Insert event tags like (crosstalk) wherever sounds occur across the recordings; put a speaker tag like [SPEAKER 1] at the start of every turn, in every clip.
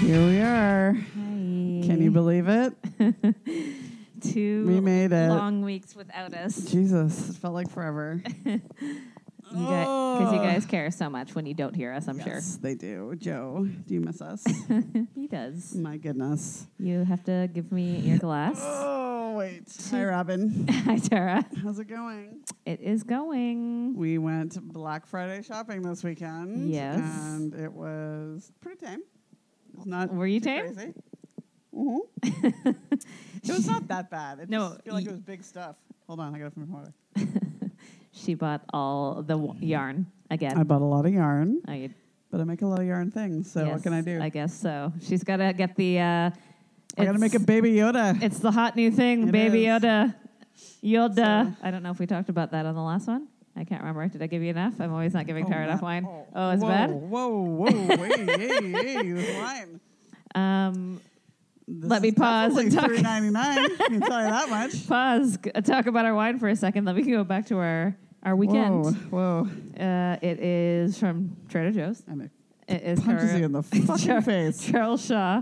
[SPEAKER 1] Here we are. Can you believe it?
[SPEAKER 2] Two
[SPEAKER 1] We made it.
[SPEAKER 2] long weeks without us.
[SPEAKER 1] Jesus, it felt like forever.
[SPEAKER 2] Because you guys care so much when you don't hear us, I'm (laughs) sure.
[SPEAKER 1] Yes, they do. Joe, do you miss
[SPEAKER 2] (laughs)
[SPEAKER 1] us?
[SPEAKER 2] He does.
[SPEAKER 1] My goodness.
[SPEAKER 2] You have to give me
[SPEAKER 1] (gasps)
[SPEAKER 2] your glass. (laughs)
[SPEAKER 1] Oh, wait. Hi, Robin.
[SPEAKER 2] Hi, Tara.
[SPEAKER 1] How's it going?
[SPEAKER 2] It is going.
[SPEAKER 1] We went Black Friday shopping this weekend.
[SPEAKER 2] Yes.
[SPEAKER 1] And it was pretty tame. It's not
[SPEAKER 2] Were you
[SPEAKER 1] too
[SPEAKER 2] tame?
[SPEAKER 1] Crazy. hmm
[SPEAKER 2] (laughs)
[SPEAKER 1] it was not that bad. It
[SPEAKER 2] No,
[SPEAKER 1] just feel like
[SPEAKER 2] y-
[SPEAKER 1] it was big stuff. Hold on, I got it from water.
[SPEAKER 2] She bought all the w-
[SPEAKER 1] Mm.
[SPEAKER 2] yarn
[SPEAKER 1] I
[SPEAKER 2] again.
[SPEAKER 1] bought a lot of yarn,
[SPEAKER 2] I,
[SPEAKER 1] but I make a lot of yarn things. So what can I
[SPEAKER 2] yes,
[SPEAKER 1] do?
[SPEAKER 2] I guess so. She's got to get the. Uh,
[SPEAKER 1] I gotta make a
[SPEAKER 2] it's-
[SPEAKER 1] baby
[SPEAKER 2] (laughs)
[SPEAKER 1] Yoda.
[SPEAKER 2] It's the hot new thing,
[SPEAKER 1] It
[SPEAKER 2] Baby
[SPEAKER 1] is.
[SPEAKER 2] Yoda. Yoda. I don't know if we talked about that on the last one. I can't remember. Did I give you enough? I'm always not giving Tara enough wine. Oh, it's
[SPEAKER 1] whoa,
[SPEAKER 2] bad.
[SPEAKER 1] Whoa, whoa, hey, hey, hey, this wine.
[SPEAKER 2] Um,
[SPEAKER 1] This
[SPEAKER 2] Let me
[SPEAKER 1] is
[SPEAKER 2] pause
[SPEAKER 1] definitely
[SPEAKER 2] and talk.
[SPEAKER 1] Three ninety nine. I can tell you that
[SPEAKER 2] (laughs)
[SPEAKER 1] much.
[SPEAKER 2] pause. g- uh, Talk about our wine for a second. Then we can go back to our our weekend.
[SPEAKER 1] Whoa, whoa.
[SPEAKER 2] Uh, it is from Trader Joe's.
[SPEAKER 1] And it
[SPEAKER 2] It is
[SPEAKER 1] punches
[SPEAKER 2] her-
[SPEAKER 1] you in
[SPEAKER 2] (laughs)
[SPEAKER 1] the fucking (laughs)
[SPEAKER 2] Char-
[SPEAKER 1] face.
[SPEAKER 2] Charles Shaw,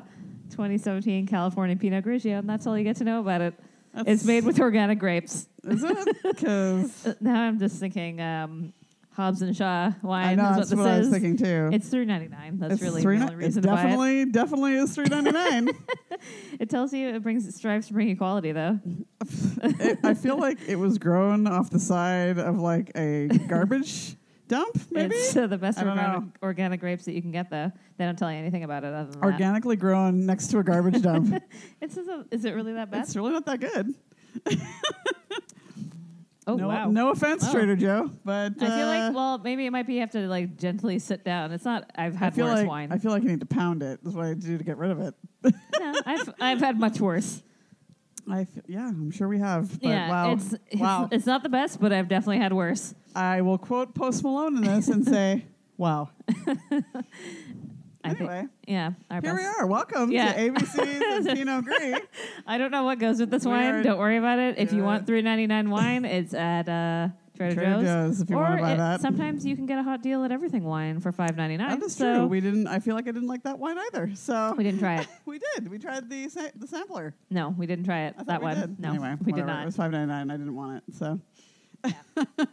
[SPEAKER 2] 2017 California Pinot Grigio, and that's all you get to know about it.
[SPEAKER 1] That's-
[SPEAKER 2] it's made with organic grapes.
[SPEAKER 1] Is it? Because
[SPEAKER 2] (laughs) Uh, Now I'm just thinking um, Hobbs and Shaw wine.
[SPEAKER 1] I know
[SPEAKER 2] is
[SPEAKER 1] that's
[SPEAKER 2] what
[SPEAKER 1] what,
[SPEAKER 2] this
[SPEAKER 1] I was
[SPEAKER 2] is.
[SPEAKER 1] thinking too.
[SPEAKER 2] It's three ninety nine. That's really
[SPEAKER 1] three
[SPEAKER 2] the
[SPEAKER 1] ni-
[SPEAKER 2] only reason
[SPEAKER 1] it
[SPEAKER 2] to buy
[SPEAKER 1] definitely, definitely is three ninety
[SPEAKER 2] (laughs)
[SPEAKER 1] nine.
[SPEAKER 2] it. It tells you it brings it strives to bring equality though.
[SPEAKER 1] It- I feel like it was grown off the side of like a
[SPEAKER 2] (laughs)
[SPEAKER 1] garbage dump, maybe.
[SPEAKER 2] It's uh, the best
[SPEAKER 1] I don't
[SPEAKER 2] organic,
[SPEAKER 1] know.
[SPEAKER 2] organic grapes that you can get though. They don't tell you anything about it other than that.
[SPEAKER 1] Organically grown next to a garbage
[SPEAKER 2] (laughs)
[SPEAKER 1] dump.
[SPEAKER 2] It's just a, is it really that bad?
[SPEAKER 1] That's really not that good.
[SPEAKER 2] Oh
[SPEAKER 1] no,
[SPEAKER 2] wow.
[SPEAKER 1] no offense,
[SPEAKER 2] Wow.
[SPEAKER 1] Trader Joe, but
[SPEAKER 2] I
[SPEAKER 1] uh,
[SPEAKER 2] feel like well maybe it might be you have to like gently sit down. It's not I've
[SPEAKER 1] I
[SPEAKER 2] had
[SPEAKER 1] feel
[SPEAKER 2] worse
[SPEAKER 1] like
[SPEAKER 2] wine.
[SPEAKER 1] I feel like I need to pound it. That's what I do to get rid of it.
[SPEAKER 2] (laughs) no, I've I've had much worse.
[SPEAKER 1] I f- yeah, I'm sure we have. But
[SPEAKER 2] yeah,
[SPEAKER 1] wow,
[SPEAKER 2] it's it's,
[SPEAKER 1] wow.
[SPEAKER 2] it's not the best, but I've definitely had worse.
[SPEAKER 1] I will quote Post Malone in this
[SPEAKER 2] (laughs)
[SPEAKER 1] and say, wow.
[SPEAKER 2] I think-
[SPEAKER 1] Anyway,
[SPEAKER 2] yeah, our
[SPEAKER 1] here
[SPEAKER 2] best.
[SPEAKER 1] we are. Welcome
[SPEAKER 2] Yeah.
[SPEAKER 1] to
[SPEAKER 2] (laughs)
[SPEAKER 1] ABC's and Pinot Gris.
[SPEAKER 2] I don't know what goes with this
[SPEAKER 1] We
[SPEAKER 2] wine.
[SPEAKER 1] are-
[SPEAKER 2] Don't worry about it. If you
[SPEAKER 1] Yeah.
[SPEAKER 2] want three ninety nine wine, it's at uh, Trader,
[SPEAKER 1] Trader
[SPEAKER 2] Joe's.
[SPEAKER 1] Joe's, if you
[SPEAKER 2] or
[SPEAKER 1] wanna buy that.
[SPEAKER 2] sometimes you can get a hot deal at everything wine for five ninety nine.
[SPEAKER 1] That is
[SPEAKER 2] so
[SPEAKER 1] true. We didn't. I feel like I didn't like that wine either. So
[SPEAKER 2] we didn't try it.
[SPEAKER 1] (laughs) we did. We tried the sa- the sampler.
[SPEAKER 2] No, we didn't try it.
[SPEAKER 1] I thought
[SPEAKER 2] that
[SPEAKER 1] we
[SPEAKER 2] one.
[SPEAKER 1] Did.
[SPEAKER 2] No,
[SPEAKER 1] anyway,
[SPEAKER 2] we did
[SPEAKER 1] whatever. It
[SPEAKER 2] not.
[SPEAKER 1] was five ninety nine. I didn't want it. So
[SPEAKER 2] (laughs)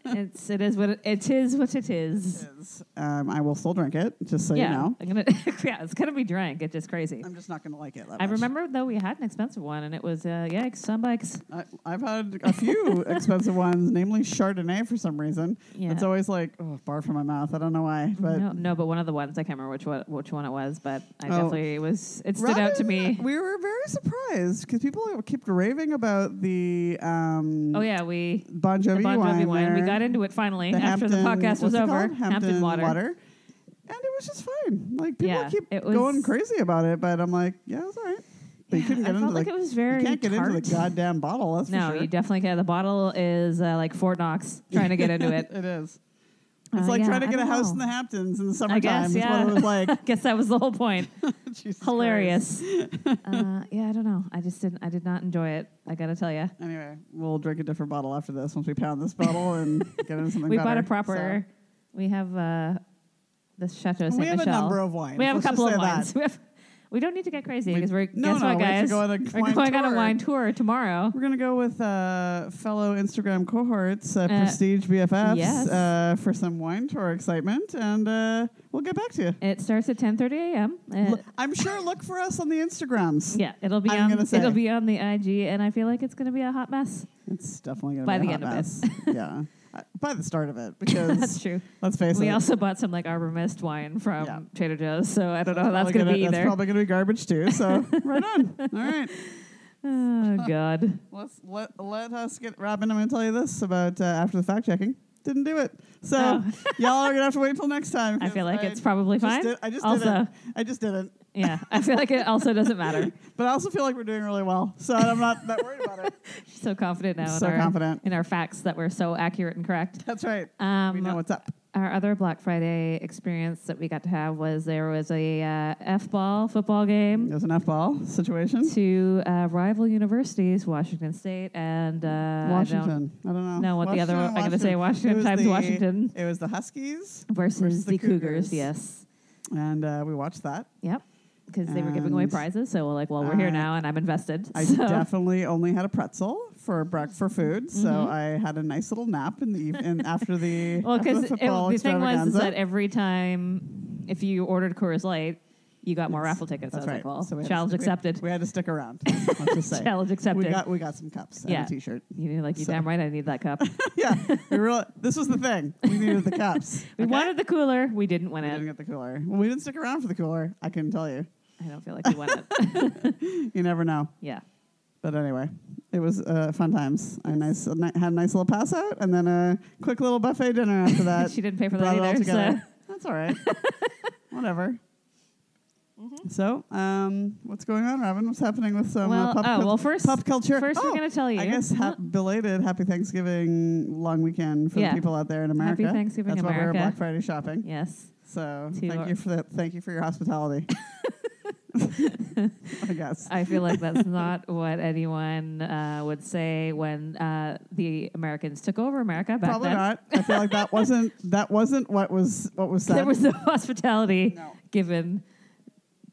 [SPEAKER 2] it's it is what it, it is. What it is.
[SPEAKER 1] Is, um, I will still drink it. Just so
[SPEAKER 2] yeah,
[SPEAKER 1] you know,
[SPEAKER 2] I'm gonna. (laughs) yeah, it's gonna be drank. It's just crazy.
[SPEAKER 1] I'm just not going to like it. That
[SPEAKER 2] I
[SPEAKER 1] much.
[SPEAKER 2] remember though we had an expensive one and it was uh, yikes, sunbikes.
[SPEAKER 1] I, I've had a
[SPEAKER 2] (laughs)
[SPEAKER 1] few expensive ones, namely Chardonnay for some reason.
[SPEAKER 2] Yeah.
[SPEAKER 1] It's always like oh, bar from my mouth. I don't know why, but
[SPEAKER 2] no, no, but one of the ones I can't remember which one, which one it was, but I
[SPEAKER 1] Oh.
[SPEAKER 2] definitely was. It stood out to
[SPEAKER 1] Robin,
[SPEAKER 2] me.
[SPEAKER 1] We were very surprised because people kept raving about the um,
[SPEAKER 2] Oh yeah, we
[SPEAKER 1] Bon Jovi,
[SPEAKER 2] the Bon Jovi
[SPEAKER 1] wine,
[SPEAKER 2] wine. We
[SPEAKER 1] there,
[SPEAKER 2] got into it finally
[SPEAKER 1] the
[SPEAKER 2] after the
[SPEAKER 1] Hampton-
[SPEAKER 2] podcast was
[SPEAKER 1] what's it
[SPEAKER 2] over.
[SPEAKER 1] called? Hampton,
[SPEAKER 2] water.
[SPEAKER 1] and it was just fine. Like people
[SPEAKER 2] Yeah,
[SPEAKER 1] keep
[SPEAKER 2] it
[SPEAKER 1] going
[SPEAKER 2] was-
[SPEAKER 1] crazy about it, but I'm like, yeah, it's all right. But you couldn't
[SPEAKER 2] I
[SPEAKER 1] get into
[SPEAKER 2] felt
[SPEAKER 1] the
[SPEAKER 2] like it was very
[SPEAKER 1] you can't get into the
[SPEAKER 2] tart.
[SPEAKER 1] goddamn bottle. That's
[SPEAKER 2] No,
[SPEAKER 1] for sure.
[SPEAKER 2] you definitely can. The bottle is uh, like Fort Knox trying to
[SPEAKER 1] (laughs)
[SPEAKER 2] get into it.
[SPEAKER 1] it is.
[SPEAKER 2] Uh,
[SPEAKER 1] It's like
[SPEAKER 2] yeah,
[SPEAKER 1] trying to
[SPEAKER 2] I
[SPEAKER 1] get a
[SPEAKER 2] don't
[SPEAKER 1] house
[SPEAKER 2] know.
[SPEAKER 1] in the Hamptons in the summertime.
[SPEAKER 2] I guess,
[SPEAKER 1] is
[SPEAKER 2] yeah.
[SPEAKER 1] what it was like.
[SPEAKER 2] (laughs) I guess that was the whole (laughs) point.
[SPEAKER 1] Jesus Christ.
[SPEAKER 2] Hilarious. uh, yeah, I don't know. I just didn't. I did not enjoy it. I gotta tell you,
[SPEAKER 1] Anyway, we'll drink a different bottle after this once we pound this bottle and get into something
[SPEAKER 2] (laughs) we
[SPEAKER 1] better.
[SPEAKER 2] bought a proper. We have uh, the Chateau
[SPEAKER 1] So-
[SPEAKER 2] Saint
[SPEAKER 1] we have a
[SPEAKER 2] Michel.
[SPEAKER 1] number of wines.
[SPEAKER 2] we have a
[SPEAKER 1] Let's just
[SPEAKER 2] couple of
[SPEAKER 1] say that.
[SPEAKER 2] wines. (laughs) We, have, we don't need to get crazy
[SPEAKER 1] We-
[SPEAKER 2] because
[SPEAKER 1] No,
[SPEAKER 2] we're guess
[SPEAKER 1] no,
[SPEAKER 2] what,
[SPEAKER 1] we have
[SPEAKER 2] guys?
[SPEAKER 1] to go on a
[SPEAKER 2] (laughs) we're
[SPEAKER 1] wine
[SPEAKER 2] going on a
[SPEAKER 1] tour.
[SPEAKER 2] wine tour tomorrow.
[SPEAKER 1] We're gonna go with uh, fellow Instagram cohorts, uh,
[SPEAKER 2] Uh,
[SPEAKER 1] Prestige BFFs,
[SPEAKER 2] yes.
[SPEAKER 1] uh, for some wine tour excitement, and uh, we'll get back to you.
[SPEAKER 2] It starts at 10:30 a.m. and-
[SPEAKER 1] Look- I'm sure look for us on the Instagrams.
[SPEAKER 2] Uh, Yeah, it'll be
[SPEAKER 1] I'm
[SPEAKER 2] on
[SPEAKER 1] gonna say.
[SPEAKER 2] it'll be on the IG, and I feel like it's gonna be a hot mess. (laughs)
[SPEAKER 1] It's definitely gonna
[SPEAKER 2] By
[SPEAKER 1] be
[SPEAKER 2] the
[SPEAKER 1] a hot
[SPEAKER 2] end of
[SPEAKER 1] mess.
[SPEAKER 2] (laughs)
[SPEAKER 1] yeah, Uh, by the start of it, because
[SPEAKER 2] That's true.
[SPEAKER 1] let's face
[SPEAKER 2] We
[SPEAKER 1] it,
[SPEAKER 2] also bought some like Arbor Mist wine from
[SPEAKER 1] Yeah.
[SPEAKER 2] Trader Joe's, so I don't know how that's
[SPEAKER 1] probably
[SPEAKER 2] gonna,
[SPEAKER 1] gonna-
[SPEAKER 2] be
[SPEAKER 1] that's
[SPEAKER 2] either.
[SPEAKER 1] probably gonna be garbage too.
[SPEAKER 2] (laughs)
[SPEAKER 1] So right on. All right.
[SPEAKER 2] oh God,
[SPEAKER 1] Let's let let us get Robin. I'm going to tell you this about uh, after the fact checking. Didn't do it, so
[SPEAKER 2] Oh.
[SPEAKER 1] (laughs) y'all are going to have to wait until next time.
[SPEAKER 2] I feel
[SPEAKER 1] 'cause
[SPEAKER 2] like it's probably
[SPEAKER 1] just
[SPEAKER 2] fine.
[SPEAKER 1] did- I just
[SPEAKER 2] Also-
[SPEAKER 1] didn't. I just didn't.
[SPEAKER 2] (laughs) yeah, I feel like it also
[SPEAKER 1] (laughs)
[SPEAKER 2] doesn't matter.
[SPEAKER 1] But I also feel like we're doing really well, so I'm not that worried about
[SPEAKER 2] (laughs)
[SPEAKER 1] it.
[SPEAKER 2] She's so confident now.
[SPEAKER 1] So
[SPEAKER 2] in our,
[SPEAKER 1] confident.
[SPEAKER 2] in our facts that we're so accurate and correct.
[SPEAKER 1] That's right.
[SPEAKER 2] Um,
[SPEAKER 1] we know what's up.
[SPEAKER 2] Our other Black Friday experience that we got to have was there was a uh, f-ball football game.
[SPEAKER 1] There's an F-ball situation.
[SPEAKER 2] to uh, rival universities, Washington State and uh, I don't
[SPEAKER 1] Washington. I don't, know.
[SPEAKER 2] know what the other
[SPEAKER 1] Washington,
[SPEAKER 2] one- I'm gonna say
[SPEAKER 1] Washington.
[SPEAKER 2] Washington
[SPEAKER 1] It was
[SPEAKER 2] times
[SPEAKER 1] the-
[SPEAKER 2] Washington.
[SPEAKER 1] It was the Huskies,
[SPEAKER 2] versus,
[SPEAKER 1] Versus
[SPEAKER 2] the,
[SPEAKER 1] the
[SPEAKER 2] Cougars.
[SPEAKER 1] Cougars.
[SPEAKER 2] Yes.
[SPEAKER 1] and uh, we watched that.
[SPEAKER 2] Yep. because they were giving away
[SPEAKER 1] And-
[SPEAKER 2] prizes. So we're like, well, we're here
[SPEAKER 1] I-
[SPEAKER 2] now, and I'm invested.
[SPEAKER 1] I
[SPEAKER 2] (laughs) so
[SPEAKER 1] definitely only had a pretzel for breakfast for food, so I had a nice little nap in the evening after the (laughs)
[SPEAKER 2] Mm-hmm. (laughs) well,
[SPEAKER 1] after
[SPEAKER 2] because
[SPEAKER 1] the football
[SPEAKER 2] the thing was is
[SPEAKER 1] extravaganza.
[SPEAKER 2] that every time if you ordered Coors Light, you got more raffle tickets.
[SPEAKER 1] That's
[SPEAKER 2] I was
[SPEAKER 1] right.
[SPEAKER 2] like, well,
[SPEAKER 1] So we had to
[SPEAKER 2] challenge
[SPEAKER 1] stick- we-
[SPEAKER 2] accepted. (laughs)
[SPEAKER 1] We, had to stick around. I'll just say.
[SPEAKER 2] Challenge accepted.
[SPEAKER 1] We got we got some cups
[SPEAKER 2] Yeah.
[SPEAKER 1] and a
[SPEAKER 2] (laughs)
[SPEAKER 1] t-shirt.
[SPEAKER 2] you know, like you
[SPEAKER 1] So-
[SPEAKER 2] damn right, I need
[SPEAKER 1] (laughs)
[SPEAKER 2] that cup.
[SPEAKER 1] yeah, we really, this was the thing. We needed the cups.
[SPEAKER 2] (laughs) we
[SPEAKER 1] okay?
[SPEAKER 2] wanted the cooler, we didn't win
[SPEAKER 1] We
[SPEAKER 2] it.
[SPEAKER 1] didn't get the cooler. Well, we didn't stick around for the cooler. I couldn't tell you.
[SPEAKER 2] I don't feel like we won
[SPEAKER 1] (laughs)
[SPEAKER 2] it.
[SPEAKER 1] You never know.
[SPEAKER 2] yeah,
[SPEAKER 1] But anyway, it was uh, fun times. I nice a ni- had a nice little pass out, and then a quick little buffet dinner
[SPEAKER 2] (laughs)
[SPEAKER 1] after that.
[SPEAKER 2] she didn't pay for
[SPEAKER 1] Brought
[SPEAKER 2] that
[SPEAKER 1] it all
[SPEAKER 2] either. So.
[SPEAKER 1] together. That's all
[SPEAKER 2] (laughs)
[SPEAKER 1] right. Whatever.
[SPEAKER 2] Mm-hmm.
[SPEAKER 1] So, um, what's going on, Robin? What's happening with some
[SPEAKER 2] Well,
[SPEAKER 1] uh, pop,
[SPEAKER 2] oh,
[SPEAKER 1] cul-
[SPEAKER 2] well, first-
[SPEAKER 1] pop culture?
[SPEAKER 2] first
[SPEAKER 1] oh,
[SPEAKER 2] we're gonna tell
[SPEAKER 1] I
[SPEAKER 2] you.
[SPEAKER 1] guess ha- belated Happy Thanksgiving long weekend for
[SPEAKER 2] Yeah.
[SPEAKER 1] the people out there in
[SPEAKER 2] Happy
[SPEAKER 1] America.
[SPEAKER 2] Thanksgiving,
[SPEAKER 1] That's why we
[SPEAKER 2] America.
[SPEAKER 1] were Black Friday shopping.
[SPEAKER 2] (laughs) Yes.
[SPEAKER 1] So
[SPEAKER 2] To
[SPEAKER 1] thank
[SPEAKER 2] our-
[SPEAKER 1] you for that. Thank you for your
[SPEAKER 2] (laughs)
[SPEAKER 1] hospitality. (laughs) I guess.
[SPEAKER 2] I feel
[SPEAKER 1] (laughs)
[SPEAKER 2] like that's not what anyone uh, would say when uh, the Americans took over America back
[SPEAKER 1] Probably
[SPEAKER 2] then.
[SPEAKER 1] not. I feel like that wasn't that wasn't what was what was said.
[SPEAKER 2] (laughs) There was no (laughs) hospitality
[SPEAKER 1] No.
[SPEAKER 2] given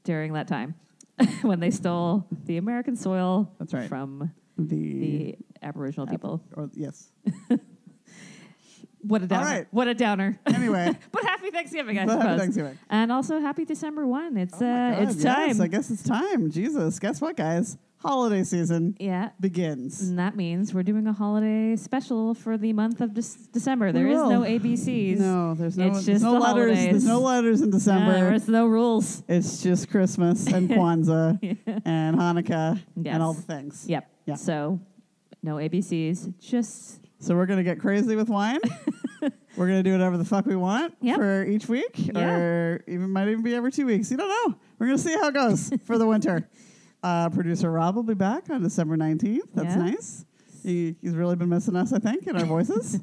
[SPEAKER 2] during that time (laughs) when they stole the American soil
[SPEAKER 1] That's right.
[SPEAKER 2] from
[SPEAKER 1] the,
[SPEAKER 2] the Aboriginal people.
[SPEAKER 1] or yes.
[SPEAKER 2] What a downer!
[SPEAKER 1] right.
[SPEAKER 2] What a downer! (laughs)
[SPEAKER 1] Anyway,
[SPEAKER 2] but happy Thanksgiving, I
[SPEAKER 1] but
[SPEAKER 2] suppose.
[SPEAKER 1] happy Thanksgiving.
[SPEAKER 2] And also happy December one. It's
[SPEAKER 1] Oh my
[SPEAKER 2] uh,
[SPEAKER 1] God,
[SPEAKER 2] it's time.
[SPEAKER 1] Yes, I guess it's time. Jesus, guess what, guys? Holiday season
[SPEAKER 2] yeah.
[SPEAKER 1] begins.
[SPEAKER 2] And that means we're doing a holiday special for the month of Dec December. There is
[SPEAKER 1] will.
[SPEAKER 2] no ABCs.
[SPEAKER 1] No, there's no
[SPEAKER 2] It's
[SPEAKER 1] there's
[SPEAKER 2] just
[SPEAKER 1] no
[SPEAKER 2] the
[SPEAKER 1] letters.
[SPEAKER 2] holidays.
[SPEAKER 1] There's no letters in December.
[SPEAKER 2] Yeah, there's no rules.
[SPEAKER 1] it's just Christmas
[SPEAKER 2] (laughs)
[SPEAKER 1] and Kwanzaa and Hanukkah
[SPEAKER 2] Yes.
[SPEAKER 1] and all the things.
[SPEAKER 2] Yep.
[SPEAKER 1] Yeah.
[SPEAKER 2] So no ABCs, just
[SPEAKER 1] So we're gonna get crazy with
[SPEAKER 2] (laughs)
[SPEAKER 1] wine. we're gonna do whatever the fuck we want
[SPEAKER 2] Yep.
[SPEAKER 1] for each week,
[SPEAKER 2] Yeah.
[SPEAKER 1] or even might even be every two weeks. You don't know. We're gonna see how it
[SPEAKER 2] (laughs)
[SPEAKER 1] goes for the winter. Uh, producer Rob will be back on December nineteenth. That's
[SPEAKER 2] Yeah.
[SPEAKER 1] nice. He, he's really been missing us, I think, in our
[SPEAKER 2] (laughs)
[SPEAKER 1] voices.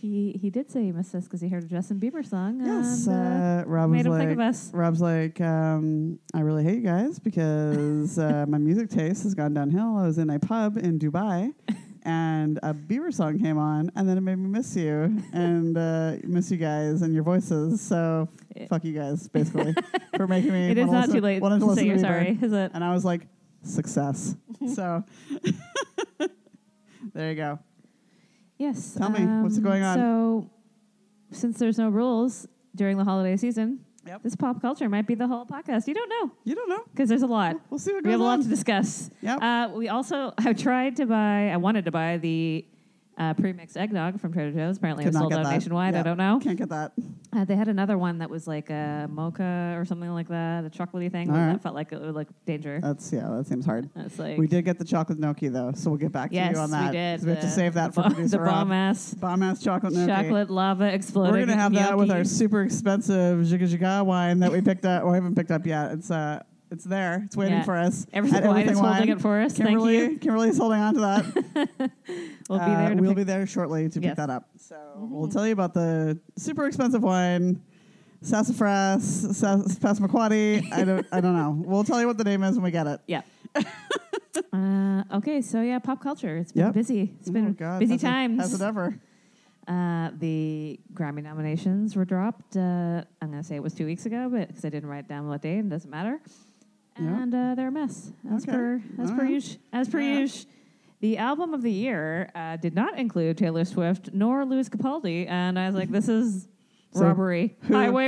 [SPEAKER 2] he he did say he missed us because he heard a Justin Bieber song.
[SPEAKER 1] yes,
[SPEAKER 2] And, uh,
[SPEAKER 1] uh, Rob was
[SPEAKER 2] made him
[SPEAKER 1] like,
[SPEAKER 2] think of us.
[SPEAKER 1] Rob's like, um, I really hate you guys because uh, my music taste has gone downhill. I was in a pub in Dubai and a Bieber song came on, and then it made me miss you and uh, miss you guys and your voices. So
[SPEAKER 2] It-
[SPEAKER 1] fuck you guys, basically, for making me.
[SPEAKER 2] (laughs) It is
[SPEAKER 1] wanna
[SPEAKER 2] not
[SPEAKER 1] listen-
[SPEAKER 2] too late
[SPEAKER 1] wanted to
[SPEAKER 2] to
[SPEAKER 1] listen to
[SPEAKER 2] say you're
[SPEAKER 1] Bieber.
[SPEAKER 2] sorry, Mm-hmm. is it?
[SPEAKER 1] And I was like, success. so (laughs) there you go.
[SPEAKER 2] Yes.
[SPEAKER 1] Tell me, what's
[SPEAKER 2] um,
[SPEAKER 1] going on?
[SPEAKER 2] So since there's no rules during the holiday season,
[SPEAKER 1] Yep.
[SPEAKER 2] this pop culture might be the whole podcast. You don't know
[SPEAKER 1] You don't know.
[SPEAKER 2] because there's a lot.
[SPEAKER 1] We'll see what
[SPEAKER 2] We
[SPEAKER 1] goes
[SPEAKER 2] have a lot to
[SPEAKER 1] on.
[SPEAKER 2] discuss.
[SPEAKER 1] Yep.
[SPEAKER 2] Uh, we also (laughs) I tried to buy. I wanted to buy the uh, pre-mixed eggnog from Trader Joe's. Apparently,
[SPEAKER 1] Could
[SPEAKER 2] it's
[SPEAKER 1] not
[SPEAKER 2] sold
[SPEAKER 1] get
[SPEAKER 2] out
[SPEAKER 1] that.
[SPEAKER 2] nationwide. I
[SPEAKER 1] Yeah.
[SPEAKER 2] don't know.
[SPEAKER 1] Can't get that.
[SPEAKER 2] Uh, they had another one that was like a mocha or something like that, a chocolatey thing.
[SPEAKER 1] All
[SPEAKER 2] but
[SPEAKER 1] right.
[SPEAKER 2] That felt like it would look danger.
[SPEAKER 1] That's yeah. That seems hard.
[SPEAKER 2] That's like
[SPEAKER 1] We did get the chocolate gnocchi though, so we'll get back to
[SPEAKER 2] yes,
[SPEAKER 1] you on that.
[SPEAKER 2] we did.
[SPEAKER 1] 'cause We have to
[SPEAKER 2] the-
[SPEAKER 1] save that
[SPEAKER 2] the
[SPEAKER 1] for
[SPEAKER 2] bomb-
[SPEAKER 1] producer
[SPEAKER 2] the
[SPEAKER 1] Rob.
[SPEAKER 2] bomb ass
[SPEAKER 1] Bomb ass chocolate gnocchi.
[SPEAKER 2] chocolate lava exploding.
[SPEAKER 1] We're gonna have that with our
[SPEAKER 2] gnocchi.
[SPEAKER 1] super expensive Jigga Jigga wine that we picked up or haven't picked up yet. It's uh, it's there. It's waiting
[SPEAKER 2] Yeah.
[SPEAKER 1] for us.
[SPEAKER 2] everything
[SPEAKER 1] at
[SPEAKER 2] wine
[SPEAKER 1] Everything
[SPEAKER 2] is holding
[SPEAKER 1] Wine.
[SPEAKER 2] it for us.
[SPEAKER 1] (laughs) Kimberly,
[SPEAKER 2] Thank you.
[SPEAKER 1] Kimberly's holding on to that.
[SPEAKER 2] (laughs) We'll be
[SPEAKER 1] Uh,
[SPEAKER 2] there. To
[SPEAKER 1] we'll
[SPEAKER 2] pick-
[SPEAKER 1] be there shortly to
[SPEAKER 2] Yes. Mm-hmm.
[SPEAKER 1] pick that up. So we'll tell you about the super expensive wine, sassafras, sass- passamaquoddy. I don't, I don't know. We'll tell you what the name is when we get it. (laughs)
[SPEAKER 2] Yeah. uh, okay, so yeah, pop culture. It's been
[SPEAKER 1] Yep.
[SPEAKER 2] busy. It's
[SPEAKER 1] oh
[SPEAKER 2] been
[SPEAKER 1] God,
[SPEAKER 2] busy
[SPEAKER 1] has it-
[SPEAKER 2] times.
[SPEAKER 1] has it ever?
[SPEAKER 2] Uh, the Grammy nominations were dropped. Uh, I'm going to say it was two weeks ago, but because I didn't write down what day, it doesn't matter.
[SPEAKER 1] Yeah.
[SPEAKER 2] And uh, they're a mess, as
[SPEAKER 1] Okay.
[SPEAKER 2] per as per
[SPEAKER 1] Alright.
[SPEAKER 2] usual. As per
[SPEAKER 1] Alright.
[SPEAKER 2] usual, the album of the year uh, did not include Taylor Swift nor Louis Capaldi, and I was like, this is
[SPEAKER 1] (laughs) So
[SPEAKER 2] robbery,
[SPEAKER 1] Who-
[SPEAKER 2] highway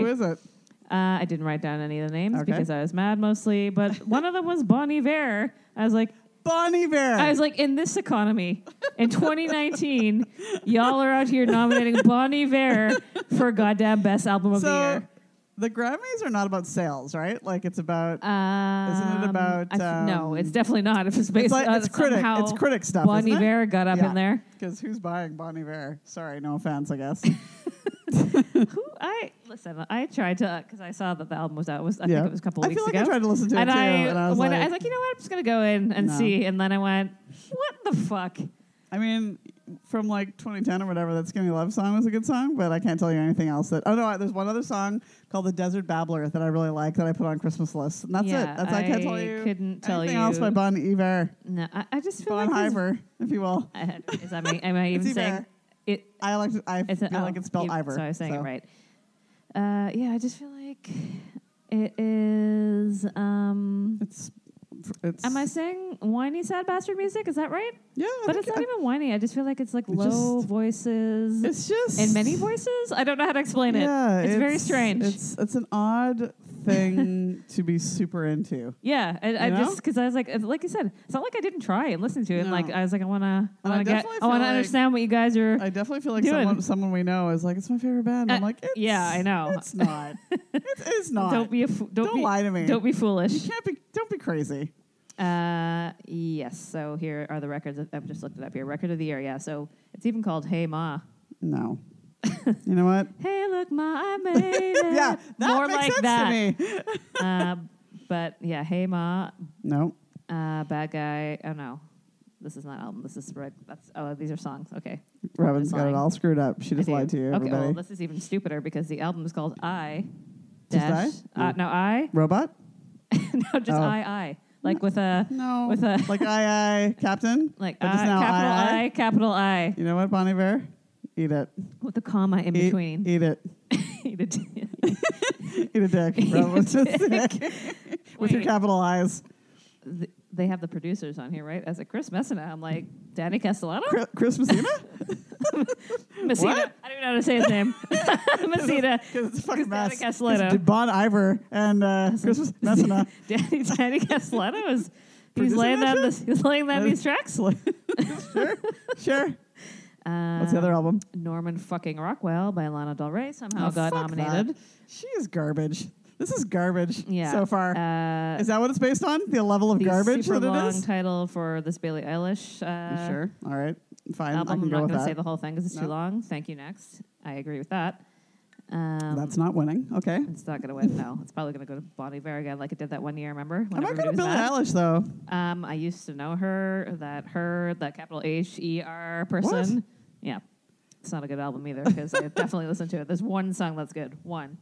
[SPEAKER 1] So who is it?
[SPEAKER 2] Uh, I didn't write down any of the names
[SPEAKER 1] Okay.
[SPEAKER 2] because I was mad mostly, but one of them was Bonnie Vare. I was like,
[SPEAKER 1] Bonnie Bear.
[SPEAKER 2] I was like, in this economy, in 2019, y'all are out here nominating Bonnie Vare for goddamn best album of the
[SPEAKER 1] so
[SPEAKER 2] year.
[SPEAKER 1] the Grammys are not about sales, right? Like it's about
[SPEAKER 2] Um,
[SPEAKER 1] about,
[SPEAKER 2] I f- no,
[SPEAKER 1] um,
[SPEAKER 2] it's definitely not. If it's based
[SPEAKER 1] like-
[SPEAKER 2] on
[SPEAKER 1] it's critic-
[SPEAKER 2] somehow
[SPEAKER 1] it's critic stuff,
[SPEAKER 2] Bonnie
[SPEAKER 1] isn't it?
[SPEAKER 2] Vare got up
[SPEAKER 1] Yeah.
[SPEAKER 2] in there.
[SPEAKER 1] because who's buying Bonnie Bear? Sorry, no offense, I
[SPEAKER 2] (laughs)
[SPEAKER 1] guess.
[SPEAKER 2] Who I listen? I tried to because I saw that the album was out. Was I think it was a couple
[SPEAKER 1] I
[SPEAKER 2] weeks
[SPEAKER 1] feel like
[SPEAKER 2] ago.
[SPEAKER 1] I tried to listen to it
[SPEAKER 2] and
[SPEAKER 1] too,
[SPEAKER 2] I,
[SPEAKER 1] and I was
[SPEAKER 2] when
[SPEAKER 1] like,
[SPEAKER 2] I was like, you know what? I'm just gonna go in and
[SPEAKER 1] No.
[SPEAKER 2] see. And then I went, what the fuck?
[SPEAKER 1] I mean, from like 2010 or whatever, that Skinny Love song was a good song, but I can't tell you anything else. That oh no, I, there's one other song called The Desert Babbler that I really like that I put on Christmas list, and that's
[SPEAKER 2] Yeah,
[SPEAKER 1] it. That's I can't tell
[SPEAKER 2] I
[SPEAKER 1] you
[SPEAKER 2] couldn't tell
[SPEAKER 1] anything else
[SPEAKER 2] you.
[SPEAKER 1] by Bon Iver,
[SPEAKER 2] No, I, I just feel
[SPEAKER 1] Bon
[SPEAKER 2] like this-
[SPEAKER 1] Iver, if you will.
[SPEAKER 2] I had- is that my, am I
[SPEAKER 1] (laughs)
[SPEAKER 2] even
[SPEAKER 1] It's
[SPEAKER 2] saying
[SPEAKER 1] Iver.
[SPEAKER 2] it?
[SPEAKER 1] I like to, I
[SPEAKER 2] It's
[SPEAKER 1] feel
[SPEAKER 2] a, oh,
[SPEAKER 1] like it's spelled
[SPEAKER 2] you-
[SPEAKER 1] Iver.
[SPEAKER 2] So I was saying
[SPEAKER 1] so.
[SPEAKER 2] it right. Uh, yeah, I just feel like It is. Um,
[SPEAKER 1] It's, it's.
[SPEAKER 2] am I saying whiny sad bastard music? Is that right?
[SPEAKER 1] Yeah, I
[SPEAKER 2] But
[SPEAKER 1] think-
[SPEAKER 2] it's not
[SPEAKER 1] I-
[SPEAKER 2] even whiny. I just feel like it's like
[SPEAKER 1] It
[SPEAKER 2] low
[SPEAKER 1] just- (laughs)
[SPEAKER 2] voices
[SPEAKER 1] It's just
[SPEAKER 2] and many voices. I don't know how to explain it.
[SPEAKER 1] Yeah,
[SPEAKER 2] It's very strange.
[SPEAKER 1] It's it's an odd
[SPEAKER 2] (laughs)
[SPEAKER 1] thing to be super into.
[SPEAKER 2] Yeah, I, I
[SPEAKER 1] You know?
[SPEAKER 2] just because I was like, it's- like you said, it's not like I didn't try and listen to it. Like
[SPEAKER 1] No.
[SPEAKER 2] I was like, I wanna, I
[SPEAKER 1] I
[SPEAKER 2] wanna get,
[SPEAKER 1] definitely
[SPEAKER 2] I wanna
[SPEAKER 1] feel like-
[SPEAKER 2] understand what you guys are.
[SPEAKER 1] I definitely feel like
[SPEAKER 2] Doing.
[SPEAKER 1] someone someone we know is like, it's my favorite band. I'm
[SPEAKER 2] Uh,
[SPEAKER 1] like, it's,
[SPEAKER 2] yeah, I know.
[SPEAKER 1] It's
[SPEAKER 2] (laughs)
[SPEAKER 1] not. it is not.
[SPEAKER 2] Don't be a, fo- don't,
[SPEAKER 1] Don't
[SPEAKER 2] be,
[SPEAKER 1] lie to me.
[SPEAKER 2] Don't be
[SPEAKER 1] You
[SPEAKER 2] foolish.
[SPEAKER 1] can't be. Don't be crazy.
[SPEAKER 2] Uh, yes. So here are the records. Of, I've just looked it up here. Record of the year. Yeah. So it's even called Hey Ma. (laughs)
[SPEAKER 1] No. you know what?
[SPEAKER 2] Hey, look, Ma,
[SPEAKER 1] (laughs)
[SPEAKER 2] I made it.
[SPEAKER 1] Yeah, that
[SPEAKER 2] Eh, more
[SPEAKER 1] makes
[SPEAKER 2] like
[SPEAKER 1] sense
[SPEAKER 2] that.
[SPEAKER 1] to me.
[SPEAKER 2] Uh, but yeah, Hey Ma,
[SPEAKER 1] No.
[SPEAKER 2] uh, Bad Guy. Oh no, this is not album. This is right. That's oh, these are songs. Okay.
[SPEAKER 1] Robin's got it
[SPEAKER 2] lying.
[SPEAKER 1] all screwed up. She just
[SPEAKER 2] I do.
[SPEAKER 1] lied to you,
[SPEAKER 2] Okay,
[SPEAKER 1] everybody.
[SPEAKER 2] well, this is even stupider because the album is called I.
[SPEAKER 1] Just
[SPEAKER 2] Dash.
[SPEAKER 1] I?
[SPEAKER 2] Uh, no, I. (laughs)
[SPEAKER 1] Robot?
[SPEAKER 2] no, just
[SPEAKER 1] Oh.
[SPEAKER 2] I. I. Like with a
[SPEAKER 1] No.
[SPEAKER 2] With a-
[SPEAKER 1] like I I Captain.
[SPEAKER 2] (laughs) like
[SPEAKER 1] But
[SPEAKER 2] I,
[SPEAKER 1] just now,
[SPEAKER 2] capital
[SPEAKER 1] I,
[SPEAKER 2] I,
[SPEAKER 1] I.
[SPEAKER 2] capital I
[SPEAKER 1] You know what, Bonnie Bear? Eat it.
[SPEAKER 2] with a comma in
[SPEAKER 1] Eat-
[SPEAKER 2] between.
[SPEAKER 1] Eat it.
[SPEAKER 2] Eat a d-
[SPEAKER 1] Eat a
[SPEAKER 2] (laughs)
[SPEAKER 1] dick.
[SPEAKER 2] Eat
[SPEAKER 1] Robin
[SPEAKER 2] a
[SPEAKER 1] was just saying.
[SPEAKER 2] (laughs)
[SPEAKER 1] With your
[SPEAKER 2] Wait.
[SPEAKER 1] capital eyes.
[SPEAKER 2] Th- (laughs) They have the producers on here, right? As a Chris Messina, I'm like Danny Castellano,
[SPEAKER 1] Chri- Chris
[SPEAKER 2] (laughs)
[SPEAKER 1] Messina?
[SPEAKER 2] Messina.
[SPEAKER 1] what?
[SPEAKER 2] I don't even know how to say
[SPEAKER 1] (laughs)
[SPEAKER 2] his name. (laughs) Messina,
[SPEAKER 1] Because it's a fucking
[SPEAKER 2] Danny
[SPEAKER 1] mess.
[SPEAKER 2] Castellano.
[SPEAKER 1] It's Bon Iver and uh,
[SPEAKER 2] (laughs)
[SPEAKER 1] Chris Messina.
[SPEAKER 2] Danny, Danny Castellano is he's
[SPEAKER 1] Producing
[SPEAKER 2] laying
[SPEAKER 1] that
[SPEAKER 2] down this, he's laying down these tracks. Uh,
[SPEAKER 1] sure. Sure. What's the other album?
[SPEAKER 2] Uh, Norman fucking Rockwell by Lana Del Rey somehow
[SPEAKER 1] Oh,
[SPEAKER 2] got
[SPEAKER 1] fuck
[SPEAKER 2] nominated.
[SPEAKER 1] that. She is garbage. This is garbage
[SPEAKER 2] Yeah.
[SPEAKER 1] so far.
[SPEAKER 2] Uh,
[SPEAKER 1] is that what it's based on? The level of
[SPEAKER 2] the
[SPEAKER 1] garbage
[SPEAKER 2] super
[SPEAKER 1] that
[SPEAKER 2] long
[SPEAKER 1] it is?
[SPEAKER 2] title for this Bailey Eilish
[SPEAKER 1] You
[SPEAKER 2] uh,
[SPEAKER 1] sure. All right. Fine. I
[SPEAKER 2] album.
[SPEAKER 1] can
[SPEAKER 2] I'm
[SPEAKER 1] go
[SPEAKER 2] not
[SPEAKER 1] with
[SPEAKER 2] going to say
[SPEAKER 1] that.
[SPEAKER 2] the whole thing because it's too
[SPEAKER 1] No.
[SPEAKER 2] long. Thank you. Next, I agree with that. Um,
[SPEAKER 1] That's not winning. Okay.
[SPEAKER 2] It's not going to win. No, it's probably going to go to Bonnie Iver again, like it did that one year. Remember?
[SPEAKER 1] I'm
[SPEAKER 2] When
[SPEAKER 1] not
[SPEAKER 2] everybody
[SPEAKER 1] going to
[SPEAKER 2] was
[SPEAKER 1] Billie
[SPEAKER 2] mad?
[SPEAKER 1] Eilish though.
[SPEAKER 2] Um, I used to know her. That her, that capital H E R person. Yeah, it's not a good album either because I definitely listened to it. There's one song that's good. One.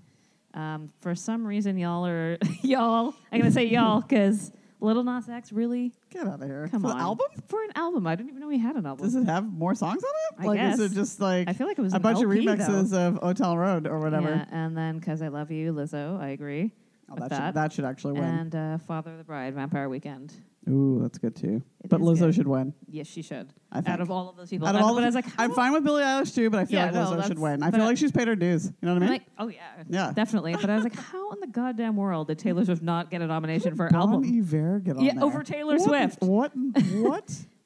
[SPEAKER 2] Um, for some reason, y'all are (laughs) y'all. I'm gonna say y'all because Little Nas X really
[SPEAKER 1] Get out of here.
[SPEAKER 2] come
[SPEAKER 1] For
[SPEAKER 2] on
[SPEAKER 1] the album?
[SPEAKER 2] for an album. I didn't even know we had an album.
[SPEAKER 1] Does it have more songs on it?
[SPEAKER 2] I
[SPEAKER 1] like
[SPEAKER 2] guess.
[SPEAKER 1] is it just like
[SPEAKER 2] I feel like it was
[SPEAKER 1] a
[SPEAKER 2] an
[SPEAKER 1] bunch of
[SPEAKER 2] LP, though.
[SPEAKER 1] remixes of Hotel Road or whatever?
[SPEAKER 2] Yeah, and then because I love you, Lizzo. I agree.
[SPEAKER 1] Oh,
[SPEAKER 2] with
[SPEAKER 1] that, Should, that should actually win.
[SPEAKER 2] and uh, Father of the Bride, Vampire Weekend.
[SPEAKER 1] Ooh, that's good too.
[SPEAKER 2] It
[SPEAKER 1] But
[SPEAKER 2] is
[SPEAKER 1] Lizzo
[SPEAKER 2] good.
[SPEAKER 1] should win.
[SPEAKER 2] Yes, she should.
[SPEAKER 1] I think.
[SPEAKER 2] Out of all of those people,
[SPEAKER 1] Out
[SPEAKER 2] I
[SPEAKER 1] of
[SPEAKER 2] know,
[SPEAKER 1] all
[SPEAKER 2] but
[SPEAKER 1] the-
[SPEAKER 2] I was like,
[SPEAKER 1] I'm
[SPEAKER 2] how-
[SPEAKER 1] fine with Billie Eilish too, but I feel
[SPEAKER 2] Yeah,
[SPEAKER 1] like
[SPEAKER 2] no,
[SPEAKER 1] Lizzo should
[SPEAKER 2] that's-
[SPEAKER 1] win. I
[SPEAKER 2] but
[SPEAKER 1] feel
[SPEAKER 2] I-
[SPEAKER 1] like she's paid her dues. You know what I
[SPEAKER 2] I'm
[SPEAKER 1] mean?
[SPEAKER 2] like, oh yeah,
[SPEAKER 1] yeah.
[SPEAKER 2] definitely. But I was like, how in the goddamn world did Taylor Swift not get a nomination for
[SPEAKER 1] Bon
[SPEAKER 2] album?
[SPEAKER 1] Iver get on
[SPEAKER 2] Yeah,
[SPEAKER 1] there.
[SPEAKER 2] over Taylor
[SPEAKER 1] What-
[SPEAKER 2] Swift.
[SPEAKER 1] What? What?
[SPEAKER 2] (laughs)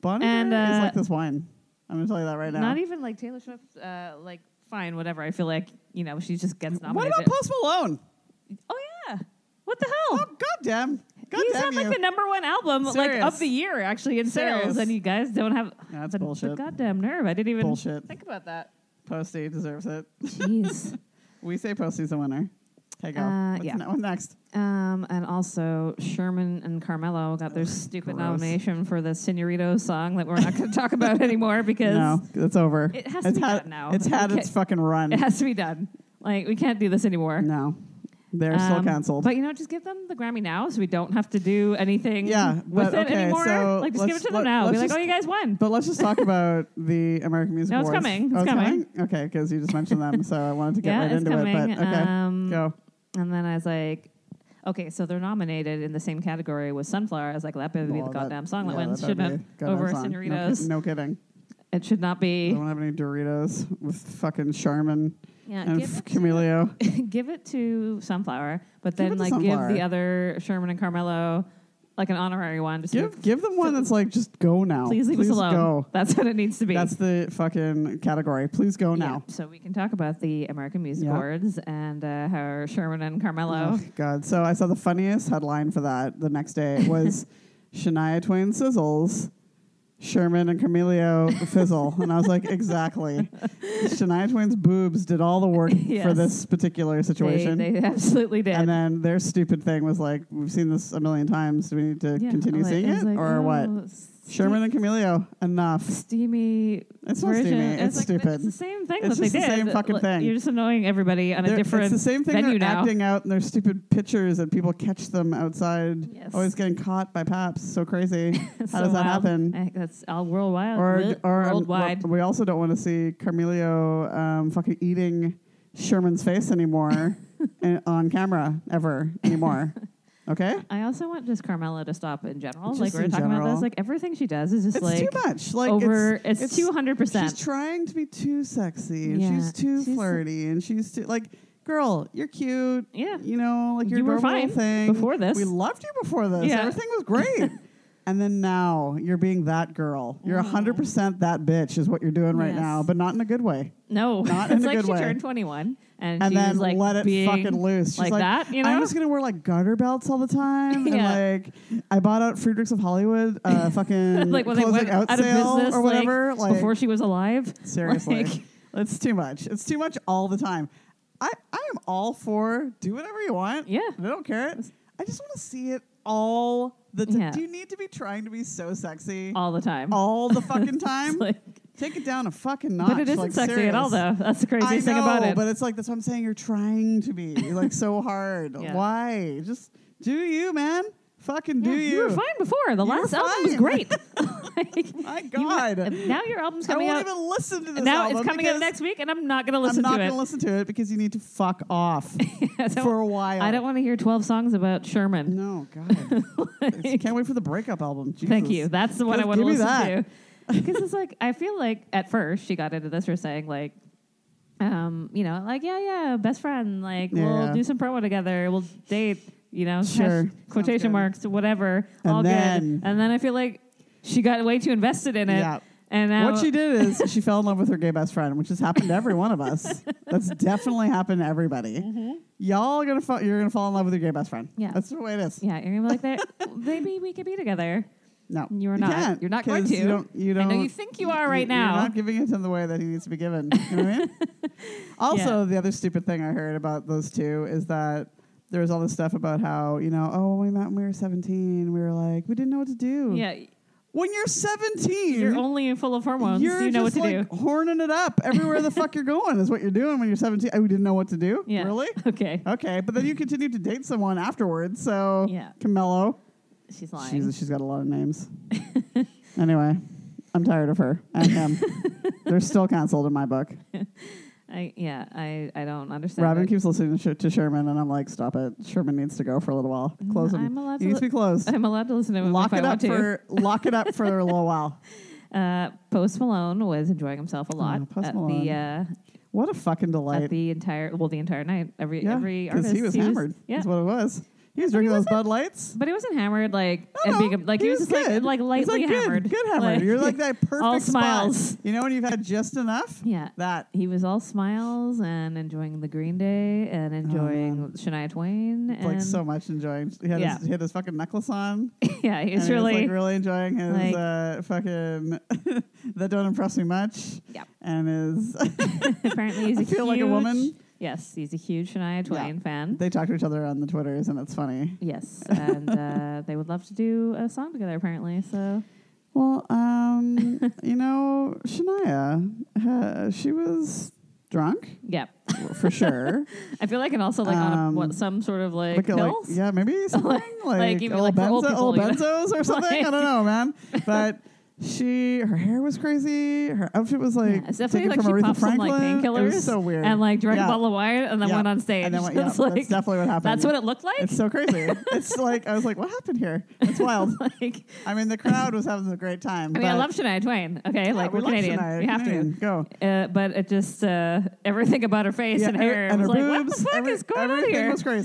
[SPEAKER 1] bon Iver
[SPEAKER 2] And,
[SPEAKER 1] is
[SPEAKER 2] uh,
[SPEAKER 1] like this wine. I'm gonna tell you that right now.
[SPEAKER 2] Not even like Taylor Swift. Uh, like fine, whatever. I feel like you know she just gets
[SPEAKER 1] what
[SPEAKER 2] nominated.
[SPEAKER 1] about Post Malone?
[SPEAKER 2] oh yeah, what the hell?
[SPEAKER 1] Oh, goddamn!
[SPEAKER 2] He's
[SPEAKER 1] Goddamn
[SPEAKER 2] had
[SPEAKER 1] you!
[SPEAKER 2] like the number one album like of
[SPEAKER 1] Serious.
[SPEAKER 2] the year actually in sales,
[SPEAKER 1] Serious.
[SPEAKER 2] and you guys don't have
[SPEAKER 1] That's
[SPEAKER 2] the, the
[SPEAKER 1] bullshit.
[SPEAKER 2] goddamn nerve. I didn't even
[SPEAKER 1] Bullshit.
[SPEAKER 2] think about that.
[SPEAKER 1] Posty deserves it.
[SPEAKER 2] Jeez.
[SPEAKER 1] We say Posty's the winner. Okay, go.
[SPEAKER 2] Uh,
[SPEAKER 1] What's
[SPEAKER 2] yeah.
[SPEAKER 1] ne- what's next?
[SPEAKER 2] Um, and also Sherman and Carmelo got their stupid
[SPEAKER 1] gross.
[SPEAKER 2] nomination for the Senorito song that we're not going to talk about anymore because
[SPEAKER 1] No, it's over.
[SPEAKER 2] It has to
[SPEAKER 1] it's
[SPEAKER 2] be
[SPEAKER 1] had,
[SPEAKER 2] done now.
[SPEAKER 1] It's
[SPEAKER 2] We
[SPEAKER 1] had
[SPEAKER 2] can't-
[SPEAKER 1] its fucking run.
[SPEAKER 2] it has to be done. Like we can't do this anymore.
[SPEAKER 1] no, they're still
[SPEAKER 2] Um,
[SPEAKER 1] canceled.
[SPEAKER 2] But you know, just give them the Grammy now, so we don't have to do anything
[SPEAKER 1] Yeah,
[SPEAKER 2] with
[SPEAKER 1] but
[SPEAKER 2] it
[SPEAKER 1] okay,
[SPEAKER 2] anymore.
[SPEAKER 1] so
[SPEAKER 2] like just give it
[SPEAKER 1] let's-
[SPEAKER 2] to
[SPEAKER 1] let-
[SPEAKER 2] them now.
[SPEAKER 1] let's
[SPEAKER 2] Be like,
[SPEAKER 1] just-
[SPEAKER 2] oh, you guys won.
[SPEAKER 1] But let's just talk about the American Music
[SPEAKER 2] No, it's
[SPEAKER 1] Awards.
[SPEAKER 2] coming. It's
[SPEAKER 1] Oh,
[SPEAKER 2] coming.
[SPEAKER 1] Okay, because you just mentioned them, so I wanted to get
[SPEAKER 2] Yeah,
[SPEAKER 1] right
[SPEAKER 2] it's
[SPEAKER 1] into
[SPEAKER 2] coming.
[SPEAKER 1] it. But okay,
[SPEAKER 2] Um,
[SPEAKER 1] go.
[SPEAKER 2] And then I was like, okay, so they're nominated in the same category with Sunflower. I was like, that better be
[SPEAKER 1] Well,
[SPEAKER 2] the
[SPEAKER 1] that-
[SPEAKER 2] goddamn song that
[SPEAKER 1] yeah,
[SPEAKER 2] wins.
[SPEAKER 1] that'd
[SPEAKER 2] Should
[SPEAKER 1] be
[SPEAKER 2] not
[SPEAKER 1] a goddamn
[SPEAKER 2] over
[SPEAKER 1] song. No ki-
[SPEAKER 2] Senoritos.
[SPEAKER 1] No, kidding.
[SPEAKER 2] It should not
[SPEAKER 1] They
[SPEAKER 2] be.
[SPEAKER 1] don't have any Doritos with fucking Charmin
[SPEAKER 2] Yeah,
[SPEAKER 1] and
[SPEAKER 2] give
[SPEAKER 1] f-
[SPEAKER 2] it, to,
[SPEAKER 1] Camellio.
[SPEAKER 2] (laughs) give it to Sunflower, but
[SPEAKER 1] Give it
[SPEAKER 2] then
[SPEAKER 1] to
[SPEAKER 2] like give
[SPEAKER 1] Sunflower.
[SPEAKER 2] the other Sherman and Carmelo like an honorary one. Just
[SPEAKER 1] Give give them one that's like just go now.
[SPEAKER 2] please leave us alone.
[SPEAKER 1] Go.
[SPEAKER 2] That's what it needs to be.
[SPEAKER 1] That's the fucking category. Please go
[SPEAKER 2] Yeah,
[SPEAKER 1] now.
[SPEAKER 2] So we can talk about the American Music
[SPEAKER 1] Yeah.
[SPEAKER 2] Awards and uh, how Sherman and Carmelo.
[SPEAKER 1] Ugh, Oh, God. So I saw the funniest headline for that the next day
[SPEAKER 2] (laughs)
[SPEAKER 1] was Shania Twain sizzles, Sherman and Camellio fizzle. and I was like,
[SPEAKER 2] (laughs)
[SPEAKER 1] exactly. Shania Twain's boobs did all the work for
[SPEAKER 2] Yes.
[SPEAKER 1] this particular
[SPEAKER 2] They,
[SPEAKER 1] situation.
[SPEAKER 2] they (laughs) absolutely did.
[SPEAKER 1] and then their stupid thing was like, we've seen this a million times. Do we need to
[SPEAKER 2] Yeah,
[SPEAKER 1] continue
[SPEAKER 2] like,
[SPEAKER 1] seeing
[SPEAKER 2] I was
[SPEAKER 1] it
[SPEAKER 2] like,
[SPEAKER 1] or
[SPEAKER 2] oh,
[SPEAKER 1] what?
[SPEAKER 2] ste-
[SPEAKER 1] Sherman and Camellio, enough.
[SPEAKER 2] steamy
[SPEAKER 1] It's not
[SPEAKER 2] version.
[SPEAKER 1] steamy.
[SPEAKER 2] And
[SPEAKER 1] It's
[SPEAKER 2] like, but
[SPEAKER 1] stupid.
[SPEAKER 2] It's the same thing
[SPEAKER 1] It's
[SPEAKER 2] that
[SPEAKER 1] just
[SPEAKER 2] they
[SPEAKER 1] the
[SPEAKER 2] did.
[SPEAKER 1] same fucking
[SPEAKER 2] Like,
[SPEAKER 1] thing.
[SPEAKER 2] You're just annoying everybody on a
[SPEAKER 1] They're-
[SPEAKER 2] different.
[SPEAKER 1] it's the same thing
[SPEAKER 2] venue
[SPEAKER 1] they're
[SPEAKER 2] now.
[SPEAKER 1] acting out in their stupid pictures and people catch them outside
[SPEAKER 2] Yes.
[SPEAKER 1] always getting caught by paps so
[SPEAKER 2] (laughs)
[SPEAKER 1] crazy how
[SPEAKER 2] So
[SPEAKER 1] does that
[SPEAKER 2] wild.
[SPEAKER 1] happen
[SPEAKER 2] I think that's all worldwide.
[SPEAKER 1] or, or um,
[SPEAKER 2] worldwide.
[SPEAKER 1] what- we
[SPEAKER 2] (laughs)
[SPEAKER 1] also don't want to see carmelio um, fucking eating sherman's face anymore in, on camera ever anymore. Okay?
[SPEAKER 2] I also want just Carmela to stop in general.
[SPEAKER 1] Just
[SPEAKER 2] like we were
[SPEAKER 1] in
[SPEAKER 2] talking about
[SPEAKER 1] general.
[SPEAKER 2] this, like everything she does is just
[SPEAKER 1] It's
[SPEAKER 2] like
[SPEAKER 1] too much. Like
[SPEAKER 2] over.
[SPEAKER 1] it's,
[SPEAKER 2] It's two hundred
[SPEAKER 1] She's
[SPEAKER 2] percent.
[SPEAKER 1] trying to be too sexy and
[SPEAKER 2] Yeah,
[SPEAKER 1] she's too
[SPEAKER 2] she's-
[SPEAKER 1] flirty and she's too like girl, you're cute.
[SPEAKER 2] Yeah.
[SPEAKER 1] You know, like you're
[SPEAKER 2] You were
[SPEAKER 1] adorable
[SPEAKER 2] fine
[SPEAKER 1] thing.
[SPEAKER 2] before this.
[SPEAKER 1] We loved you before this.
[SPEAKER 2] Yeah.
[SPEAKER 1] Everything was
[SPEAKER 2] (laughs)
[SPEAKER 1] great. and then now you're being that girl. You're a 100% that bitch is what you're doing right
[SPEAKER 2] Mm. Yes.
[SPEAKER 1] now, but not in a good way.
[SPEAKER 2] No,
[SPEAKER 1] Not
[SPEAKER 2] (laughs)
[SPEAKER 1] in
[SPEAKER 2] it's
[SPEAKER 1] a
[SPEAKER 2] like
[SPEAKER 1] good
[SPEAKER 2] she
[SPEAKER 1] way.
[SPEAKER 2] turned twenty-one and,
[SPEAKER 1] And
[SPEAKER 2] she
[SPEAKER 1] then
[SPEAKER 2] was like
[SPEAKER 1] let it
[SPEAKER 2] being
[SPEAKER 1] fucking
[SPEAKER 2] (laughs)
[SPEAKER 1] loose. She's
[SPEAKER 2] like, that. You know,
[SPEAKER 1] I'm just gonna wear like garter belts all the
[SPEAKER 2] (laughs)
[SPEAKER 1] time,
[SPEAKER 2] Yeah.
[SPEAKER 1] and like I bought out Fredericks of Hollywood, uh,
[SPEAKER 2] (laughs)
[SPEAKER 1] fucking
[SPEAKER 2] like when they
[SPEAKER 1] closing
[SPEAKER 2] went
[SPEAKER 1] out
[SPEAKER 2] out of
[SPEAKER 1] sale
[SPEAKER 2] business
[SPEAKER 1] or
[SPEAKER 2] like,
[SPEAKER 1] whatever. Like,
[SPEAKER 2] before she was alive. (laughs)
[SPEAKER 1] Seriously.
[SPEAKER 2] Like-
[SPEAKER 1] (laughs) it's too much. It's too much all the time. I, I am all for do whatever you want.
[SPEAKER 2] Yeah.
[SPEAKER 1] I don't care. I just want to see it all the time.
[SPEAKER 2] Yeah.
[SPEAKER 1] Do you need to be trying to be so sexy all,
[SPEAKER 2] all the time.
[SPEAKER 1] the fucking
[SPEAKER 2] (laughs) It's
[SPEAKER 1] time?
[SPEAKER 2] like-
[SPEAKER 1] Take it down a fucking notch.
[SPEAKER 2] but it isn't
[SPEAKER 1] like,
[SPEAKER 2] sexy at all,
[SPEAKER 1] serious.
[SPEAKER 2] though. That's the
[SPEAKER 1] I
[SPEAKER 2] craziest
[SPEAKER 1] know,
[SPEAKER 2] thing about it.
[SPEAKER 1] but it's like that's what I'm saying. You're trying to be like so
[SPEAKER 2] (laughs)
[SPEAKER 1] hard.
[SPEAKER 2] Yeah.
[SPEAKER 1] Why? Just do you, man. Fucking do
[SPEAKER 2] Yeah,
[SPEAKER 1] you.
[SPEAKER 2] were fine before. The
[SPEAKER 1] You were
[SPEAKER 2] last album was
[SPEAKER 1] fine. (laughs)
[SPEAKER 2] great. (laughs) Like,
[SPEAKER 1] My
[SPEAKER 2] you ha-
[SPEAKER 1] God.
[SPEAKER 2] now your album's
[SPEAKER 1] I
[SPEAKER 2] coming
[SPEAKER 1] won't
[SPEAKER 2] out.
[SPEAKER 1] even listen to this
[SPEAKER 2] now
[SPEAKER 1] album
[SPEAKER 2] it's coming out
[SPEAKER 1] because
[SPEAKER 2] next week, and I'm not going to listen
[SPEAKER 1] I'm not going
[SPEAKER 2] to (laughs) it.
[SPEAKER 1] to listen to it because you need to fuck
[SPEAKER 2] (laughs)
[SPEAKER 1] off
[SPEAKER 2] I don't-
[SPEAKER 1] for a while.
[SPEAKER 2] I don't want to hear 12 songs about Sherman.
[SPEAKER 1] No,
[SPEAKER 2] (laughs)
[SPEAKER 1] God. I can't wait for the breakup album. Jesus.
[SPEAKER 2] Thank you. That's the one I
[SPEAKER 1] Just
[SPEAKER 2] want to
[SPEAKER 1] give me
[SPEAKER 2] listen
[SPEAKER 1] that.
[SPEAKER 2] to. Because it's like I feel like at first she got into this for saying like, um, you know, like yeah, yeah, best friend, like
[SPEAKER 1] Yeah.
[SPEAKER 2] we'll do some promo together, we'll date, you know, hash-
[SPEAKER 1] Sure. Sounds
[SPEAKER 2] quotation
[SPEAKER 1] good.
[SPEAKER 2] marks, whatever,
[SPEAKER 1] And
[SPEAKER 2] all
[SPEAKER 1] then-
[SPEAKER 2] good. And then I feel like she got way too invested in it.
[SPEAKER 1] Yeah.
[SPEAKER 2] And now
[SPEAKER 1] What she did is she fell in love with her gay best friend, which has happened to every one of
[SPEAKER 2] (laughs)
[SPEAKER 1] us. That's definitely happened to everybody. Y'all are gonna fa- you're gonna fall in love with your gay best friend.
[SPEAKER 2] Mm-hmm. Yeah.
[SPEAKER 1] that's the way it is.
[SPEAKER 2] yeah, you're gonna be like that. (laughs) Maybe we could be together.
[SPEAKER 1] No,
[SPEAKER 2] You're not.
[SPEAKER 1] can't,
[SPEAKER 2] You're not going
[SPEAKER 1] 'cause
[SPEAKER 2] to.
[SPEAKER 1] You don't. You
[SPEAKER 2] I
[SPEAKER 1] don't.
[SPEAKER 2] know you think you are
[SPEAKER 1] you-
[SPEAKER 2] right now.
[SPEAKER 1] You're not giving it to him the way that he needs to be given. You know what I
[SPEAKER 2] (laughs)
[SPEAKER 1] mean? Also, the other stupid thing I heard about those two is that there was all this stuff about how you know, oh, when we met when we were 17, we were like, we didn't know what to do.
[SPEAKER 2] yeah,
[SPEAKER 1] When you're 17,
[SPEAKER 2] you're only full of hormones.
[SPEAKER 1] You're
[SPEAKER 2] you know what
[SPEAKER 1] just
[SPEAKER 2] to
[SPEAKER 1] like
[SPEAKER 2] do.
[SPEAKER 1] horning it up everywhere the fuck you're going is what you're doing when you're 17. Oh, we didn't know what to do.
[SPEAKER 2] Yeah.
[SPEAKER 1] Really?
[SPEAKER 2] (laughs) Okay.
[SPEAKER 1] Okay, but then you continue to date someone afterwards. So
[SPEAKER 2] Yeah.
[SPEAKER 1] Camelo,
[SPEAKER 2] She's lying.
[SPEAKER 1] she's, she's got a lot of
[SPEAKER 2] (laughs)
[SPEAKER 1] names. anyway, I'm tired of her and
[SPEAKER 2] (laughs)
[SPEAKER 1] him. They're still canceled in my book.
[SPEAKER 2] I yeah, I, I don't understand.
[SPEAKER 1] Robin
[SPEAKER 2] it.
[SPEAKER 1] keeps listening to, to Sherman, and I'm like, stop it. Sherman needs to go for a little while. Close him.
[SPEAKER 2] Mm, I'm allowed
[SPEAKER 1] he needs
[SPEAKER 2] to
[SPEAKER 1] to
[SPEAKER 2] li-
[SPEAKER 1] be
[SPEAKER 2] (laughs)
[SPEAKER 1] closed.
[SPEAKER 2] I'm allowed to listen to him
[SPEAKER 1] Lock
[SPEAKER 2] if
[SPEAKER 1] it
[SPEAKER 2] I
[SPEAKER 1] up
[SPEAKER 2] want
[SPEAKER 1] for lock it up for a little while.
[SPEAKER 2] (laughs) to. Uh, Post Malone was enjoying himself a lot
[SPEAKER 1] Oh, Post
[SPEAKER 2] at
[SPEAKER 1] Malone.
[SPEAKER 2] the uh,
[SPEAKER 1] What a fucking delight!
[SPEAKER 2] at the entire well the entire night. Every
[SPEAKER 1] yeah,
[SPEAKER 2] every
[SPEAKER 1] because
[SPEAKER 2] artist
[SPEAKER 1] he was hammered.
[SPEAKER 2] yeah.
[SPEAKER 1] is what it was. He was drinking those Bud Lights.
[SPEAKER 2] but he wasn't hammered like
[SPEAKER 1] No,
[SPEAKER 2] and
[SPEAKER 1] no,
[SPEAKER 2] being, like he, was, just
[SPEAKER 1] good.
[SPEAKER 2] like like
[SPEAKER 1] He's
[SPEAKER 2] lightly
[SPEAKER 1] like, good,
[SPEAKER 2] hammered.
[SPEAKER 1] Good, hammered. You're like that perfect
[SPEAKER 2] (laughs) all
[SPEAKER 1] spot.
[SPEAKER 2] smiles.
[SPEAKER 1] You know when you've had just enough.
[SPEAKER 2] Yeah.
[SPEAKER 1] That.
[SPEAKER 2] He was all smiles and enjoying the Green Day and enjoying Shania Twain and
[SPEAKER 1] Oh, Like so much enjoying. He had,
[SPEAKER 2] Yeah.
[SPEAKER 1] his, he had his fucking necklace on.
[SPEAKER 2] (laughs) yeah he's
[SPEAKER 1] and he was,
[SPEAKER 2] really
[SPEAKER 1] like really enjoying his
[SPEAKER 2] like-
[SPEAKER 1] uh, fucking (laughs) that don't impress me much.
[SPEAKER 2] Yep.
[SPEAKER 1] And his (laughs)
[SPEAKER 2] apparently he's
[SPEAKER 1] I
[SPEAKER 2] a
[SPEAKER 1] feel like a
[SPEAKER 2] huge-
[SPEAKER 1] woman.
[SPEAKER 2] Yes, he's a huge Shania Twain fan.
[SPEAKER 1] they talk to each other on the twitters and it's funny.
[SPEAKER 2] Yes, and uh, they would love to do a song together apparently. So
[SPEAKER 1] Well,
[SPEAKER 2] (laughs)
[SPEAKER 1] um, you know, Shania, uh, she was drunk
[SPEAKER 2] yeah,
[SPEAKER 1] for sure.
[SPEAKER 2] I feel like and also like on
[SPEAKER 1] Um,
[SPEAKER 2] a, what some sort of like
[SPEAKER 1] Like, like,
[SPEAKER 2] pills.
[SPEAKER 1] yeah,
[SPEAKER 2] (laughs)
[SPEAKER 1] maybe something like,
[SPEAKER 2] like, even,
[SPEAKER 1] old
[SPEAKER 2] like, for old
[SPEAKER 1] benzo-
[SPEAKER 2] people,
[SPEAKER 1] old
[SPEAKER 2] you know?
[SPEAKER 1] benzos
[SPEAKER 2] (laughs)
[SPEAKER 1] or something. I don't know, man. But she, her hair was crazy. Her outfit was
[SPEAKER 2] Yeah,
[SPEAKER 1] like
[SPEAKER 2] it's definitely
[SPEAKER 1] taken
[SPEAKER 2] like
[SPEAKER 1] from
[SPEAKER 2] she
[SPEAKER 1] Aretha
[SPEAKER 2] popped some
[SPEAKER 1] Franklin.
[SPEAKER 2] like
[SPEAKER 1] It
[SPEAKER 2] painkillers
[SPEAKER 1] was so weird
[SPEAKER 2] and like drank
[SPEAKER 1] Yeah.
[SPEAKER 2] a bottle of wine and then
[SPEAKER 1] Yeah.
[SPEAKER 2] went on stage. (laughs)
[SPEAKER 1] And then went- yeah,
[SPEAKER 2] It's like,
[SPEAKER 1] that's definitely what happened.
[SPEAKER 2] that's what it looked like.
[SPEAKER 1] It's so crazy. it's like I was like, what happened here? It's wild.
[SPEAKER 2] like (laughs)
[SPEAKER 1] I mean, the crowd was having a great time.
[SPEAKER 2] I mean, I
[SPEAKER 1] but-
[SPEAKER 2] love Shania Twain. Okay,
[SPEAKER 1] Yeah,
[SPEAKER 2] like
[SPEAKER 1] we
[SPEAKER 2] we're
[SPEAKER 1] love
[SPEAKER 2] Canadian,
[SPEAKER 1] Shania,
[SPEAKER 2] we have
[SPEAKER 1] Canadian.
[SPEAKER 2] to.
[SPEAKER 1] go.
[SPEAKER 2] Uh, but it just uh, everything about her face
[SPEAKER 1] Yeah,
[SPEAKER 2] and
[SPEAKER 1] every-
[SPEAKER 2] hair
[SPEAKER 1] and
[SPEAKER 2] was
[SPEAKER 1] her
[SPEAKER 2] like, what
[SPEAKER 1] boobs,
[SPEAKER 2] the fuck
[SPEAKER 1] every-
[SPEAKER 2] is going on
[SPEAKER 1] everything
[SPEAKER 2] here?
[SPEAKER 1] was crazy.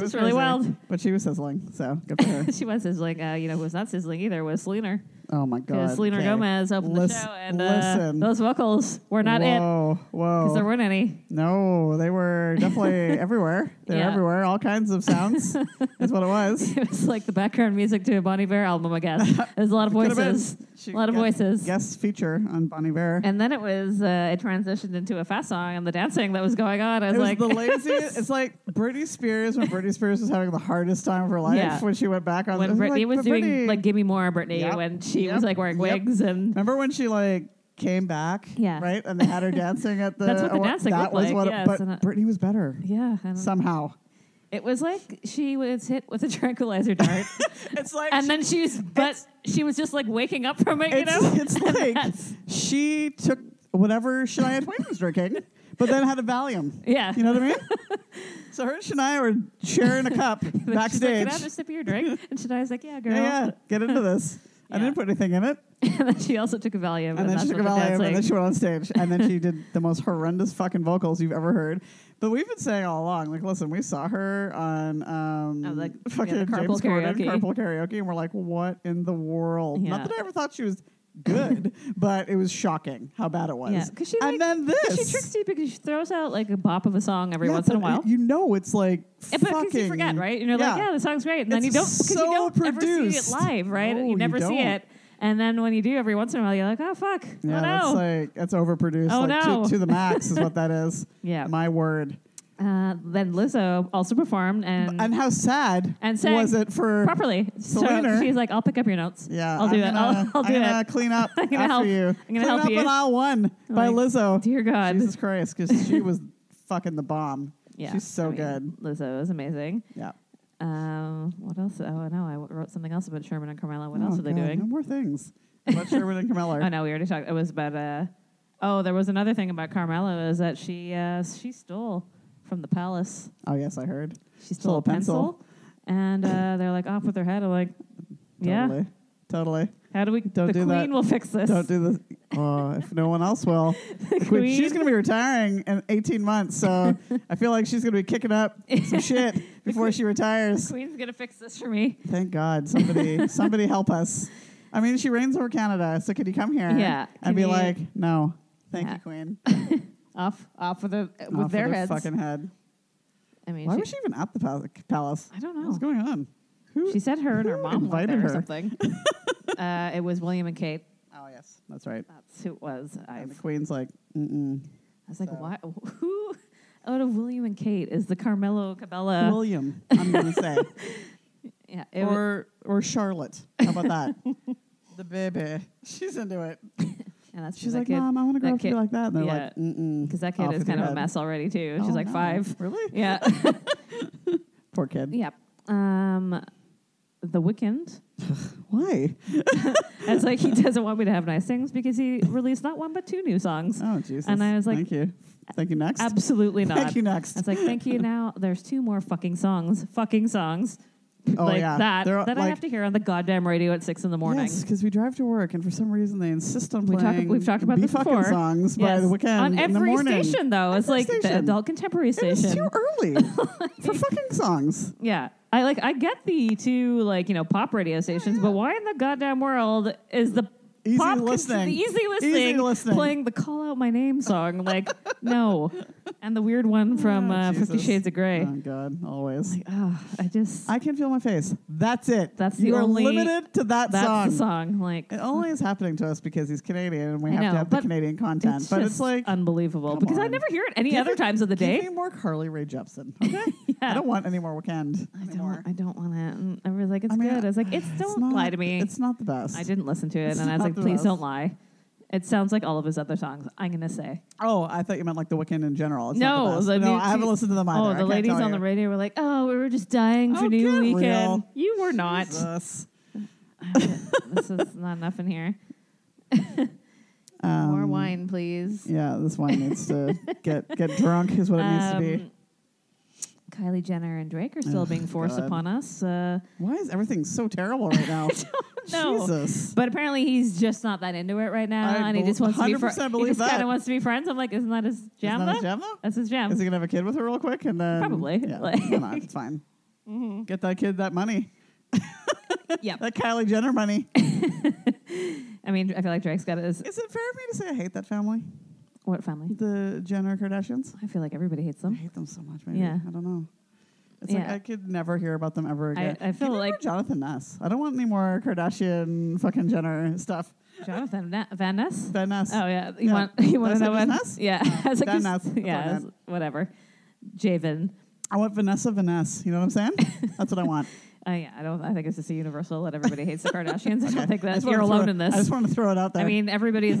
[SPEAKER 1] it was
[SPEAKER 2] is really
[SPEAKER 1] crazy.
[SPEAKER 2] wild.
[SPEAKER 1] But she was sizzling, so good
[SPEAKER 2] (laughs)
[SPEAKER 1] for her.
[SPEAKER 2] she was sizzling. Uh, you know, who was not sizzling either was Selena.
[SPEAKER 1] oh my god,
[SPEAKER 2] because Selena
[SPEAKER 1] okay.
[SPEAKER 2] Gomez opened
[SPEAKER 1] Lis-
[SPEAKER 2] the show, and uh,
[SPEAKER 1] listen.
[SPEAKER 2] those vocals were not it
[SPEAKER 1] whoa, Whoa,
[SPEAKER 2] because there weren't any. (laughs)
[SPEAKER 1] No, they were definitely everywhere. They were
[SPEAKER 2] Yeah.
[SPEAKER 1] everywhere. All kinds of
[SPEAKER 2] (laughs)
[SPEAKER 1] sounds is what it was.
[SPEAKER 2] It was like the background music to a Bonnie Bear album, I guess. There's a
[SPEAKER 1] (laughs)
[SPEAKER 2] lot of
[SPEAKER 1] Could've been.
[SPEAKER 2] voices,
[SPEAKER 1] She
[SPEAKER 2] a lot of
[SPEAKER 1] got-
[SPEAKER 2] voices.
[SPEAKER 1] Guest feature on Bonnie Bear.
[SPEAKER 2] And then it was uh, it transitioned into a fast song, and the dancing that was going on. I was,
[SPEAKER 1] It was
[SPEAKER 2] like,
[SPEAKER 1] the
[SPEAKER 2] (laughs)
[SPEAKER 1] laziest. It's like Britney Spears when Britney Spears was having the hardest time of her life
[SPEAKER 2] Yeah.
[SPEAKER 1] when she went back on. it
[SPEAKER 2] when
[SPEAKER 1] was
[SPEAKER 2] Britney
[SPEAKER 1] like,
[SPEAKER 2] was
[SPEAKER 1] but
[SPEAKER 2] doing
[SPEAKER 1] Britney-
[SPEAKER 2] like "Give Me More," Britney,
[SPEAKER 1] Yep.
[SPEAKER 2] when she
[SPEAKER 1] Yep.
[SPEAKER 2] was like wearing
[SPEAKER 1] Yep.
[SPEAKER 2] wigs and.
[SPEAKER 1] Remember when she like came back?
[SPEAKER 2] Yeah.
[SPEAKER 1] Right, and they had
[SPEAKER 2] (laughs)
[SPEAKER 1] her dancing at the.
[SPEAKER 2] That's what the
[SPEAKER 1] award-
[SPEAKER 2] dancing
[SPEAKER 1] That
[SPEAKER 2] looked
[SPEAKER 1] was
[SPEAKER 2] like,
[SPEAKER 1] what.
[SPEAKER 2] yes,
[SPEAKER 1] it, but
[SPEAKER 2] and it-
[SPEAKER 1] Britney was better
[SPEAKER 2] Yeah, I don't know.
[SPEAKER 1] somehow.
[SPEAKER 2] it was like she was hit with a tranquilizer
[SPEAKER 1] (laughs)
[SPEAKER 2] dart,
[SPEAKER 1] It's like
[SPEAKER 2] and then she's but she was just like waking up from it, you (laughs)
[SPEAKER 1] it's,
[SPEAKER 2] know.
[SPEAKER 1] it's like
[SPEAKER 2] that's-
[SPEAKER 1] she took whatever Shania Twain was drinking, but then had a Valium.
[SPEAKER 2] Yeah.
[SPEAKER 1] You know what I mean?
[SPEAKER 2] (laughs)
[SPEAKER 1] so Hirsch and I were sharing a cup
[SPEAKER 2] She's like,
[SPEAKER 1] backstage.
[SPEAKER 2] Can I have a sip of
[SPEAKER 1] (laughs)
[SPEAKER 2] your drink? And Shadai's like, yeah, girl.
[SPEAKER 1] yeah, yeah, get into this. I
[SPEAKER 2] Yeah.
[SPEAKER 1] didn't put anything in it.
[SPEAKER 2] (laughs) and then she also took a Valium.
[SPEAKER 1] And, then she
[SPEAKER 2] that's
[SPEAKER 1] took a
[SPEAKER 2] what the dad's
[SPEAKER 1] Valium,
[SPEAKER 2] like,
[SPEAKER 1] and then she went on stage, and then
[SPEAKER 2] (laughs)
[SPEAKER 1] she did the most horrendous fucking vocals you've ever heard. But we've been saying all along, like, listen, we saw her on um,
[SPEAKER 2] Oh, like, yeah,
[SPEAKER 1] fucking
[SPEAKER 2] the carpool
[SPEAKER 1] James Corden
[SPEAKER 2] karaoke.
[SPEAKER 1] carpool karaoke, and we're like, what in the world?
[SPEAKER 2] Yeah.
[SPEAKER 1] Not that I ever thought she was
[SPEAKER 2] (laughs)
[SPEAKER 1] good, but it was shocking how bad it was.
[SPEAKER 2] Yeah, 'cause she,
[SPEAKER 1] and
[SPEAKER 2] like-
[SPEAKER 1] then this,
[SPEAKER 2] She tricks you because she throws out like a bop of a song every
[SPEAKER 1] Yeah,
[SPEAKER 2] once in a
[SPEAKER 1] but
[SPEAKER 2] while.
[SPEAKER 1] You know, it's like
[SPEAKER 2] Yeah, but
[SPEAKER 1] fucking.
[SPEAKER 2] because you forget, right? And you're like, yeah, the song's great. And then you
[SPEAKER 1] It's
[SPEAKER 2] don't, because
[SPEAKER 1] so
[SPEAKER 2] you don't ever see
[SPEAKER 1] produced.
[SPEAKER 2] it live, right?
[SPEAKER 1] No,
[SPEAKER 2] you never
[SPEAKER 1] you
[SPEAKER 2] see
[SPEAKER 1] don't.
[SPEAKER 2] it. And then when you do, every once in a while, you're like, oh, fuck.
[SPEAKER 1] Yeah,
[SPEAKER 2] oh, no.
[SPEAKER 1] that's like that's overproduced,
[SPEAKER 2] Oh,
[SPEAKER 1] like
[SPEAKER 2] no.
[SPEAKER 1] to, to the max is what that is.
[SPEAKER 2] (laughs) Yeah.
[SPEAKER 1] my word.
[SPEAKER 2] uh, then Lizzo also performed and,
[SPEAKER 1] And how sad
[SPEAKER 2] Mm. And sang
[SPEAKER 1] was it for?
[SPEAKER 2] properly.
[SPEAKER 1] Selena.
[SPEAKER 2] So she's like, I'll pick up your notes.
[SPEAKER 1] Yeah,
[SPEAKER 2] I'll do
[SPEAKER 1] I'm
[SPEAKER 2] it.
[SPEAKER 1] Gonna,
[SPEAKER 2] I'll, I'll do
[SPEAKER 1] am gonna
[SPEAKER 2] it. (laughs)
[SPEAKER 1] clean up
[SPEAKER 2] I'm gonna
[SPEAKER 1] after
[SPEAKER 2] help.
[SPEAKER 1] you.
[SPEAKER 2] I'm
[SPEAKER 1] clean
[SPEAKER 2] gonna help
[SPEAKER 1] up
[SPEAKER 2] you.
[SPEAKER 1] on aisle one by
[SPEAKER 2] Like,
[SPEAKER 1] Lizzo.
[SPEAKER 2] Dear God.
[SPEAKER 1] Jesus Christ, because she was fucking the bomb.
[SPEAKER 2] yeah,
[SPEAKER 1] she's so
[SPEAKER 2] I mean,
[SPEAKER 1] good.
[SPEAKER 2] Lizzo is amazing.
[SPEAKER 1] Yeah.
[SPEAKER 2] Um, what else? Oh, no, I wrote something else about Sherman and Carmela. What
[SPEAKER 1] Oh,
[SPEAKER 2] else are they
[SPEAKER 1] God,
[SPEAKER 2] doing?
[SPEAKER 1] No more
[SPEAKER 2] (laughs)
[SPEAKER 1] things. About Sherman and Camilla.
[SPEAKER 2] Oh no, we already talked. It was about uh oh, there was another thing about Carmela is that she uh, she stole from the palace.
[SPEAKER 1] Oh yes, I heard.
[SPEAKER 2] She stole a pencil, and uh, they're like off with her head. I'm like, yeah,
[SPEAKER 1] Totally. Totally.
[SPEAKER 2] how do we?
[SPEAKER 1] Don't
[SPEAKER 2] the
[SPEAKER 1] do that.
[SPEAKER 2] queen will fix this. (laughs)
[SPEAKER 1] Don't do this. Oh, if no one else will. The queen- She's
[SPEAKER 2] queen.
[SPEAKER 1] going to be retiring in 18 months,
[SPEAKER 2] (laughs)
[SPEAKER 1] so I feel like she's going to be kicking up some shit before
[SPEAKER 2] queen-
[SPEAKER 1] she retires.
[SPEAKER 2] Queen's gonna fix this for me.
[SPEAKER 1] Thank God, somebody,
[SPEAKER 2] (laughs)
[SPEAKER 1] somebody help us. I mean, she reigns over Canada, so could you come here?
[SPEAKER 2] Yeah,
[SPEAKER 1] and
[SPEAKER 2] can
[SPEAKER 1] be
[SPEAKER 2] you-
[SPEAKER 1] like, no, thank
[SPEAKER 2] Yeah.
[SPEAKER 1] you, Queen,
[SPEAKER 2] Off, off with the with
[SPEAKER 1] Off with
[SPEAKER 2] their
[SPEAKER 1] her
[SPEAKER 2] heads.
[SPEAKER 1] fucking head.
[SPEAKER 2] I mean,
[SPEAKER 1] Why
[SPEAKER 2] she- Oh.
[SPEAKER 1] was she even at the pal- palace?
[SPEAKER 2] I don't
[SPEAKER 1] What's
[SPEAKER 2] know.
[SPEAKER 1] going on? Who?
[SPEAKER 2] She said her and her
[SPEAKER 1] who
[SPEAKER 2] mom
[SPEAKER 1] invited
[SPEAKER 2] went there or
[SPEAKER 1] her?
[SPEAKER 2] something.
[SPEAKER 1] (laughs)
[SPEAKER 2] uh, it was William and Kate.
[SPEAKER 1] oh yes, that's right.
[SPEAKER 2] That's who it was. I
[SPEAKER 1] And the Queen's like, mm
[SPEAKER 2] I was like,
[SPEAKER 1] So-
[SPEAKER 2] why? (laughs) Who out of William and Kate is the Carmelo Cabela?
[SPEAKER 1] William, I'm gonna say,
[SPEAKER 2] yeah, Uh. (laughs) it wa-
[SPEAKER 1] or or Charlotte. How about that?
[SPEAKER 2] (laughs)
[SPEAKER 1] the baby, she's into it.
[SPEAKER 2] and that's
[SPEAKER 1] She's
[SPEAKER 2] that
[SPEAKER 1] like,
[SPEAKER 2] kid,
[SPEAKER 1] mom, I want to grow
[SPEAKER 2] that
[SPEAKER 1] up to be
[SPEAKER 2] kid-
[SPEAKER 1] like that. And they're
[SPEAKER 2] yeah.
[SPEAKER 1] like, mm
[SPEAKER 2] because that kid
[SPEAKER 1] off
[SPEAKER 2] is
[SPEAKER 1] with
[SPEAKER 2] kind
[SPEAKER 1] your
[SPEAKER 2] of a
[SPEAKER 1] head. Oh,
[SPEAKER 2] mess already too. She's
[SPEAKER 1] (laughs)
[SPEAKER 2] like five.
[SPEAKER 1] Really?
[SPEAKER 2] Yeah,
[SPEAKER 1] Poor kid.
[SPEAKER 2] yep. Um, the Weekend.
[SPEAKER 1] Why?
[SPEAKER 2] It's like he (laughs) doesn't want me to have nice things because he released not one but two new songs.
[SPEAKER 1] Oh Jesus!
[SPEAKER 2] And I was like,
[SPEAKER 1] thank you, thank you. Next,
[SPEAKER 2] Absolutely not.
[SPEAKER 1] thank you. Next.
[SPEAKER 2] It's like thank you. Now there's two more fucking songs, fucking songs,
[SPEAKER 1] Oh,
[SPEAKER 2] like
[SPEAKER 1] yeah.
[SPEAKER 2] that
[SPEAKER 1] They're,
[SPEAKER 2] that I
[SPEAKER 1] like-
[SPEAKER 2] have to hear on the goddamn radio at six in the morning.
[SPEAKER 1] because we drive to work, and for some reason they insist on
[SPEAKER 2] We talk-
[SPEAKER 1] playing.
[SPEAKER 2] we've talked about
[SPEAKER 1] Be
[SPEAKER 2] this
[SPEAKER 1] fucking
[SPEAKER 2] before.
[SPEAKER 1] songs by
[SPEAKER 2] Yes.
[SPEAKER 1] the weekend
[SPEAKER 2] on
[SPEAKER 1] in the
[SPEAKER 2] every
[SPEAKER 1] morning.
[SPEAKER 2] station though. It's
[SPEAKER 1] Every
[SPEAKER 2] like the
[SPEAKER 1] station.
[SPEAKER 2] adult contemporary
[SPEAKER 1] It is too
[SPEAKER 2] station. (laughs)
[SPEAKER 1] early for fucking songs.
[SPEAKER 2] Yeah, I like I get the two like you know pop
[SPEAKER 1] Oh,
[SPEAKER 2] radio stations, but why in the goddamn world is the
[SPEAKER 1] Easy
[SPEAKER 2] pop cons-
[SPEAKER 1] listening.
[SPEAKER 2] the easy listening,
[SPEAKER 1] listening.
[SPEAKER 2] playing the call out my name song? Like no, and the weird one from
[SPEAKER 1] Oh,
[SPEAKER 2] uh, Fifty
[SPEAKER 1] Jesus.
[SPEAKER 2] Shades of Grey.
[SPEAKER 1] Oh God, always.
[SPEAKER 2] Ah, I just
[SPEAKER 1] I can feel my face. That's it.
[SPEAKER 2] That's the
[SPEAKER 1] you are
[SPEAKER 2] only-
[SPEAKER 1] limited to that
[SPEAKER 2] that's
[SPEAKER 1] song.
[SPEAKER 2] the song like.
[SPEAKER 1] It only is happening to us because he's Canadian and we
[SPEAKER 2] I
[SPEAKER 1] have
[SPEAKER 2] know,
[SPEAKER 1] to have the
[SPEAKER 2] but
[SPEAKER 1] Canadian content.
[SPEAKER 2] It's
[SPEAKER 1] but
[SPEAKER 2] just
[SPEAKER 1] it's like
[SPEAKER 2] unbelievable
[SPEAKER 1] come
[SPEAKER 2] because I
[SPEAKER 1] on.
[SPEAKER 2] never hear it any
[SPEAKER 1] Give
[SPEAKER 2] other
[SPEAKER 1] it-
[SPEAKER 2] times of the
[SPEAKER 1] give
[SPEAKER 2] day.
[SPEAKER 1] me more Carly Rae Jepsen. Okay, I
[SPEAKER 2] (laughs) yeah,
[SPEAKER 1] don't want any more weekend
[SPEAKER 2] I
[SPEAKER 1] anymore.
[SPEAKER 2] don't, I don't want it. And everyone's like, it's
[SPEAKER 1] I mean,
[SPEAKER 2] good. I was like, it's don't
[SPEAKER 1] it's not,
[SPEAKER 2] lie to me.
[SPEAKER 1] It's not the best.
[SPEAKER 2] I didn't listen to it,
[SPEAKER 1] It's
[SPEAKER 2] and I was
[SPEAKER 1] not
[SPEAKER 2] like,
[SPEAKER 1] the
[SPEAKER 2] please
[SPEAKER 1] best.
[SPEAKER 2] don't lie. It sounds like all of his other songs. I'm gonna say.
[SPEAKER 1] Oh, I thought you meant like the weekend in general. It's not
[SPEAKER 2] No,
[SPEAKER 1] the best.
[SPEAKER 2] the
[SPEAKER 1] no,
[SPEAKER 2] new-
[SPEAKER 1] I haven't listened to them either.
[SPEAKER 2] oh, the ladies on the radio were like, "Oh, we were just dying for
[SPEAKER 1] Oh,
[SPEAKER 2] New
[SPEAKER 1] get
[SPEAKER 2] Weekend."
[SPEAKER 1] real.
[SPEAKER 2] You were not.
[SPEAKER 1] Jesus.
[SPEAKER 2] (laughs) this is not enough in here.
[SPEAKER 1] Um,
[SPEAKER 2] More wine, please.
[SPEAKER 1] Yeah, this wine needs to
[SPEAKER 2] (laughs)
[SPEAKER 1] get get drunk is what it needs to be.
[SPEAKER 2] Um, Kylie Jenner and Drake are still
[SPEAKER 1] Ugh,
[SPEAKER 2] being forced
[SPEAKER 1] God.
[SPEAKER 2] upon us. Uh,
[SPEAKER 1] Why is everything so terrible right
[SPEAKER 2] (laughs)
[SPEAKER 1] now?
[SPEAKER 2] know.
[SPEAKER 1] Jesus.
[SPEAKER 2] but apparently, he's just not that into it right now,
[SPEAKER 1] I
[SPEAKER 2] and he
[SPEAKER 1] bel-
[SPEAKER 2] just wants to be. Fr-
[SPEAKER 1] 100%
[SPEAKER 2] he
[SPEAKER 1] believe
[SPEAKER 2] just kind
[SPEAKER 1] that.
[SPEAKER 2] of wants to be friends. I'm like, isn't that his jam?
[SPEAKER 1] Is that his
[SPEAKER 2] though?
[SPEAKER 1] jam though?
[SPEAKER 2] That's his jam.
[SPEAKER 1] Is he gonna have a kid with her real quick and then
[SPEAKER 2] Probably. (laughs)
[SPEAKER 1] Yeah,
[SPEAKER 2] Like-
[SPEAKER 1] why not? It's fine. Get that kid that money,
[SPEAKER 2] (laughs) yep.
[SPEAKER 1] that Kylie Jenner
[SPEAKER 2] (laughs)
[SPEAKER 1] money.
[SPEAKER 2] I mean, I feel like Drake's got his
[SPEAKER 1] is it fair for me to say I hate that family,
[SPEAKER 2] what family?
[SPEAKER 1] the Jenner Kardashians?
[SPEAKER 2] I feel like everybody hates
[SPEAKER 1] I (laughs)
[SPEAKER 2] them.
[SPEAKER 1] hate them so much. Maybe
[SPEAKER 2] Yeah.
[SPEAKER 1] I don't know. It's like
[SPEAKER 2] Yeah.
[SPEAKER 1] I could never hear about them ever
[SPEAKER 2] I-
[SPEAKER 1] again.
[SPEAKER 2] I feel
[SPEAKER 1] Give me
[SPEAKER 2] like-
[SPEAKER 1] more Jonathan Ness. I don't want any more Kardashian fucking Jenner stuff.
[SPEAKER 2] Jonathan Na- Van Ness.
[SPEAKER 1] Ben Ness.
[SPEAKER 2] Oh yeah, you
[SPEAKER 1] Yeah.
[SPEAKER 2] want (laughs) you want
[SPEAKER 1] That's
[SPEAKER 2] to know
[SPEAKER 1] it,
[SPEAKER 2] what?
[SPEAKER 1] Ness? Oh,
[SPEAKER 2] Yeah, (laughs) I was like,
[SPEAKER 1] Van Ness.
[SPEAKER 2] just-
[SPEAKER 1] That's what I
[SPEAKER 2] yeah,
[SPEAKER 1] meant.
[SPEAKER 2] it's- whatever. Javen. (laughs)
[SPEAKER 1] I want Vanessa Vanessa. You know what I'm saying? That's what I want.
[SPEAKER 2] Uh, yeah, I don't. I think it's just a universal that everybody
[SPEAKER 1] (laughs)
[SPEAKER 2] hates the Kardashians. I
[SPEAKER 1] Okay.
[SPEAKER 2] don't think that
[SPEAKER 1] just
[SPEAKER 2] you're
[SPEAKER 1] wanna throw
[SPEAKER 2] alone
[SPEAKER 1] it-
[SPEAKER 2] in
[SPEAKER 1] I
[SPEAKER 2] this.
[SPEAKER 1] just want to throw it out there.
[SPEAKER 2] I mean, everybody's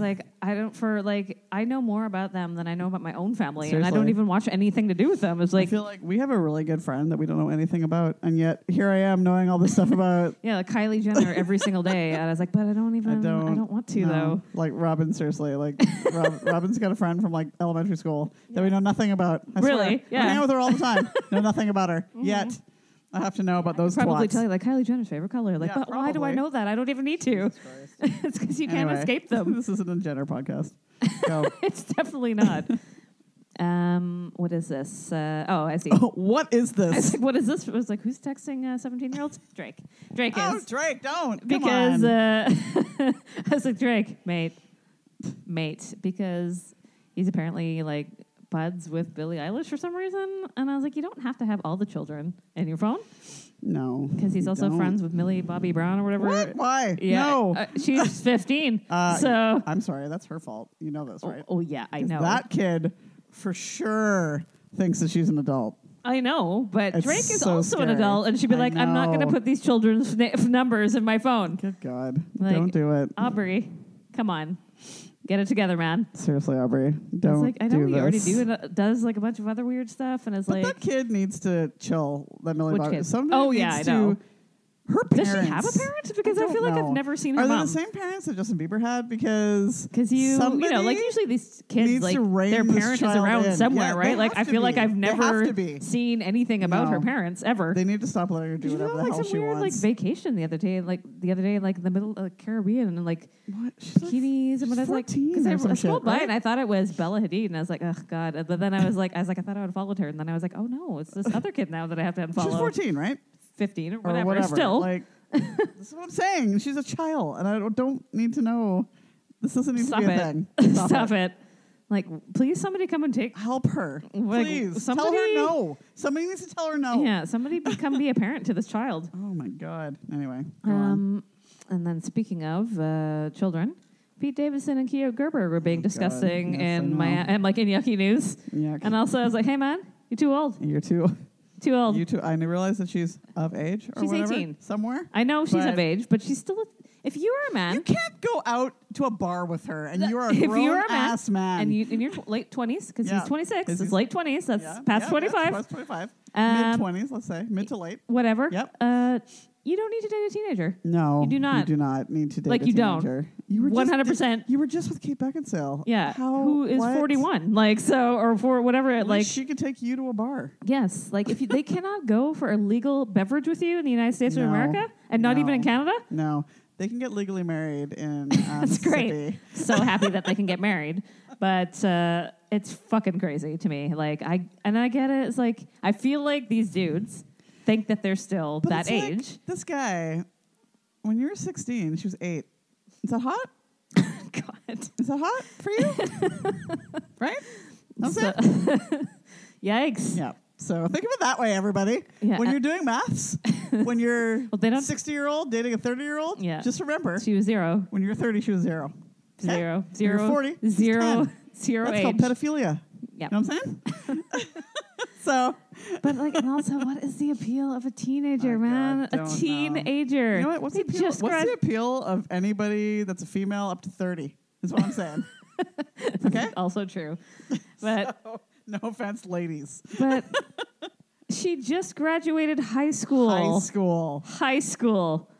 [SPEAKER 1] (laughs)
[SPEAKER 2] like, I don't for like, I know more about them than I know about my own family, and I don't
[SPEAKER 1] Seriously.
[SPEAKER 2] even watch anything to do with them. It's
[SPEAKER 1] I
[SPEAKER 2] like,
[SPEAKER 1] feel like we have a really good friend that we don't know anything about, and yet here I am knowing all this
[SPEAKER 2] (laughs)
[SPEAKER 1] stuff about.
[SPEAKER 2] yeah, like Kylie Jenner
[SPEAKER 1] (laughs)
[SPEAKER 2] every single day, and I was like, but I don't even, Um, I don't,
[SPEAKER 1] don't
[SPEAKER 2] want to
[SPEAKER 1] no,
[SPEAKER 2] though.
[SPEAKER 1] Like Robin, seriously,
[SPEAKER 2] (laughs)
[SPEAKER 1] like Rob, Robin's got a friend from like elementary school that we know nothing about. I swear.
[SPEAKER 2] Really?
[SPEAKER 1] we
[SPEAKER 2] Yeah. Mm-hmm.
[SPEAKER 1] hang out with her all the
[SPEAKER 2] (laughs)
[SPEAKER 1] time. know nothing about her yet. I have to know about those.
[SPEAKER 2] Probably
[SPEAKER 1] twats.
[SPEAKER 2] tell you like Kylie Jenner's favorite color. Like,
[SPEAKER 1] Yeah,
[SPEAKER 2] but why do I
[SPEAKER 1] probably.
[SPEAKER 2] know that? I don't even need to. (laughs) it's because you can't
[SPEAKER 1] Anyway,
[SPEAKER 2] escape them.
[SPEAKER 1] (laughs) this isn't a Jenner podcast. Go.
[SPEAKER 2] (laughs) it's definitely not. um, what is this? Uh, oh, I see.
[SPEAKER 1] Oh, (laughs) what is
[SPEAKER 2] I was
[SPEAKER 1] this?
[SPEAKER 2] like, what is this? I was like, who's texting 17 year olds? Drake. Drake
[SPEAKER 1] (laughs)
[SPEAKER 2] is.
[SPEAKER 1] Oh, Drake, don't. Come
[SPEAKER 2] because
[SPEAKER 1] on.
[SPEAKER 2] uh, (laughs) I was like, Drake, mate. Mate. Because he's apparently like buds with Billie Eilish for some reason. And I was like, you don't have to have all the children in your phone.
[SPEAKER 1] no,
[SPEAKER 2] Because he's
[SPEAKER 1] you
[SPEAKER 2] also
[SPEAKER 1] don't.
[SPEAKER 2] friends with Millie Bobby Brown or whatever.
[SPEAKER 1] What? Why?
[SPEAKER 2] Yeah.
[SPEAKER 1] No.
[SPEAKER 2] uh,
[SPEAKER 1] (laughs)
[SPEAKER 2] oh. she's 15.
[SPEAKER 1] Uh,
[SPEAKER 2] so.
[SPEAKER 1] I'm sorry. That's her fault. You know this,
[SPEAKER 2] Oh,
[SPEAKER 1] right?
[SPEAKER 2] oh, yeah, I
[SPEAKER 1] 'Cause
[SPEAKER 2] know.
[SPEAKER 1] That kid for sure thinks that she's an adult.
[SPEAKER 2] I know, but
[SPEAKER 1] It's
[SPEAKER 2] Drake is
[SPEAKER 1] so
[SPEAKER 2] also an
[SPEAKER 1] scary.
[SPEAKER 2] adult, and she'd be
[SPEAKER 1] I
[SPEAKER 2] like, "I'm not going to
[SPEAKER 1] know.
[SPEAKER 2] put these children's na- (laughs) numbers in my phone."
[SPEAKER 1] Good God.
[SPEAKER 2] Like-
[SPEAKER 1] don't do it.
[SPEAKER 2] Aubrey, come on, get it together, man.
[SPEAKER 1] Seriously, Aubrey.
[SPEAKER 2] It's
[SPEAKER 1] Don't
[SPEAKER 2] like I know
[SPEAKER 1] do
[SPEAKER 2] he
[SPEAKER 1] this.
[SPEAKER 2] already do it, uh, does like a bunch of other weird stuff, and it's
[SPEAKER 1] But
[SPEAKER 2] like,
[SPEAKER 1] that kid needs to chill. That Millie
[SPEAKER 2] Which
[SPEAKER 1] Bobby.
[SPEAKER 2] kid?
[SPEAKER 1] Somebody
[SPEAKER 2] Oh, yeah,
[SPEAKER 1] needs
[SPEAKER 2] I know.
[SPEAKER 1] To, her
[SPEAKER 2] does
[SPEAKER 1] parents.
[SPEAKER 2] she have a parent? Because I,
[SPEAKER 1] don't
[SPEAKER 2] feel like
[SPEAKER 1] know.
[SPEAKER 2] I've never seen her
[SPEAKER 1] Are they
[SPEAKER 2] mom.
[SPEAKER 1] the same parents that Justin Bieber had? Because
[SPEAKER 2] Because you, you know, like
[SPEAKER 1] somebody-
[SPEAKER 2] usually these kids,
[SPEAKER 1] needs
[SPEAKER 2] like
[SPEAKER 1] to rein
[SPEAKER 2] their
[SPEAKER 1] this
[SPEAKER 2] parent is
[SPEAKER 1] child
[SPEAKER 2] around
[SPEAKER 1] in.
[SPEAKER 2] somewhere,
[SPEAKER 1] Yeah, they
[SPEAKER 2] right? Like I
[SPEAKER 1] have to
[SPEAKER 2] feel like
[SPEAKER 1] be.
[SPEAKER 2] I've
[SPEAKER 1] They have
[SPEAKER 2] never
[SPEAKER 1] to be.
[SPEAKER 2] seen anything about her
[SPEAKER 1] No.
[SPEAKER 2] parents ever.
[SPEAKER 1] They need to stop letting her do
[SPEAKER 2] She was
[SPEAKER 1] whatever
[SPEAKER 2] on,
[SPEAKER 1] the
[SPEAKER 2] like
[SPEAKER 1] hell
[SPEAKER 2] some
[SPEAKER 1] she
[SPEAKER 2] weird like
[SPEAKER 1] wants.
[SPEAKER 2] vacation the other day, like the other day, like in the middle of the Caribbean, and like
[SPEAKER 1] what? She's like
[SPEAKER 2] bikinis and what I was like,
[SPEAKER 1] 14
[SPEAKER 2] because I,
[SPEAKER 1] or
[SPEAKER 2] I
[SPEAKER 1] some
[SPEAKER 2] scrolled
[SPEAKER 1] shit,
[SPEAKER 2] by
[SPEAKER 1] right?
[SPEAKER 2] and I thought it was Bella Hadid, and I was like, oh god. And- But then I was like, I was like, I thought I would have followed her, and then I was like, oh no, it's this other kid now that I have to unfollow.
[SPEAKER 1] She's 14, right?
[SPEAKER 2] fifteen or
[SPEAKER 1] Or
[SPEAKER 2] whatever.
[SPEAKER 1] whatever.
[SPEAKER 2] Still,
[SPEAKER 1] Like, this is what I'm saying. She's a child, and I don't, don't need to know. This doesn't need
[SPEAKER 2] stop
[SPEAKER 1] to be a
[SPEAKER 2] it, (laughs)
[SPEAKER 1] thing.
[SPEAKER 2] (laughs) stop, it. Like, please, somebody come and take.
[SPEAKER 1] Help her.
[SPEAKER 2] Like,
[SPEAKER 1] Please.
[SPEAKER 2] somebody-
[SPEAKER 1] Tell her no. Somebody needs to tell her no.
[SPEAKER 2] Yeah, somebody be- come be a parent to this child.
[SPEAKER 1] Oh, my God. Anyway, go on.
[SPEAKER 2] Um, and then speaking of uh, children. Pete Davidson and Kia Gerber were being
[SPEAKER 1] Oh, God,
[SPEAKER 2] disgusting
[SPEAKER 1] yes, I
[SPEAKER 2] in my
[SPEAKER 1] know.
[SPEAKER 2] and like in Yucky News,
[SPEAKER 1] Yuck.
[SPEAKER 2] and also I was like, "Hey man, you're too old,
[SPEAKER 1] You're too.
[SPEAKER 2] too old."
[SPEAKER 1] You too. I didn't realize that she's of age or
[SPEAKER 2] She's
[SPEAKER 1] whatever.
[SPEAKER 2] 18.
[SPEAKER 1] Somewhere.
[SPEAKER 2] I know she's of
[SPEAKER 1] But-
[SPEAKER 2] age, but she's still. A, if you were a man,
[SPEAKER 1] You can't go out to a bar with her and
[SPEAKER 2] Th-
[SPEAKER 1] you are a
[SPEAKER 2] if
[SPEAKER 1] grown
[SPEAKER 2] you're a man
[SPEAKER 1] ass man.
[SPEAKER 2] and you in your tw- late twenties, because
[SPEAKER 1] Yeah.
[SPEAKER 2] he's twenty six,
[SPEAKER 1] 'Cause
[SPEAKER 2] it's
[SPEAKER 1] he's-
[SPEAKER 2] late twenties. That's
[SPEAKER 1] Yeah,
[SPEAKER 2] past
[SPEAKER 1] yeah,
[SPEAKER 2] twenty five.
[SPEAKER 1] Past 25.
[SPEAKER 2] Um,
[SPEAKER 1] Mid 20s, let's say. Mid to late.
[SPEAKER 2] Whatever.
[SPEAKER 1] Yep.
[SPEAKER 2] Uh, you don't need to date a teenager.
[SPEAKER 1] No,
[SPEAKER 2] You do not-
[SPEAKER 1] do not need to date
[SPEAKER 2] Like,
[SPEAKER 1] a
[SPEAKER 2] you don't.
[SPEAKER 1] teenager. You were just-
[SPEAKER 2] 100%.
[SPEAKER 1] You were just with Kate Beckinsale.
[SPEAKER 2] Yeah.
[SPEAKER 1] How,
[SPEAKER 2] Who is
[SPEAKER 1] what?
[SPEAKER 2] forty one? Like so, or for whatever. It,
[SPEAKER 1] At
[SPEAKER 2] like
[SPEAKER 1] least she could take you to a bar.
[SPEAKER 2] yes, like if you, they cannot go for a legal beverage with you in the United States of
[SPEAKER 1] No.
[SPEAKER 2] America, and not even in
[SPEAKER 1] No.
[SPEAKER 2] Canada.
[SPEAKER 1] No, they can get legally married
[SPEAKER 2] (laughs)
[SPEAKER 1] in. Um,
[SPEAKER 2] That's great.
[SPEAKER 1] Mississippi.
[SPEAKER 2] so happy that they can get married. But uh, it's fucking crazy to me. Like I and I get it. It's like I feel like these dudes think that they're still
[SPEAKER 1] But it's
[SPEAKER 2] that
[SPEAKER 1] like,
[SPEAKER 2] age.
[SPEAKER 1] this guy, when you were 16, she was eight. Is that hot?
[SPEAKER 2] (laughs) God.
[SPEAKER 1] Is that hot for you?
[SPEAKER 2] (laughs)
[SPEAKER 1] right? That's
[SPEAKER 2] So-
[SPEAKER 1] it.
[SPEAKER 2] (laughs) Yikes.
[SPEAKER 1] Yeah. So think of it that way, everybody.
[SPEAKER 2] Yeah.
[SPEAKER 1] When you're doing maths,
[SPEAKER 2] (laughs)
[SPEAKER 1] when you're
[SPEAKER 2] Well, they don't-
[SPEAKER 1] 60 year old dating a 30 year old,
[SPEAKER 2] Yeah.
[SPEAKER 1] just remember
[SPEAKER 2] She was zero,
[SPEAKER 1] when you're 30, she was zero. Okay?
[SPEAKER 2] zero,
[SPEAKER 1] When
[SPEAKER 2] zero,
[SPEAKER 1] You're 40. she's
[SPEAKER 2] zero,
[SPEAKER 1] 10.
[SPEAKER 2] (laughs) zero
[SPEAKER 1] That's
[SPEAKER 2] age.
[SPEAKER 1] called pedophilia.
[SPEAKER 2] Yeah.
[SPEAKER 1] You know what I'm saying? (laughs) so,
[SPEAKER 2] But like, and also, what is the appeal of a teenager,
[SPEAKER 1] I
[SPEAKER 2] man?
[SPEAKER 1] God,
[SPEAKER 2] a
[SPEAKER 1] don't know.
[SPEAKER 2] teenager.
[SPEAKER 1] you know what? What's, the
[SPEAKER 2] They
[SPEAKER 1] appeal,
[SPEAKER 2] just
[SPEAKER 1] what's
[SPEAKER 2] grad-
[SPEAKER 1] the appeal of anybody that's a female up to 30? Is what I'm
[SPEAKER 2] (laughs)
[SPEAKER 1] saying. okay?
[SPEAKER 2] also true.
[SPEAKER 1] (laughs)
[SPEAKER 2] But
[SPEAKER 1] So, (laughs) no offense, ladies.
[SPEAKER 2] but she just graduated high school.
[SPEAKER 1] High school.
[SPEAKER 2] High school.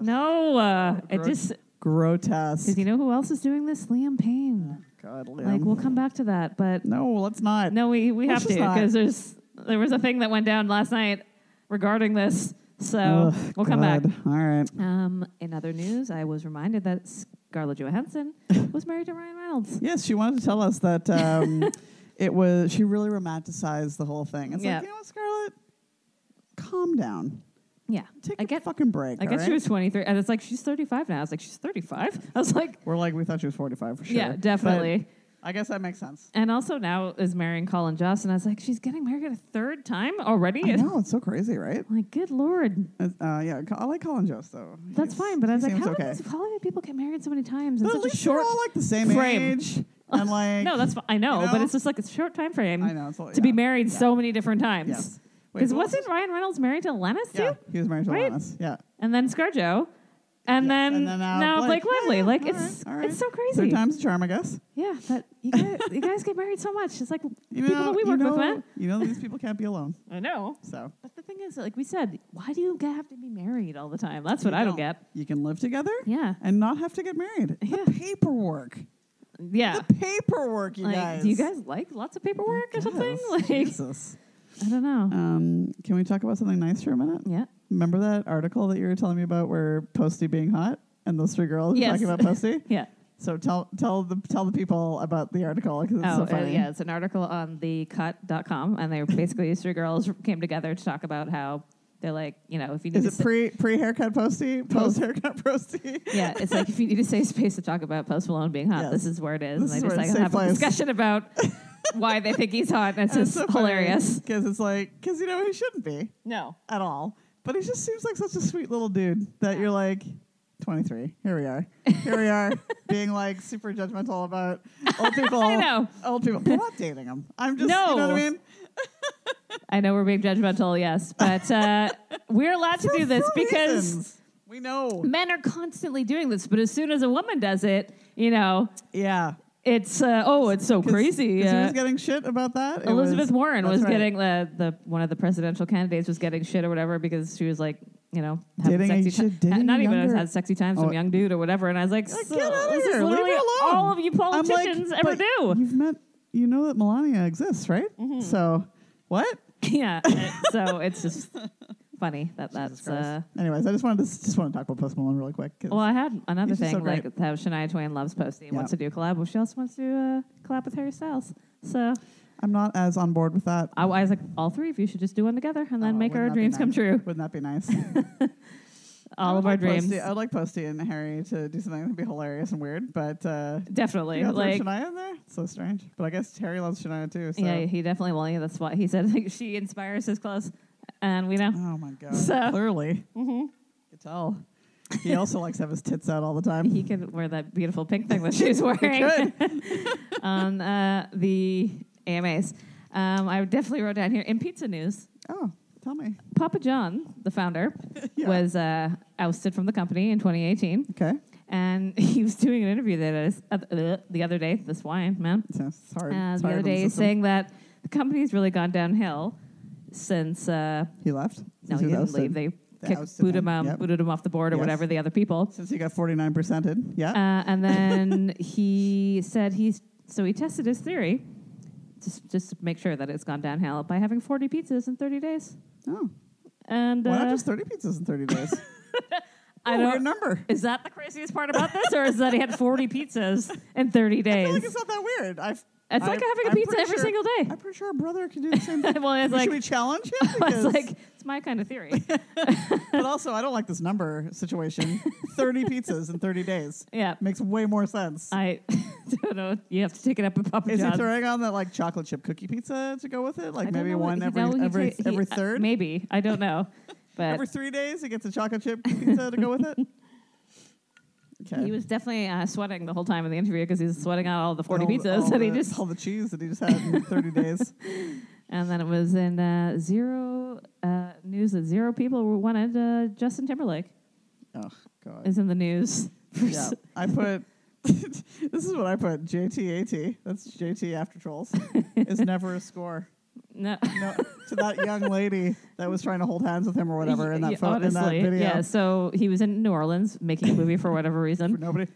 [SPEAKER 2] no, uh, it
[SPEAKER 1] gross.
[SPEAKER 2] just.
[SPEAKER 1] Grotesque.
[SPEAKER 2] Because you know who else is doing this? Liam Payne.
[SPEAKER 1] God,
[SPEAKER 2] Like
[SPEAKER 1] Liam.
[SPEAKER 2] we'll come back to that, but
[SPEAKER 1] no, let's not.
[SPEAKER 2] no, we we
[SPEAKER 1] Well,
[SPEAKER 2] have to
[SPEAKER 1] she's not.
[SPEAKER 2] because there's there was a thing that went down last night regarding this. So
[SPEAKER 1] Ugh,
[SPEAKER 2] we'll come back.
[SPEAKER 1] God. All right.
[SPEAKER 2] Um, in other news, I was reminded that Scarlett
[SPEAKER 1] (laughs)
[SPEAKER 2] Johansson was married to Ryan Reynolds.
[SPEAKER 1] Yes, she wanted to tell us that
[SPEAKER 2] (laughs)
[SPEAKER 1] um, it was. She really romanticized the whole thing. It's
[SPEAKER 2] Yeah.
[SPEAKER 1] like you know, what, Scarlett, calm down.
[SPEAKER 2] Yeah,
[SPEAKER 1] Take
[SPEAKER 2] I
[SPEAKER 1] a
[SPEAKER 2] get.
[SPEAKER 1] fucking break.
[SPEAKER 2] I
[SPEAKER 1] all
[SPEAKER 2] guess she
[SPEAKER 1] right?
[SPEAKER 2] was 23, and it's like she's 35 now. I was like, she's 35. (laughs) I was like,
[SPEAKER 1] We're like we thought she was forty-five for sure.
[SPEAKER 2] yeah,
[SPEAKER 1] But
[SPEAKER 2] definitely.
[SPEAKER 1] I guess that makes sense.
[SPEAKER 2] and also now is marrying Colin Jost, and I was like, she's getting married a third time already.
[SPEAKER 1] I know it's so crazy, right?
[SPEAKER 2] I'm (laughs) like, good lord,
[SPEAKER 1] Uh, uh, yeah, I like Colin Jost though.
[SPEAKER 2] that's
[SPEAKER 1] He's-
[SPEAKER 2] fine. But I
[SPEAKER 1] he
[SPEAKER 2] was like,
[SPEAKER 1] seems
[SPEAKER 2] how do
[SPEAKER 1] okay.
[SPEAKER 2] these Hollywood people get married so many times in
[SPEAKER 1] But at
[SPEAKER 2] such a
[SPEAKER 1] least
[SPEAKER 2] short?
[SPEAKER 1] we're all like the same
[SPEAKER 2] frame.
[SPEAKER 1] age and like
[SPEAKER 2] (laughs) no, that's fi- I know,
[SPEAKER 1] you
[SPEAKER 2] but
[SPEAKER 1] know?
[SPEAKER 2] it's just like a short time frame
[SPEAKER 1] I know it's all,
[SPEAKER 2] to be
[SPEAKER 1] yeah.
[SPEAKER 2] married so many different times.
[SPEAKER 1] Yes. Wait,
[SPEAKER 2] Because
[SPEAKER 1] who else
[SPEAKER 2] wasn't Ryan Reynolds married to Lennis
[SPEAKER 1] Yeah,
[SPEAKER 2] too?
[SPEAKER 1] he was married to
[SPEAKER 2] Right?
[SPEAKER 1] Alanis. Yeah.
[SPEAKER 2] And then ScarJo. And,
[SPEAKER 1] Yeah,
[SPEAKER 2] then,
[SPEAKER 1] and then now
[SPEAKER 2] now
[SPEAKER 1] Blake.
[SPEAKER 2] Blake,
[SPEAKER 1] Yeah,
[SPEAKER 2] Lively.
[SPEAKER 1] yeah,
[SPEAKER 2] Like
[SPEAKER 1] all
[SPEAKER 2] it's
[SPEAKER 1] right, all right.
[SPEAKER 2] it's so
[SPEAKER 1] Third
[SPEAKER 2] crazy.
[SPEAKER 1] time's a charm, I guess.
[SPEAKER 2] Yeah, but you guys, you guys get married so much. It's like
[SPEAKER 1] You
[SPEAKER 2] people that we
[SPEAKER 1] you
[SPEAKER 2] work
[SPEAKER 1] know,
[SPEAKER 2] with, man.
[SPEAKER 1] You know these people can't be alone.
[SPEAKER 2] I know.
[SPEAKER 1] So
[SPEAKER 2] But the thing is, like we said, why do you g- have to be married all the time? That's what I don't get.
[SPEAKER 1] you can live together
[SPEAKER 2] Yeah.
[SPEAKER 1] and not have to get married.
[SPEAKER 2] Yeah.
[SPEAKER 1] The paperwork.
[SPEAKER 2] Yeah.
[SPEAKER 1] The paperwork, you
[SPEAKER 2] like,
[SPEAKER 1] guys.
[SPEAKER 2] do you guys like lots of paperwork or something?
[SPEAKER 1] Yes,
[SPEAKER 2] (laughs) Like,
[SPEAKER 1] Jesus.
[SPEAKER 2] I don't know.
[SPEAKER 1] Um, can we talk about something nice for a minute?
[SPEAKER 2] yeah.
[SPEAKER 1] Remember that article that you were telling me about where Posty being hot and those three girls were
[SPEAKER 2] Yes.
[SPEAKER 1] talking about
[SPEAKER 2] (laughs)
[SPEAKER 1] Posty?
[SPEAKER 2] Yeah.
[SPEAKER 1] so tell tell the tell the people about the article because it's
[SPEAKER 2] oh,
[SPEAKER 1] so
[SPEAKER 2] uh,
[SPEAKER 1] funny.
[SPEAKER 2] yeah. It's an article on thecut.com, and they were basically (laughs) these three girls came together to talk about how they're like, you know, if you need
[SPEAKER 1] Is
[SPEAKER 2] to
[SPEAKER 1] it
[SPEAKER 2] sit-
[SPEAKER 1] pre pre haircut Posty, post haircut Posty? (laughs)
[SPEAKER 2] yeah, it's like if you need to save space to talk about Post Malone being hot,
[SPEAKER 1] Yes.
[SPEAKER 2] this is where it is.
[SPEAKER 1] This is
[SPEAKER 2] and they
[SPEAKER 1] where
[SPEAKER 2] just
[SPEAKER 1] it's
[SPEAKER 2] like
[SPEAKER 1] safe
[SPEAKER 2] have
[SPEAKER 1] place.
[SPEAKER 2] a
[SPEAKER 1] (laughs)
[SPEAKER 2] discussion about why they think he's hot, and it's just hilarious.
[SPEAKER 1] because it's like because you know he shouldn't be
[SPEAKER 2] No,
[SPEAKER 1] at all, but he just seems like such a sweet little dude that you're like. 23. Here we
[SPEAKER 2] (laughs)
[SPEAKER 1] are. Here we are, being like super judgmental about
[SPEAKER 2] (laughs)
[SPEAKER 1] old people.
[SPEAKER 2] I know.
[SPEAKER 1] Old people. But I'm not dating them. I'm just, you know
[SPEAKER 2] No.
[SPEAKER 1] what I mean?
[SPEAKER 2] I know we're being judgmental, yes, but
[SPEAKER 1] (laughs)
[SPEAKER 2] uh, we're allowed to do this
[SPEAKER 1] For
[SPEAKER 2] because
[SPEAKER 1] reasons. we know.
[SPEAKER 2] men are constantly doing this. But as soon as a woman does it, you know,
[SPEAKER 1] Yeah.
[SPEAKER 2] it's uh, oh, it's so
[SPEAKER 1] 'Cause-
[SPEAKER 2] crazy.
[SPEAKER 1] 'cause who was
[SPEAKER 2] Uh,
[SPEAKER 1] getting shit about that? It
[SPEAKER 2] Elizabeth
[SPEAKER 1] was-
[SPEAKER 2] Warren
[SPEAKER 1] that's
[SPEAKER 2] was
[SPEAKER 1] right.
[SPEAKER 2] getting the, the one of the presidential candidates was getting shit or whatever because she was like, you know, having
[SPEAKER 1] Dating a
[SPEAKER 2] sexy
[SPEAKER 1] shit- dating
[SPEAKER 2] not
[SPEAKER 1] a
[SPEAKER 2] even
[SPEAKER 1] younger-
[SPEAKER 2] had sexy times with
[SPEAKER 1] Oh.
[SPEAKER 2] some young dude or whatever. And I was like,
[SPEAKER 1] Like,
[SPEAKER 2] so
[SPEAKER 1] get outta
[SPEAKER 2] this is
[SPEAKER 1] here. Leave
[SPEAKER 2] literally
[SPEAKER 1] her alone.
[SPEAKER 2] all of you
[SPEAKER 1] I'm like,
[SPEAKER 2] politicians ever
[SPEAKER 1] but
[SPEAKER 2] do.
[SPEAKER 1] You've met, you know that Melania exists, right?
[SPEAKER 2] Mm-hmm.
[SPEAKER 1] So, what?
[SPEAKER 2] (laughs) yeah, uh, so it's just
[SPEAKER 1] (laughs)
[SPEAKER 2] funny that
[SPEAKER 1] Jesus
[SPEAKER 2] that's.
[SPEAKER 1] Christ.
[SPEAKER 2] Uh,
[SPEAKER 1] Anyways, I just wanted to just want to talk about Post Malone really quick. 'cause-
[SPEAKER 2] well, I had another
[SPEAKER 1] He's just
[SPEAKER 2] thing
[SPEAKER 1] so
[SPEAKER 2] like
[SPEAKER 1] great.
[SPEAKER 2] how Shania Twain loves Posty and
[SPEAKER 1] Yeah.
[SPEAKER 2] wants to do a collab, but she also wants to uh, collab with Harry Styles. So
[SPEAKER 1] I'm not as on board with that.
[SPEAKER 2] I, I was like, all three of you should just do one together and then
[SPEAKER 1] Oh,
[SPEAKER 2] make
[SPEAKER 1] wouldn't
[SPEAKER 2] our
[SPEAKER 1] that be
[SPEAKER 2] dreams come
[SPEAKER 1] nice?
[SPEAKER 2] true.
[SPEAKER 1] Wouldn't that be nice? I
[SPEAKER 2] (laughs) All
[SPEAKER 1] would
[SPEAKER 2] of our
[SPEAKER 1] like Posty-
[SPEAKER 2] dreams,
[SPEAKER 1] I would like Posty and Harry to do something that'd be hilarious and weird, but uh,
[SPEAKER 2] definitely.
[SPEAKER 1] you know, throw
[SPEAKER 2] Like
[SPEAKER 1] Shania in there, so strange. But I guess Harry loves Shania too. So.
[SPEAKER 2] Yeah, he definitely will. Yeah, that's why he said like, she inspires his clothes, and we know.
[SPEAKER 1] Oh my god!
[SPEAKER 2] So-
[SPEAKER 1] Clearly, mm-hmm. you could tell. He also likes to have his tits out all the time.
[SPEAKER 2] He could wear that beautiful pink thing that
[SPEAKER 1] (laughs)
[SPEAKER 2] she's
[SPEAKER 1] He
[SPEAKER 2] wearing (laughs)
[SPEAKER 1] could.
[SPEAKER 2] on uh, the AMAs. Um, I definitely wrote down here in pizza news.
[SPEAKER 1] Oh, tell me. (laughs)
[SPEAKER 2] Papa John, the founder,
[SPEAKER 1] Yeah.
[SPEAKER 2] was uh, ousted from the company in 2018,
[SPEAKER 1] Okay.
[SPEAKER 2] and (laughs) he was doing an interview that is, uh, uh, the other day. This wine man,
[SPEAKER 1] So, it's hard.
[SPEAKER 2] uh,
[SPEAKER 1] it's
[SPEAKER 2] the
[SPEAKER 1] hard
[SPEAKER 2] other
[SPEAKER 1] on the
[SPEAKER 2] day,
[SPEAKER 1] system.
[SPEAKER 2] saying that the company's really gone downhill since uh,
[SPEAKER 1] he left.
[SPEAKER 2] No,
[SPEAKER 1] Since
[SPEAKER 2] he didn't
[SPEAKER 1] was ousted.
[SPEAKER 2] leave. They
[SPEAKER 1] They
[SPEAKER 2] kicked,
[SPEAKER 1] ousted
[SPEAKER 2] booted,
[SPEAKER 1] him.
[SPEAKER 2] him, out-
[SPEAKER 1] Yep.
[SPEAKER 2] booted him off the board or
[SPEAKER 1] Yes.
[SPEAKER 2] whatever the other people.
[SPEAKER 1] Since he got 49 percented. Yeah.
[SPEAKER 2] Uh, and then he said he's so he tested his theory just just to make sure that it's gone downhill by having 40 pizzas in 30 days.
[SPEAKER 1] oh.
[SPEAKER 2] And
[SPEAKER 1] Why not
[SPEAKER 2] uh,
[SPEAKER 1] just 30 pizzas in 30 days?
[SPEAKER 2] (laughs) I
[SPEAKER 1] What a weird
[SPEAKER 2] don't.
[SPEAKER 1] number.
[SPEAKER 2] Is that the craziest part about this, or is that he had 40 pizzas in 30
[SPEAKER 1] I feel
[SPEAKER 2] days?
[SPEAKER 1] like
[SPEAKER 2] it's
[SPEAKER 1] it's not that weird. I've, I-
[SPEAKER 2] like having a
[SPEAKER 1] I'm
[SPEAKER 2] pizza
[SPEAKER 1] pretty
[SPEAKER 2] every
[SPEAKER 1] sure-
[SPEAKER 2] single day.
[SPEAKER 1] I'm pretty sure our brother could do the same
[SPEAKER 2] (laughs)
[SPEAKER 1] thing.
[SPEAKER 2] well, it's
[SPEAKER 1] We-
[SPEAKER 2] like,
[SPEAKER 1] Should we challenge
[SPEAKER 2] (laughs)
[SPEAKER 1] him?
[SPEAKER 2] it's
[SPEAKER 1] Because,
[SPEAKER 2] like it's my kind of theory.
[SPEAKER 1] but also, I don't like this number
[SPEAKER 2] (laughs)
[SPEAKER 1] situation. 30 pizzas in 30 days
[SPEAKER 2] yeah,
[SPEAKER 1] makes way more sense.
[SPEAKER 2] I (laughs) don't know. You have to take it up with Papa
[SPEAKER 1] Is he
[SPEAKER 2] John's.
[SPEAKER 1] throwing on that like chocolate chip cookie pizza to go with it? Like
[SPEAKER 2] I don't
[SPEAKER 1] maybe
[SPEAKER 2] know what-
[SPEAKER 1] one
[SPEAKER 2] he-
[SPEAKER 1] every
[SPEAKER 2] no, he
[SPEAKER 1] every
[SPEAKER 2] ta- he-
[SPEAKER 1] every
[SPEAKER 2] uh,
[SPEAKER 1] third,
[SPEAKER 2] maybe I
[SPEAKER 1] (laughs)
[SPEAKER 2] don't know, but
[SPEAKER 1] every three days, he gets a chocolate chip pizza to go
[SPEAKER 2] (laughs)
[SPEAKER 1] with it. Okay.
[SPEAKER 2] he was definitely uh, sweating the whole time in the interview because he was sweating out all the forty
[SPEAKER 1] All the-
[SPEAKER 2] pizzas
[SPEAKER 1] all
[SPEAKER 2] that he
[SPEAKER 1] the-
[SPEAKER 2] just.
[SPEAKER 1] all the cheese that he just had
[SPEAKER 2] (laughs)
[SPEAKER 1] in 30 days.
[SPEAKER 2] And then it was in uh, zero uh, news that zero people were- wanted uh, Justin Timberlake
[SPEAKER 1] Oh god.
[SPEAKER 2] is in the news. (laughs) for
[SPEAKER 1] yeah,
[SPEAKER 2] s-
[SPEAKER 1] I put. (laughs) this is what I put. JTAT. That's JT after trolls.
[SPEAKER 2] (laughs)
[SPEAKER 1] is never a score.
[SPEAKER 2] no.
[SPEAKER 1] No, to that young lady that was trying to hold hands with him or (laughs) whatever in
[SPEAKER 2] (laughs) Yeah,
[SPEAKER 1] that photo, in that
[SPEAKER 2] honestly,
[SPEAKER 1] video.
[SPEAKER 2] Yeah, so he was in New Orleans making a movie for whatever
[SPEAKER 1] For (laughs)
[SPEAKER 2] reason.
[SPEAKER 1] nobody.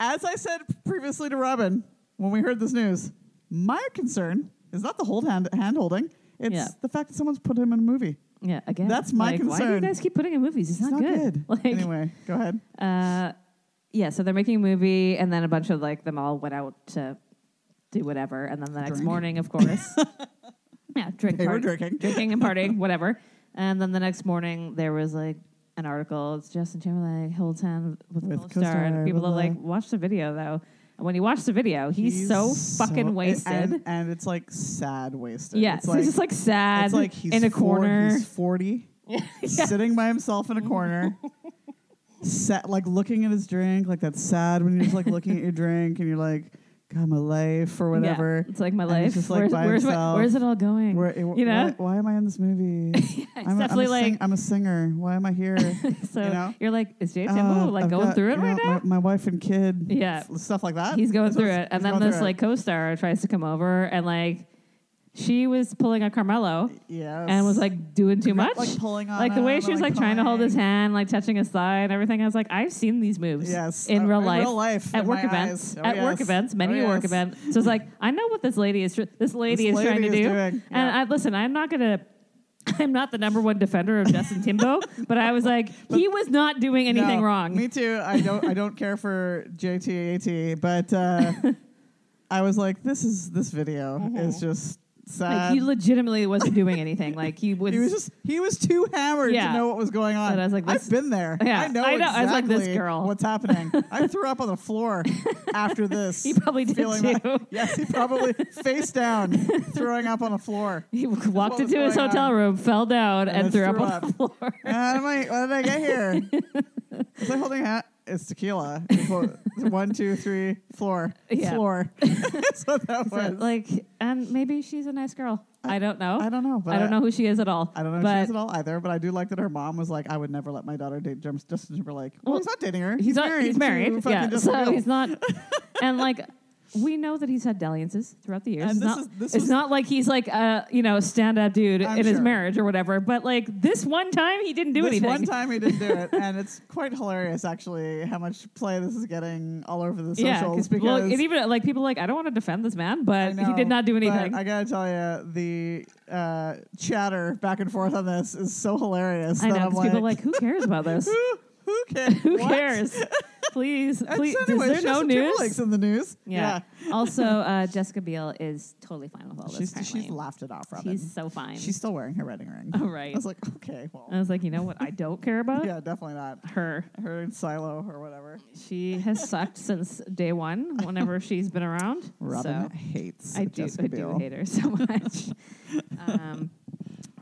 [SPEAKER 1] As I said previously to Robin when we heard this news, my concern is not the hold hand hand holding. It's
[SPEAKER 2] Yeah.
[SPEAKER 1] the fact that someone's put him in a movie.
[SPEAKER 2] Yeah, again,
[SPEAKER 1] That's my
[SPEAKER 2] like, Why do you
[SPEAKER 1] concern.
[SPEAKER 2] guys keep putting in movies? It's,
[SPEAKER 1] It's
[SPEAKER 2] not, good. (laughs) Like,
[SPEAKER 1] anyway, go ahead.
[SPEAKER 2] Uh, yeah, so they're making a movie, and then a bunch of like them all went out to do whatever, and then the next
[SPEAKER 1] Drink.
[SPEAKER 2] morning, of course,
[SPEAKER 1] (laughs)
[SPEAKER 2] yeah, drink,
[SPEAKER 1] They were
[SPEAKER 2] party,
[SPEAKER 1] drinking.
[SPEAKER 2] drinking
[SPEAKER 1] (laughs)
[SPEAKER 2] and partying, whatever. And then the next morning, there was like an article. It's Justin Timberlake holds hand with,
[SPEAKER 1] With
[SPEAKER 2] with star,
[SPEAKER 1] co-star,
[SPEAKER 2] and people
[SPEAKER 1] blah,
[SPEAKER 2] are like,
[SPEAKER 1] blah.
[SPEAKER 2] watch the video though. And when you watch the video, he's, so fucking
[SPEAKER 1] and-
[SPEAKER 2] wasted.
[SPEAKER 1] and, and it's like sad wasted.
[SPEAKER 2] yeah,
[SPEAKER 1] it's
[SPEAKER 2] so
[SPEAKER 1] like,
[SPEAKER 2] he's just like sad
[SPEAKER 1] it's like he's
[SPEAKER 2] in a
[SPEAKER 1] four-
[SPEAKER 2] corner.
[SPEAKER 1] he's
[SPEAKER 2] (laughs)
[SPEAKER 1] forty, sitting by himself in a corner, set like looking at his drink, like that's sad when you're just like looking at your drink and you're like, God, my life or whatever.
[SPEAKER 2] Yeah, it's like my
[SPEAKER 1] And he's just,
[SPEAKER 2] life.
[SPEAKER 1] like,
[SPEAKER 2] where's,
[SPEAKER 1] by
[SPEAKER 2] where's my-
[SPEAKER 1] himself.
[SPEAKER 2] where's it all going?
[SPEAKER 1] Where, it-
[SPEAKER 2] you know?
[SPEAKER 1] why, why am I in this movie?
[SPEAKER 2] (laughs) yeah, it's
[SPEAKER 1] I'm, a-
[SPEAKER 2] definitely
[SPEAKER 1] I'm a
[SPEAKER 2] like
[SPEAKER 1] sing- I'm a singer. Why am I
[SPEAKER 2] (laughs)
[SPEAKER 1] here?
[SPEAKER 2] so.
[SPEAKER 1] you know?
[SPEAKER 2] are like, is James
[SPEAKER 1] Uh,
[SPEAKER 2] Campbell like
[SPEAKER 1] I've
[SPEAKER 2] going
[SPEAKER 1] got,
[SPEAKER 2] through it
[SPEAKER 1] you
[SPEAKER 2] right
[SPEAKER 1] know,
[SPEAKER 2] now?
[SPEAKER 1] My, my wife and kid.
[SPEAKER 2] Yeah.
[SPEAKER 1] s- stuff like that.
[SPEAKER 2] He's going
[SPEAKER 1] That's
[SPEAKER 2] through
[SPEAKER 1] what's-
[SPEAKER 2] it,
[SPEAKER 1] he's
[SPEAKER 2] and then
[SPEAKER 1] going
[SPEAKER 2] this
[SPEAKER 1] through it.
[SPEAKER 2] like co-star tries to come over and like. She was pulling on Carmelo
[SPEAKER 1] yes.
[SPEAKER 2] and was like doing too much.
[SPEAKER 1] like pulling on
[SPEAKER 2] Like the way
[SPEAKER 1] him
[SPEAKER 2] she
[SPEAKER 1] and,
[SPEAKER 2] was
[SPEAKER 1] like,
[SPEAKER 2] like trying to hold his
[SPEAKER 1] pulling.
[SPEAKER 2] hand, like touching his thigh and everything. I was like, I've seen these moves
[SPEAKER 1] Yes,
[SPEAKER 2] in
[SPEAKER 1] uh,
[SPEAKER 2] real
[SPEAKER 1] in
[SPEAKER 2] life,
[SPEAKER 1] real life,
[SPEAKER 2] at
[SPEAKER 1] in
[SPEAKER 2] work
[SPEAKER 1] my
[SPEAKER 2] events,
[SPEAKER 1] eyes. Oh,
[SPEAKER 2] at work
[SPEAKER 1] yes.
[SPEAKER 2] events,
[SPEAKER 1] Oh,
[SPEAKER 2] many
[SPEAKER 1] yes.
[SPEAKER 2] work events. So it's like I know what this lady is. Tr- this lady
[SPEAKER 1] This
[SPEAKER 2] is trying to
[SPEAKER 1] lady
[SPEAKER 2] do.
[SPEAKER 1] is doing,
[SPEAKER 2] And
[SPEAKER 1] yeah.
[SPEAKER 2] I listen. I'm not gonna. (laughs) I'm not the number one defender of Justin Timbo, but I
[SPEAKER 1] (laughs)
[SPEAKER 2] was like, he was not doing anything
[SPEAKER 1] No,
[SPEAKER 2] wrong.
[SPEAKER 1] Me too. I don't. I don't care for JTAT, but
[SPEAKER 2] (laughs)
[SPEAKER 1] uh, I was like, this is this video is just
[SPEAKER 2] Mm-hmm. like
[SPEAKER 1] sad.
[SPEAKER 2] he legitimately wasn't doing anything. Like he
[SPEAKER 1] (laughs)
[SPEAKER 2] was.
[SPEAKER 1] he was just he was too hammered to
[SPEAKER 2] Yeah.
[SPEAKER 1] know what was going on.
[SPEAKER 2] And I was like, this-
[SPEAKER 1] I've been there.
[SPEAKER 2] Yeah,
[SPEAKER 1] I know.
[SPEAKER 2] I know.
[SPEAKER 1] Exactly
[SPEAKER 2] I was like, this girl.
[SPEAKER 1] what's
[SPEAKER 2] (laughs)
[SPEAKER 1] happening? I threw up on the floor after this.
[SPEAKER 2] He probably did
[SPEAKER 1] feeling
[SPEAKER 2] too.
[SPEAKER 1] That, yes, he probably face down, throwing up on the floor.
[SPEAKER 2] (laughs) he
[SPEAKER 1] what
[SPEAKER 2] walked
[SPEAKER 1] was
[SPEAKER 2] into his
[SPEAKER 1] going
[SPEAKER 2] hotel
[SPEAKER 1] on.
[SPEAKER 2] room, fell down,
[SPEAKER 1] And then
[SPEAKER 2] and, threw,
[SPEAKER 1] threw
[SPEAKER 2] up on the (laughs) floor.
[SPEAKER 1] Uh, How did I, how did I get
[SPEAKER 2] (laughs)
[SPEAKER 1] here? Was I holding a hat? It's tequila. Flo- One, two, three, floor.
[SPEAKER 2] Yeah. (laughs)
[SPEAKER 1] Floor. (laughs) That's what that
[SPEAKER 2] So,
[SPEAKER 1] was.
[SPEAKER 2] like, and maybe she's a nice girl. I, don't know.
[SPEAKER 1] I don't know. But
[SPEAKER 2] I don't know who she is at all.
[SPEAKER 1] I don't know if
[SPEAKER 2] But
[SPEAKER 1] she is at all either, but I do like that her mom was like, I would never let my daughter date Jim- Justin Timberlake. Well,
[SPEAKER 2] Well,
[SPEAKER 1] he's not dating her.
[SPEAKER 2] He's, not.
[SPEAKER 1] married.
[SPEAKER 2] he's
[SPEAKER 1] to
[SPEAKER 2] married.
[SPEAKER 1] fucking
[SPEAKER 2] Yeah.
[SPEAKER 1] Justin
[SPEAKER 2] So
[SPEAKER 1] Timberlake. (laughs)
[SPEAKER 2] he's not. And like, we know that he's had dalliances throughout the
[SPEAKER 1] And
[SPEAKER 2] years. it's
[SPEAKER 1] this
[SPEAKER 2] not.
[SPEAKER 1] is- this
[SPEAKER 2] it's
[SPEAKER 1] was-
[SPEAKER 2] not like he's like a you know stand up dude
[SPEAKER 1] I'm
[SPEAKER 2] in his
[SPEAKER 1] sure.
[SPEAKER 2] marriage or whatever. But like this one time, he didn't do
[SPEAKER 1] this
[SPEAKER 2] anything.
[SPEAKER 1] one time he didn't do it, and
[SPEAKER 2] (laughs)
[SPEAKER 1] it's quite hilarious actually how much play this is getting all over the
[SPEAKER 2] yeah,
[SPEAKER 1] socials
[SPEAKER 2] 'cause-
[SPEAKER 1] because
[SPEAKER 2] well, and even like people are like I don't want to defend this man, but
[SPEAKER 1] I
[SPEAKER 2] he did
[SPEAKER 1] know,
[SPEAKER 2] not do
[SPEAKER 1] but
[SPEAKER 2] anything.
[SPEAKER 1] I gotta tell you, the uh, chatter back and forth on this is so hilarious.
[SPEAKER 2] I
[SPEAKER 1] that
[SPEAKER 2] know
[SPEAKER 1] I'm
[SPEAKER 2] because people are like, who
[SPEAKER 1] (laughs)
[SPEAKER 2] cares about this?
[SPEAKER 1] who, who cares?
[SPEAKER 2] (laughs) who cares? Please, please.
[SPEAKER 1] anyway,
[SPEAKER 2] is there no
[SPEAKER 1] Justin Timberlake's
[SPEAKER 2] news?
[SPEAKER 1] in the news.
[SPEAKER 2] Yeah.
[SPEAKER 1] (laughs)
[SPEAKER 2] also, uh, Jessica Biel is totally fine with all this.
[SPEAKER 1] she's she's
[SPEAKER 2] apparently.
[SPEAKER 1] laughed it off, Robin.
[SPEAKER 2] She's so fine. (laughs)
[SPEAKER 1] she's still wearing her wedding ring.
[SPEAKER 2] Oh, right.
[SPEAKER 1] I
[SPEAKER 2] Uh,
[SPEAKER 1] was like, okay, well,
[SPEAKER 2] I was like, you
[SPEAKER 1] (laughs)
[SPEAKER 2] know what? I don't care about
[SPEAKER 1] yeah, definitely not
[SPEAKER 2] her.
[SPEAKER 1] her and Silo or whatever.
[SPEAKER 2] She has sucked since day one.
[SPEAKER 1] (laughs)
[SPEAKER 2] Whenever she's been around,
[SPEAKER 1] Robin hates.
[SPEAKER 2] so I do,
[SPEAKER 1] Jessica
[SPEAKER 2] I
[SPEAKER 1] Biel.
[SPEAKER 2] do hate her so
[SPEAKER 1] (laughs)
[SPEAKER 2] much. um,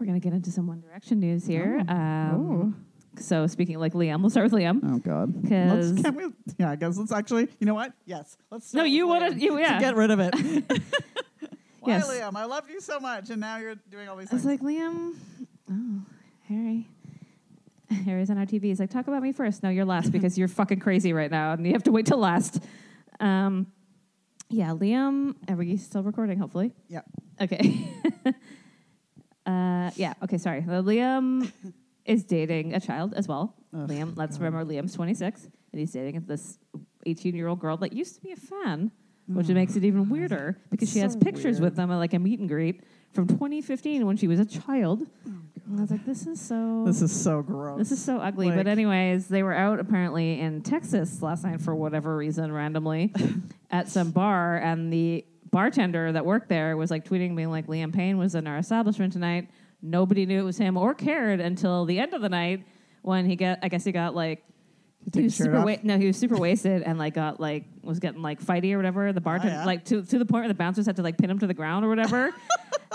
[SPEAKER 2] we're gonna get into some One Direction news here.
[SPEAKER 1] Oh.
[SPEAKER 2] Um, So speaking like Liam, we'll start with Liam.
[SPEAKER 1] Oh God!
[SPEAKER 2] 'Cause-
[SPEAKER 1] Let's- can we? Yeah, I guess let's actually. You know what? Yes, let's.
[SPEAKER 2] No,
[SPEAKER 1] start
[SPEAKER 2] you
[SPEAKER 1] with
[SPEAKER 2] want to,
[SPEAKER 1] Liam.
[SPEAKER 2] you yeah.
[SPEAKER 1] Get rid of
[SPEAKER 2] (laughs)
[SPEAKER 1] it. Why,
[SPEAKER 2] Yes.
[SPEAKER 1] Liam? I loved you so much, and now you're doing all these
[SPEAKER 2] I was
[SPEAKER 1] things.
[SPEAKER 2] like, Liam, oh, Harry. Harry's on our TV. He's like, talk about me first. No,
[SPEAKER 1] (laughs)
[SPEAKER 2] you're last because you're fucking crazy right now and you have to wait till last. Um, yeah, Liam, are we still recording, hopefully?
[SPEAKER 1] yeah.
[SPEAKER 2] Okay. (laughs) uh, yeah, okay, sorry. Uh,
[SPEAKER 1] (laughs)
[SPEAKER 2] Liam is dating a child as well.
[SPEAKER 1] Ugh,
[SPEAKER 2] Liam, let's remember Liam's 26 and he's dating this 18 year old girl that used to be a fan, which makes it even weirder because she has
[SPEAKER 1] Mm. so
[SPEAKER 2] pictures
[SPEAKER 1] weird.
[SPEAKER 2] with them at like a meet and greet from 2015 when she was a child. and I was like, this is so.
[SPEAKER 1] Oh, This is so gross.
[SPEAKER 2] This is so ugly.
[SPEAKER 1] Like-
[SPEAKER 2] but anyways, they were out apparently in Texas last night for whatever
[SPEAKER 1] (laughs)
[SPEAKER 2] reason, randomly, at some bar, and the bartender that worked there was like tweeting, being like, "Liam Payne was in our establishment tonight." Nobody knew it was him or cared until the end of the night when he got. I guess he got like.
[SPEAKER 1] take
[SPEAKER 2] He was
[SPEAKER 1] his shirt
[SPEAKER 2] super
[SPEAKER 1] off?
[SPEAKER 2] wa- no, he was super wasted and like got like was getting like fighty or whatever. The bartender
[SPEAKER 1] Oh, yeah.
[SPEAKER 2] like to to the point where the bouncers had to like pin him to the ground or
[SPEAKER 1] (laughs)
[SPEAKER 2] whatever.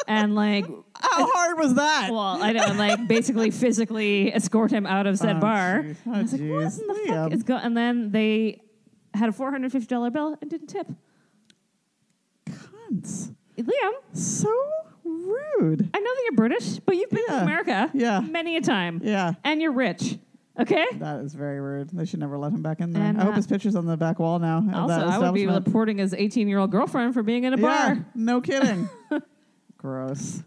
[SPEAKER 2] and like
[SPEAKER 1] How hard was that?
[SPEAKER 2] (laughs) well, I know, and like basically physically escort him out of said
[SPEAKER 1] Oh,
[SPEAKER 2] bar.
[SPEAKER 1] jeez.
[SPEAKER 2] And I was like,
[SPEAKER 1] Oh,
[SPEAKER 2] what
[SPEAKER 1] jeez.
[SPEAKER 2] in the fuck
[SPEAKER 1] Liam."
[SPEAKER 2] is going? And then they had a four hundred fifty dollar bill and didn't tip.
[SPEAKER 1] Cunts.
[SPEAKER 2] Liam,
[SPEAKER 1] So rude.
[SPEAKER 2] I know that you're British, but you've been to
[SPEAKER 1] Yeah.
[SPEAKER 2] America
[SPEAKER 1] Yeah.
[SPEAKER 2] many a time,
[SPEAKER 1] Yeah.
[SPEAKER 2] and you're rich. Okay.
[SPEAKER 1] That is very rude. They should never let him back in there.
[SPEAKER 2] And,
[SPEAKER 1] I hope
[SPEAKER 2] uh,
[SPEAKER 1] his picture's on the back wall now. of
[SPEAKER 2] Also,
[SPEAKER 1] that
[SPEAKER 2] I would be
[SPEAKER 1] establishment.
[SPEAKER 2] reporting his eighteen year old girlfriend for being in a
[SPEAKER 1] Yeah,
[SPEAKER 2] bar.
[SPEAKER 1] no kidding.
[SPEAKER 2] (laughs)
[SPEAKER 1] gross.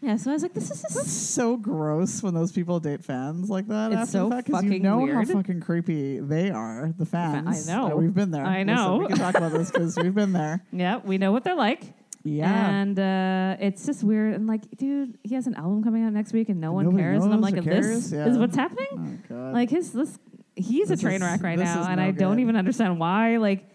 [SPEAKER 2] Yeah. So I was like, this is
[SPEAKER 1] That's
[SPEAKER 2] just.
[SPEAKER 1] so gross when those people date fans like that.
[SPEAKER 2] It's
[SPEAKER 1] after
[SPEAKER 2] so
[SPEAKER 1] the fact, 'cause you
[SPEAKER 2] fucking
[SPEAKER 1] know how
[SPEAKER 2] weird.
[SPEAKER 1] fucking creepy they are. The fans.
[SPEAKER 2] I know.
[SPEAKER 1] Uh, we've been there.
[SPEAKER 2] I
[SPEAKER 1] Listen,
[SPEAKER 2] know.
[SPEAKER 1] we can talk about this because we've been
[SPEAKER 2] (laughs)
[SPEAKER 1] there.
[SPEAKER 2] Yeah, we know what they're like.
[SPEAKER 1] Yeah.
[SPEAKER 2] And uh, it's just weird. And like, dude, he has an album coming out next week and no one
[SPEAKER 1] Nobody
[SPEAKER 2] cares. And I'm
[SPEAKER 1] knows
[SPEAKER 2] like,
[SPEAKER 1] or
[SPEAKER 2] this
[SPEAKER 1] cares? Yeah.
[SPEAKER 2] is what's happening?
[SPEAKER 1] oh god.
[SPEAKER 2] Like his this he's
[SPEAKER 1] This
[SPEAKER 2] a train
[SPEAKER 1] is-
[SPEAKER 2] wreck right
[SPEAKER 1] this
[SPEAKER 2] now,
[SPEAKER 1] is
[SPEAKER 2] and
[SPEAKER 1] no
[SPEAKER 2] I don't
[SPEAKER 1] good.
[SPEAKER 2] even understand why. Like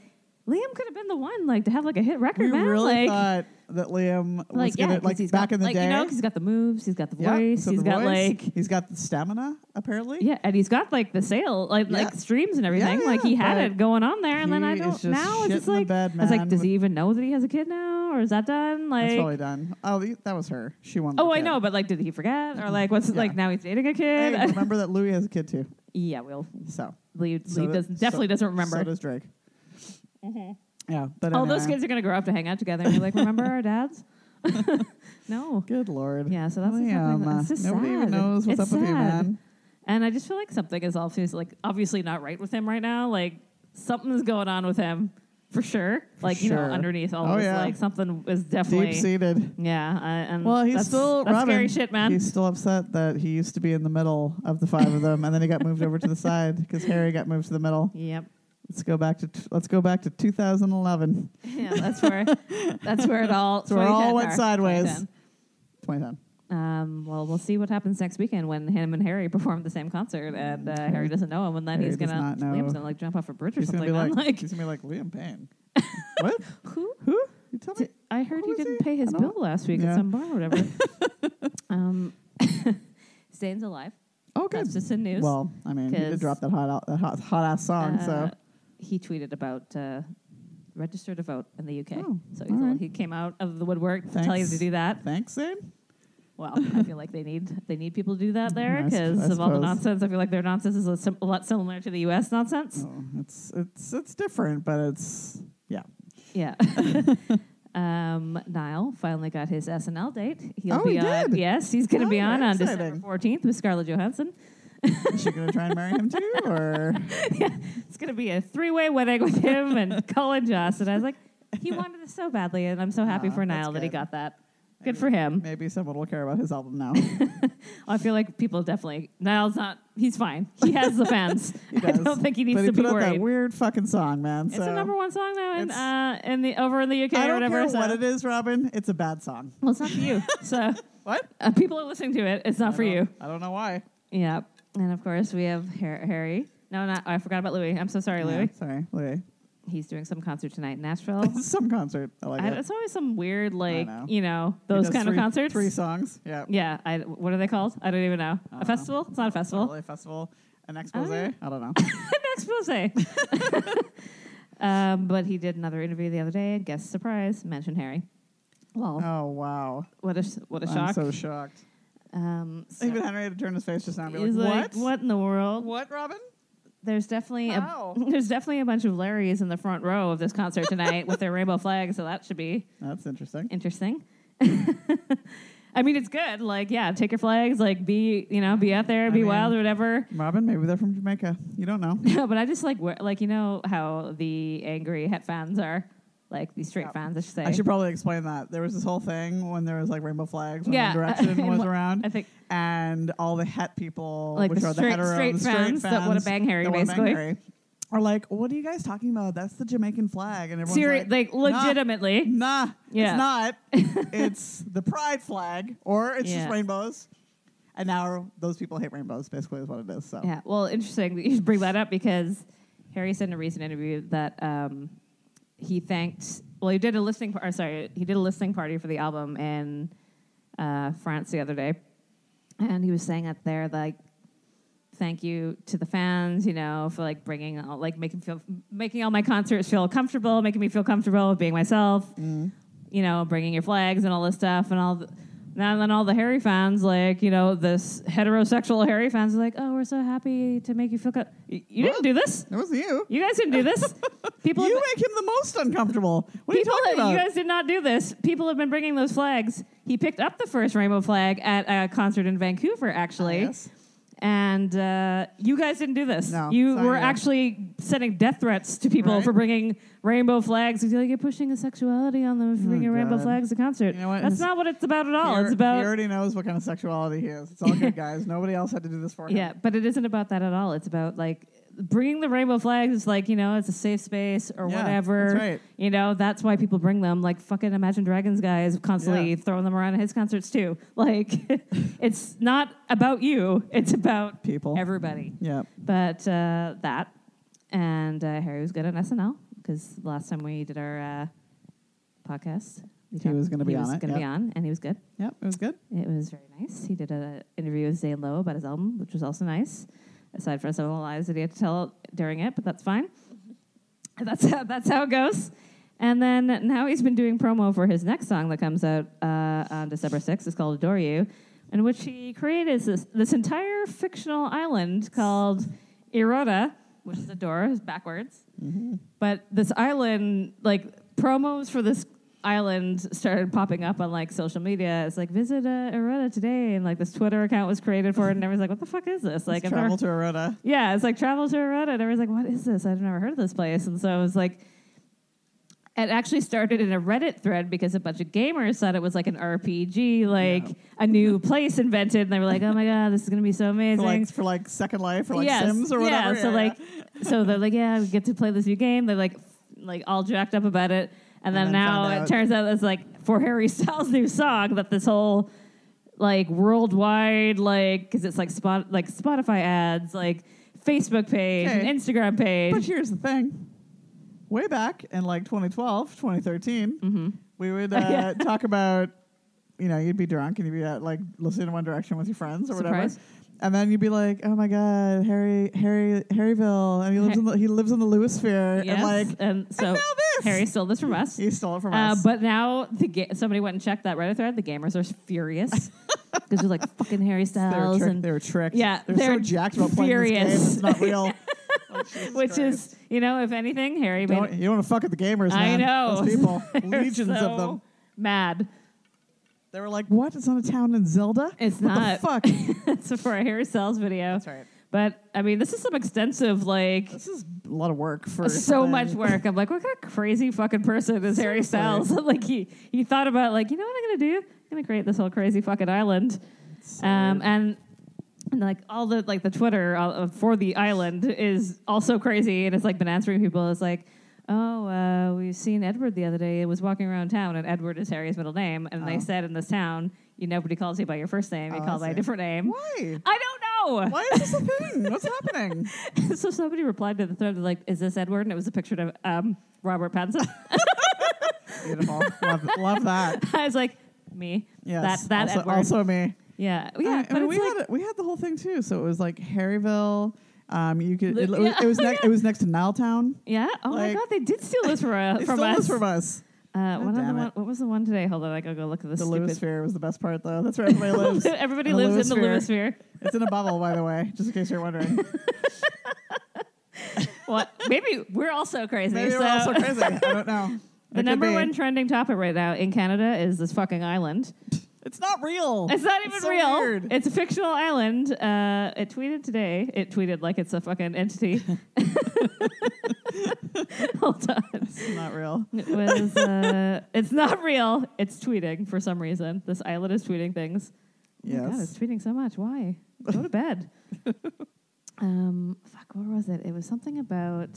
[SPEAKER 2] Liam could have been the one like to have like a hit record,
[SPEAKER 1] we
[SPEAKER 2] man.
[SPEAKER 1] really
[SPEAKER 2] like,
[SPEAKER 1] thought that Liam was
[SPEAKER 2] like yeah,
[SPEAKER 1] gonna
[SPEAKER 2] 'cause
[SPEAKER 1] like
[SPEAKER 2] he's
[SPEAKER 1] back
[SPEAKER 2] got,
[SPEAKER 1] in the
[SPEAKER 2] like,
[SPEAKER 1] day.
[SPEAKER 2] you know, 'cause he's got the moves, he's got the
[SPEAKER 1] Yeah,
[SPEAKER 2] voice,
[SPEAKER 1] so
[SPEAKER 2] he's
[SPEAKER 1] the
[SPEAKER 2] got
[SPEAKER 1] voice.
[SPEAKER 2] like
[SPEAKER 1] he's got the stamina apparently.
[SPEAKER 2] yeah, and he's got like the sale, like
[SPEAKER 1] Yeah.
[SPEAKER 2] like streams and everything.
[SPEAKER 1] Yeah,
[SPEAKER 2] like he
[SPEAKER 1] yeah,
[SPEAKER 2] had
[SPEAKER 1] but
[SPEAKER 2] it going on there, and then I
[SPEAKER 1] he is
[SPEAKER 2] don't
[SPEAKER 1] just
[SPEAKER 2] now
[SPEAKER 1] shit
[SPEAKER 2] it's just
[SPEAKER 1] in the
[SPEAKER 2] like
[SPEAKER 1] bed,
[SPEAKER 2] I was like,
[SPEAKER 1] man,
[SPEAKER 2] does
[SPEAKER 1] with-
[SPEAKER 2] he even know that he has a kid now, or is that
[SPEAKER 1] That's
[SPEAKER 2] done? Like.
[SPEAKER 1] probably done. Oh, the- that was her. She won. the
[SPEAKER 2] Oh, I
[SPEAKER 1] kid.
[SPEAKER 2] know, but like, did he forget, or like, what's
[SPEAKER 1] Yeah.
[SPEAKER 2] like now he's dating a kid? (laughs)
[SPEAKER 1] Hey, remember that Louis has a kid too.
[SPEAKER 2] yeah, well,
[SPEAKER 1] So,
[SPEAKER 2] Lee,
[SPEAKER 1] so
[SPEAKER 2] Lee
[SPEAKER 1] that-
[SPEAKER 2] doesn't, definitely
[SPEAKER 1] so-
[SPEAKER 2] doesn't remember.
[SPEAKER 1] So does Drake. Yeah, but
[SPEAKER 2] Mm-hmm. All those
[SPEAKER 1] anyway.
[SPEAKER 2] kids are going to grow up to hang out together and be like, remember our dads? (laughs) no.
[SPEAKER 1] Good lord.
[SPEAKER 2] Yeah, so that's the
[SPEAKER 1] Liam,
[SPEAKER 2] something that- it's just
[SPEAKER 1] nobody even
[SPEAKER 2] sad.
[SPEAKER 1] knows what's
[SPEAKER 2] It's
[SPEAKER 1] up with you,
[SPEAKER 2] sad.
[SPEAKER 1] man.
[SPEAKER 2] And I just feel like something is obviously like obviously not right with him right now. Like something's going on with him for sure. Like you know,
[SPEAKER 1] sure.
[SPEAKER 2] underneath all
[SPEAKER 1] Oh,
[SPEAKER 2] this,
[SPEAKER 1] yeah.
[SPEAKER 2] like something is definitely
[SPEAKER 1] Deep seated.
[SPEAKER 2] yeah. I, and
[SPEAKER 1] Well, he's
[SPEAKER 2] that's-
[SPEAKER 1] still
[SPEAKER 2] that's
[SPEAKER 1] Robin,
[SPEAKER 2] scary shit, man.
[SPEAKER 1] He's still upset that he used to be in the middle of the five of them, and then he got moved over
[SPEAKER 2] (laughs)
[SPEAKER 1] to the side because Harry got moved to the middle.
[SPEAKER 2] Yep. (laughs)
[SPEAKER 1] Let's go back to t- let's go back to 2011.
[SPEAKER 2] Yeah, that's where that's where
[SPEAKER 1] (laughs)
[SPEAKER 2] it all
[SPEAKER 1] So we're all
[SPEAKER 2] 2010
[SPEAKER 1] went
[SPEAKER 2] are.
[SPEAKER 1] sideways.
[SPEAKER 2] 2010.
[SPEAKER 1] 2010.
[SPEAKER 2] Um, well, we'll see what happens next weekend when him and Harry (laughs) perform the same concert, and uh, Harry doesn't know him, and then
[SPEAKER 1] Harry
[SPEAKER 2] he's
[SPEAKER 1] does
[SPEAKER 2] gonna
[SPEAKER 1] not know.
[SPEAKER 2] Liam's gonna like jump off a bridge or
[SPEAKER 1] He's gonna
[SPEAKER 2] something.
[SPEAKER 1] be like,
[SPEAKER 2] man. Like,
[SPEAKER 1] he's gonna be like Liam
[SPEAKER 2] (laughs)
[SPEAKER 1] Payne. what?
[SPEAKER 2] who?
[SPEAKER 1] Who? You tell me.
[SPEAKER 2] Di- I heard
[SPEAKER 1] Who
[SPEAKER 2] he
[SPEAKER 1] was
[SPEAKER 2] didn't
[SPEAKER 1] he?
[SPEAKER 2] pay
[SPEAKER 1] I
[SPEAKER 2] his
[SPEAKER 1] don't-
[SPEAKER 2] bill last week
[SPEAKER 1] Yeah.
[SPEAKER 2] at some bar or whatever.
[SPEAKER 1] (laughs)
[SPEAKER 2] um, (laughs) Zane's alive.
[SPEAKER 1] Oh, good.
[SPEAKER 2] That's just the news.
[SPEAKER 1] Well, I mean, he did
[SPEAKER 2] 'Cause,
[SPEAKER 1] drop that hot out, that hot, hot ass song.
[SPEAKER 2] Uh,
[SPEAKER 1] so
[SPEAKER 2] he tweeted about uh, register to vote in the UK.
[SPEAKER 1] Oh,
[SPEAKER 2] so he's
[SPEAKER 1] all
[SPEAKER 2] the one
[SPEAKER 1] right.
[SPEAKER 2] who came out of the woodwork to tell you to
[SPEAKER 1] Thanks.
[SPEAKER 2] do that.
[SPEAKER 1] thanks, Zane.
[SPEAKER 2] Well, I feel like they need they need people to do that there
[SPEAKER 1] I s-
[SPEAKER 2] because
[SPEAKER 1] I
[SPEAKER 2] of all the
[SPEAKER 1] suppose.
[SPEAKER 2] nonsense. I feel like their nonsense is a, sim- a lot similar to the U.S. nonsense.
[SPEAKER 1] Oh, it's it's it's different, but it's yeah. (laughs)
[SPEAKER 2] Yeah. um, Niall finally got his SNL date. He'll
[SPEAKER 1] Oh,
[SPEAKER 2] be
[SPEAKER 1] he
[SPEAKER 2] on.
[SPEAKER 1] did?
[SPEAKER 2] Yes, he's going to be
[SPEAKER 1] Oh,
[SPEAKER 2] on on December
[SPEAKER 1] exciting.
[SPEAKER 2] 14th with Scarlett Johansson.
[SPEAKER 1] Is she gonna try and marry him too, or
[SPEAKER 2] It's going to be a three way wedding with him
[SPEAKER 1] (laughs)
[SPEAKER 2] and Colin Joss. And I was like, he wanted this so badly, and I'm so happy
[SPEAKER 1] Aw,
[SPEAKER 2] for
[SPEAKER 1] Oh, that's
[SPEAKER 2] Niall that he
[SPEAKER 1] good.
[SPEAKER 2] got that. Good for him.
[SPEAKER 1] maybe someone will care about his album
[SPEAKER 2] (laughs)
[SPEAKER 1] now?
[SPEAKER 2] I feel like people definitely Niall's not. He's fine. He has the fans.
[SPEAKER 1] (laughs) He
[SPEAKER 2] I
[SPEAKER 1] does.
[SPEAKER 2] don't think he needs
[SPEAKER 1] but he
[SPEAKER 2] to
[SPEAKER 1] put
[SPEAKER 2] be
[SPEAKER 1] out
[SPEAKER 2] worried.
[SPEAKER 1] that weird fucking song, man.
[SPEAKER 2] It's
[SPEAKER 1] so
[SPEAKER 2] a number one song though, in,
[SPEAKER 1] It's-
[SPEAKER 2] uh, in the over in the UK
[SPEAKER 1] I
[SPEAKER 2] or
[SPEAKER 1] don't
[SPEAKER 2] whatever.
[SPEAKER 1] care
[SPEAKER 2] so.
[SPEAKER 1] what it is, Robin. It's a bad song.
[SPEAKER 2] Well, it's not
[SPEAKER 1] (laughs)
[SPEAKER 2] for you. so
[SPEAKER 1] What?
[SPEAKER 2] uh, people are listening to it. It's not for you.
[SPEAKER 1] I don't know why.
[SPEAKER 2] Yeah. And of course we have Har- Harry. No, not I forgot about Louis. I'm so sorry, Louis.
[SPEAKER 1] Yeah, sorry, Louis. (laughs)
[SPEAKER 2] He's doing some concert tonight in Nashville.
[SPEAKER 1] This is some concert. (laughs) I like
[SPEAKER 2] I,
[SPEAKER 1] it.
[SPEAKER 2] it's always some weird, like
[SPEAKER 1] know.
[SPEAKER 2] you know,
[SPEAKER 1] He
[SPEAKER 2] those
[SPEAKER 1] does
[SPEAKER 2] kind
[SPEAKER 1] three-
[SPEAKER 2] of concerts.
[SPEAKER 1] Three songs. Yeah.
[SPEAKER 2] Yeah. I, what are they called? I don't even know.
[SPEAKER 1] don't
[SPEAKER 2] a
[SPEAKER 1] know.
[SPEAKER 2] festival? It's not a festival.
[SPEAKER 1] LA Festival. An
[SPEAKER 2] don't
[SPEAKER 1] expose.
[SPEAKER 2] know.
[SPEAKER 1] I don't know.
[SPEAKER 2] An expose. (laughs) um, but he did another interview the other day and guess surprise mentioned Harry. Lol.
[SPEAKER 1] (laughs) oh wow.
[SPEAKER 2] what a s- what a
[SPEAKER 1] I'm
[SPEAKER 2] shock.
[SPEAKER 1] so shocked.
[SPEAKER 2] um, so-
[SPEAKER 1] Even Henry had to turn his face just now and be
[SPEAKER 2] He's
[SPEAKER 1] like,
[SPEAKER 2] like, what in the
[SPEAKER 1] what?
[SPEAKER 2] world?
[SPEAKER 1] What, Robin?
[SPEAKER 2] There's definitely
[SPEAKER 1] How?
[SPEAKER 2] a (laughs) there's definitely a bunch of Larrys in the front row of this concert tonight with their rainbow flag, so that should be
[SPEAKER 1] That's interesting.
[SPEAKER 2] interesting. (laughs) I mean, it's good. Like, yeah, take your flags. Like, be you know, be out there,
[SPEAKER 1] I
[SPEAKER 2] be
[SPEAKER 1] mean-
[SPEAKER 2] wild or whatever. (laughs)
[SPEAKER 1] Robin, maybe they're from Jamaica. You don't know.
[SPEAKER 2] No, but I just like where, like you know how the angry het fans are, like the straight
[SPEAKER 1] Yeah.
[SPEAKER 2] fans. I should say.
[SPEAKER 1] I should probably explain that. There was this whole thing when there was like rainbow flags when
[SPEAKER 2] Yeah.
[SPEAKER 1] One
[SPEAKER 2] (laughs)
[SPEAKER 1] Direction
[SPEAKER 2] And
[SPEAKER 1] was
[SPEAKER 2] what-
[SPEAKER 1] around.
[SPEAKER 2] I think
[SPEAKER 1] and all the het people,
[SPEAKER 2] Like
[SPEAKER 1] which
[SPEAKER 2] the
[SPEAKER 1] are
[SPEAKER 2] straight-
[SPEAKER 1] the hetero,
[SPEAKER 2] straight
[SPEAKER 1] the
[SPEAKER 2] fans that wanna
[SPEAKER 1] fans
[SPEAKER 2] bang Harry,
[SPEAKER 1] that wanna
[SPEAKER 2] basically.
[SPEAKER 1] Harry, are like, what are you guys talking about? That's the Jamaican flag, and everyone's
[SPEAKER 2] seri-
[SPEAKER 1] like,
[SPEAKER 2] like legitimately.
[SPEAKER 1] nah, nah,
[SPEAKER 2] Yeah. (laughs)
[SPEAKER 1] it's not. it's the pride flag, or it's
[SPEAKER 2] Yeah.
[SPEAKER 1] just rainbows. And now those people hate rainbows. Basically, is what it is. So
[SPEAKER 2] Yeah, well, interesting that you should bring that up because Harry said in a recent interview that um, he thanked. Well, he did a listening. Par- or sorry, he did a listening party for the album in uh, France the other day, and he was saying up there like, "Thank you to the fans, you know, for like bringing, all, like making feel, making all my concerts feel comfortable, making me feel comfortable with being myself,
[SPEAKER 1] Mm-hmm.
[SPEAKER 2] you know, bringing your flags and all this stuff and all." The, now and then all the Harry fans, like, you know, this heterosexual Harry fans are like, oh, we're so happy to make you feel good. You didn't
[SPEAKER 1] What?
[SPEAKER 2] do this.
[SPEAKER 1] it was you.
[SPEAKER 2] You guys didn't
[SPEAKER 1] (laughs)
[SPEAKER 2] do this. People,
[SPEAKER 1] You
[SPEAKER 2] have,
[SPEAKER 1] make him the most uncomfortable. What are you
[SPEAKER 2] people
[SPEAKER 1] talking
[SPEAKER 2] that-
[SPEAKER 1] about?
[SPEAKER 2] you guys did not do this. People have been bringing those flags. He picked up the first rainbow flag at a concert in Vancouver, actually.
[SPEAKER 1] Oh, Yes.
[SPEAKER 2] And uh, you guys didn't do this.
[SPEAKER 1] No,
[SPEAKER 2] you
[SPEAKER 1] sorry,
[SPEAKER 2] were
[SPEAKER 1] yeah.
[SPEAKER 2] actually sending death threats to people
[SPEAKER 1] Right.
[SPEAKER 2] for bringing rainbow flags. You feel like you're pushing a sexuality on them for bringing rainbow
[SPEAKER 1] Oh, God.
[SPEAKER 2] flags to concert.
[SPEAKER 1] You know what?
[SPEAKER 2] That's
[SPEAKER 1] It's-
[SPEAKER 2] not what it's about at all.
[SPEAKER 1] He al-
[SPEAKER 2] it's about
[SPEAKER 1] he already knows what kind of sexuality he is. It's all
[SPEAKER 2] (laughs)
[SPEAKER 1] good, guys. Nobody else had to do this for him.
[SPEAKER 2] Yeah, but it isn't about that at all. It's about like bringing the rainbow flags. It's like you know, it's a safe space or
[SPEAKER 1] Yeah,
[SPEAKER 2] whatever.
[SPEAKER 1] that's right.
[SPEAKER 2] You know, that's why people bring them. Like fucking Imagine Dragons guy is constantly
[SPEAKER 1] Yeah.
[SPEAKER 2] throwing them around at his concerts too. (laughs) Like, it's not about you. It's about
[SPEAKER 1] People.
[SPEAKER 2] everybody.
[SPEAKER 1] Yeah.
[SPEAKER 2] But uh, that and uh, Harry was good on SNL because last time we did our uh, podcast, we
[SPEAKER 1] He
[SPEAKER 2] talked-
[SPEAKER 1] was gonna be
[SPEAKER 2] he
[SPEAKER 1] on
[SPEAKER 2] was
[SPEAKER 1] it,
[SPEAKER 2] Going to be
[SPEAKER 1] yep.
[SPEAKER 2] on, and he was good.
[SPEAKER 1] Yep. It was good.
[SPEAKER 2] It was very nice. He did an interview with Zane Lowe about his album, which was also nice. Aside from some of the lies that he had to tell during it, but that's fine. That's how, that's how it goes. And then now he's been doing promo for his next song that comes out uh, on December 6th. It's called Adore You, in which he created this, this entire fictional island called Erota, which is a door, is backwards.
[SPEAKER 1] Mm-hmm.
[SPEAKER 2] But this island, like promos for this island started popping up on like social media. It's like visit uh, Areta today, and like this Twitter account was created for it, and everyone's like, "What the fuck is this?" Like,
[SPEAKER 1] Let's
[SPEAKER 2] I've
[SPEAKER 1] travel
[SPEAKER 2] never-
[SPEAKER 1] to Arota.
[SPEAKER 2] yeah, it's like travel to Areta, and everyone's like, "What is this? I've never heard of this place." And so I was like. It actually started in a Reddit thread because a bunch of gamers thought it was like an RPG, like a new place invented, and they were like, "Oh my god, this is gonna be so
[SPEAKER 1] For
[SPEAKER 2] amazing!"
[SPEAKER 1] like, for like Second Life or like
[SPEAKER 2] Yes,
[SPEAKER 1] Sims or whatever.
[SPEAKER 2] Yeah, so
[SPEAKER 1] yeah, (laughs)
[SPEAKER 2] like, so they're like, yeah, we get to play this new game. They're like, f- like all jacked up about it, and,
[SPEAKER 1] then
[SPEAKER 2] then, now
[SPEAKER 1] found
[SPEAKER 2] it
[SPEAKER 1] out-
[SPEAKER 2] turns out it's like for Harry (laughs) Styles' new song that this whole like worldwide like because it's like spot like Spotify ads, like Facebook page,
[SPEAKER 1] Okay.
[SPEAKER 2] and Instagram page.
[SPEAKER 1] But here's the thing. Way back in like 2012, 2013, we
[SPEAKER 2] (laughs)
[SPEAKER 1] would uh,
[SPEAKER 2] Mm-hmm. Yeah.
[SPEAKER 1] talk about, you know, you'd be drunk and you'd be out like listening to One Direction with your friends or whatever.
[SPEAKER 2] Surprise.
[SPEAKER 1] And then you'd be like, "Oh my God, Harry, Harry, Harryville," and he lives in the he lives in the Lewisphere,
[SPEAKER 2] Yes,
[SPEAKER 1] and like
[SPEAKER 2] and
[SPEAKER 1] know
[SPEAKER 2] so
[SPEAKER 1] this!
[SPEAKER 2] Harry stole this from us.
[SPEAKER 1] he stole it from
[SPEAKER 2] Uh,
[SPEAKER 1] us.
[SPEAKER 2] but now the ga- somebody went and checked that Reddit thread. The gamers are
[SPEAKER 1] (laughs)
[SPEAKER 2] furious because they're like fucking Harry
[SPEAKER 1] they were,
[SPEAKER 2] Styles
[SPEAKER 1] trick-
[SPEAKER 2] and
[SPEAKER 1] they were tricked.
[SPEAKER 2] Yeah,
[SPEAKER 1] they're,
[SPEAKER 2] they're
[SPEAKER 1] so jacked about playing this game.
[SPEAKER 2] furious.
[SPEAKER 1] It's not
[SPEAKER 2] (laughs)
[SPEAKER 1] real. Oh, Jesus
[SPEAKER 2] which
[SPEAKER 1] Christ.
[SPEAKER 2] is you know if anything harry made,
[SPEAKER 1] Don't, you don't want to fuck with the gamers,
[SPEAKER 2] i
[SPEAKER 1] man.
[SPEAKER 2] know
[SPEAKER 1] Those people,
[SPEAKER 2] (laughs) They're
[SPEAKER 1] legions
[SPEAKER 2] so
[SPEAKER 1] of them.
[SPEAKER 2] mad (laughs)
[SPEAKER 1] They were like, "What? It's not a town in Zelda?
[SPEAKER 2] It's
[SPEAKER 1] what
[SPEAKER 2] not. (laughs)
[SPEAKER 1] The fuck?
[SPEAKER 2] it's for a harry styles video
[SPEAKER 1] That's right.
[SPEAKER 2] but i mean this is some extensive like
[SPEAKER 1] This is a lot of work for
[SPEAKER 2] (laughs) so
[SPEAKER 1] something.
[SPEAKER 2] much work i'm like what kind of crazy fucking person is harry styles (laughs) like he he thought about like you know what i'm gonna do i'm gonna create this whole crazy fucking island
[SPEAKER 1] It's so
[SPEAKER 2] um,
[SPEAKER 1] weird.
[SPEAKER 2] and and like all the like the Twitter uh, uh, for the island is also crazy, and it's like been answering people. It's like, oh, uh, we've seen Edward the other day. It was walking around town, and Edward is Harry's middle name, and
[SPEAKER 1] Oh.
[SPEAKER 2] they said in this town, you nobody calls you by your first name, you
[SPEAKER 1] Oh, I
[SPEAKER 2] call by a
[SPEAKER 1] see.
[SPEAKER 2] different name.
[SPEAKER 1] Why?
[SPEAKER 2] I don't know.
[SPEAKER 1] Why is this a thing? What's happening?
[SPEAKER 2] (laughs) so somebody replied to the thread like, is this Edward? And it was a picture of um, Robert Pattinson.
[SPEAKER 1] Beautiful. Love, love that.
[SPEAKER 2] (laughs) I was like, me.
[SPEAKER 1] Yes.
[SPEAKER 2] That that
[SPEAKER 1] also,
[SPEAKER 2] Edward.
[SPEAKER 1] also me.
[SPEAKER 2] yeah, yeah.
[SPEAKER 1] I- I,
[SPEAKER 2] but
[SPEAKER 1] mean,
[SPEAKER 2] it's
[SPEAKER 1] we
[SPEAKER 2] like,
[SPEAKER 1] had we had the whole thing too. So it was like Harryville. Um, you could. It,
[SPEAKER 2] Lu-
[SPEAKER 1] was-
[SPEAKER 2] yeah.
[SPEAKER 1] it was next. It was next to Niletown.
[SPEAKER 2] yeah. Oh my
[SPEAKER 1] like-
[SPEAKER 2] god, they did steal
[SPEAKER 1] (laughs)
[SPEAKER 2] this from, uh,
[SPEAKER 1] They
[SPEAKER 2] from
[SPEAKER 1] stole
[SPEAKER 2] us.
[SPEAKER 1] this from us.
[SPEAKER 2] Uh,
[SPEAKER 1] God
[SPEAKER 2] one of the
[SPEAKER 1] damn it.
[SPEAKER 2] one, what was the one today? Hold on, I gotta go look at this
[SPEAKER 1] The
[SPEAKER 2] (laughs) stupid.
[SPEAKER 1] Lewisphere was the best part, though. That's where
[SPEAKER 2] (laughs)
[SPEAKER 1] everybody lives.
[SPEAKER 2] Everybody
[SPEAKER 1] In the
[SPEAKER 2] lives in the
[SPEAKER 1] Lewis
[SPEAKER 2] Lewisphere.
[SPEAKER 1] it's in a bubble, by the way, just in case you're
[SPEAKER 2] (laughs)
[SPEAKER 1] wondering. (laughs)
[SPEAKER 2] What? Maybe we're also crazy.
[SPEAKER 1] Maybe
[SPEAKER 2] so
[SPEAKER 1] we're also crazy. I don't
[SPEAKER 2] (laughs)
[SPEAKER 1] know. It
[SPEAKER 2] the
[SPEAKER 1] could
[SPEAKER 2] number
[SPEAKER 1] be.
[SPEAKER 2] one trending topic right now in Canada is this fucking island.
[SPEAKER 1] It's not
[SPEAKER 2] (laughs)
[SPEAKER 1] real.
[SPEAKER 2] It's not even
[SPEAKER 1] so
[SPEAKER 2] real.
[SPEAKER 1] weird.
[SPEAKER 2] It's a fictional island. Uh, it tweeted today. It tweeted like it's a
[SPEAKER 1] (laughs)
[SPEAKER 2] fucking entity. (laughs) Hold on.
[SPEAKER 1] It's not real.
[SPEAKER 2] It was. Uh, it's not real. It's tweeting for some reason. This island is tweeting things. Oh my God, it's
[SPEAKER 1] Yes.
[SPEAKER 2] tweeting so much. Why? Go
[SPEAKER 1] (laughs)
[SPEAKER 2] to bed. um, fuck, what was it? It was something about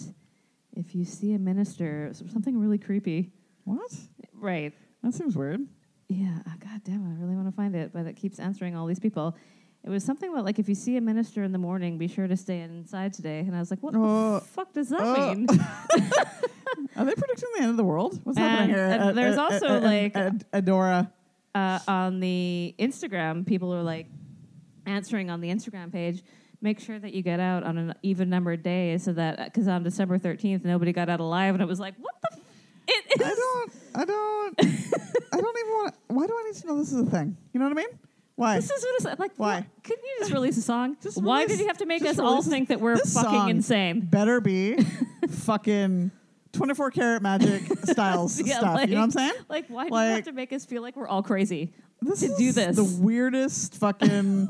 [SPEAKER 2] if you see a minister, s- something really creepy.
[SPEAKER 1] What?
[SPEAKER 2] Right.
[SPEAKER 1] That seems weird.
[SPEAKER 2] Yeah. Oh, God damn it. I really want to find it, but it keeps answering all these people. It was something about like if you see a minister in the morning, be sure to stay inside today. And I was like, what
[SPEAKER 1] Oh.
[SPEAKER 2] the fuck does that
[SPEAKER 1] Oh.
[SPEAKER 2] mean?
[SPEAKER 1] Are they predicting the end of the world? What's happening here?
[SPEAKER 2] And, uh,
[SPEAKER 1] At-
[SPEAKER 2] there's
[SPEAKER 1] at-
[SPEAKER 2] also,
[SPEAKER 1] at-
[SPEAKER 2] like-
[SPEAKER 1] at Adora.
[SPEAKER 2] uh, on the Instagram, people are like answering on the Instagram page. Make sure that you get out on an even numbered day so that because on December thirteenth nobody got out alive, and it was like, what the? F- (laughs) it
[SPEAKER 1] I
[SPEAKER 2] is.
[SPEAKER 1] don't. I don't.
[SPEAKER 2] (laughs)
[SPEAKER 1] I don't even want. Why do I need to know this is a thing? You know what I mean? Why?
[SPEAKER 2] This is what it's like.
[SPEAKER 1] Why?
[SPEAKER 2] Why? Couldn't you just release a song?
[SPEAKER 1] (laughs) Just
[SPEAKER 2] Why
[SPEAKER 1] release-
[SPEAKER 2] did you have to make
[SPEAKER 1] just
[SPEAKER 2] us all
[SPEAKER 1] release this-
[SPEAKER 2] think that we're
[SPEAKER 1] this
[SPEAKER 2] fucking
[SPEAKER 1] song.
[SPEAKER 2] insane?
[SPEAKER 1] Better
[SPEAKER 2] (laughs)
[SPEAKER 1] be fucking 24 karat magic styles
[SPEAKER 2] Yeah,
[SPEAKER 1] stuff. you know what I'm
[SPEAKER 2] like-
[SPEAKER 1] saying?
[SPEAKER 2] Like, why do you have
[SPEAKER 1] Like-
[SPEAKER 2] to make us feel like we're all crazy? (laughs)
[SPEAKER 1] This
[SPEAKER 2] to
[SPEAKER 1] is
[SPEAKER 2] do this.
[SPEAKER 1] the weirdest
[SPEAKER 2] (laughs)
[SPEAKER 1] fucking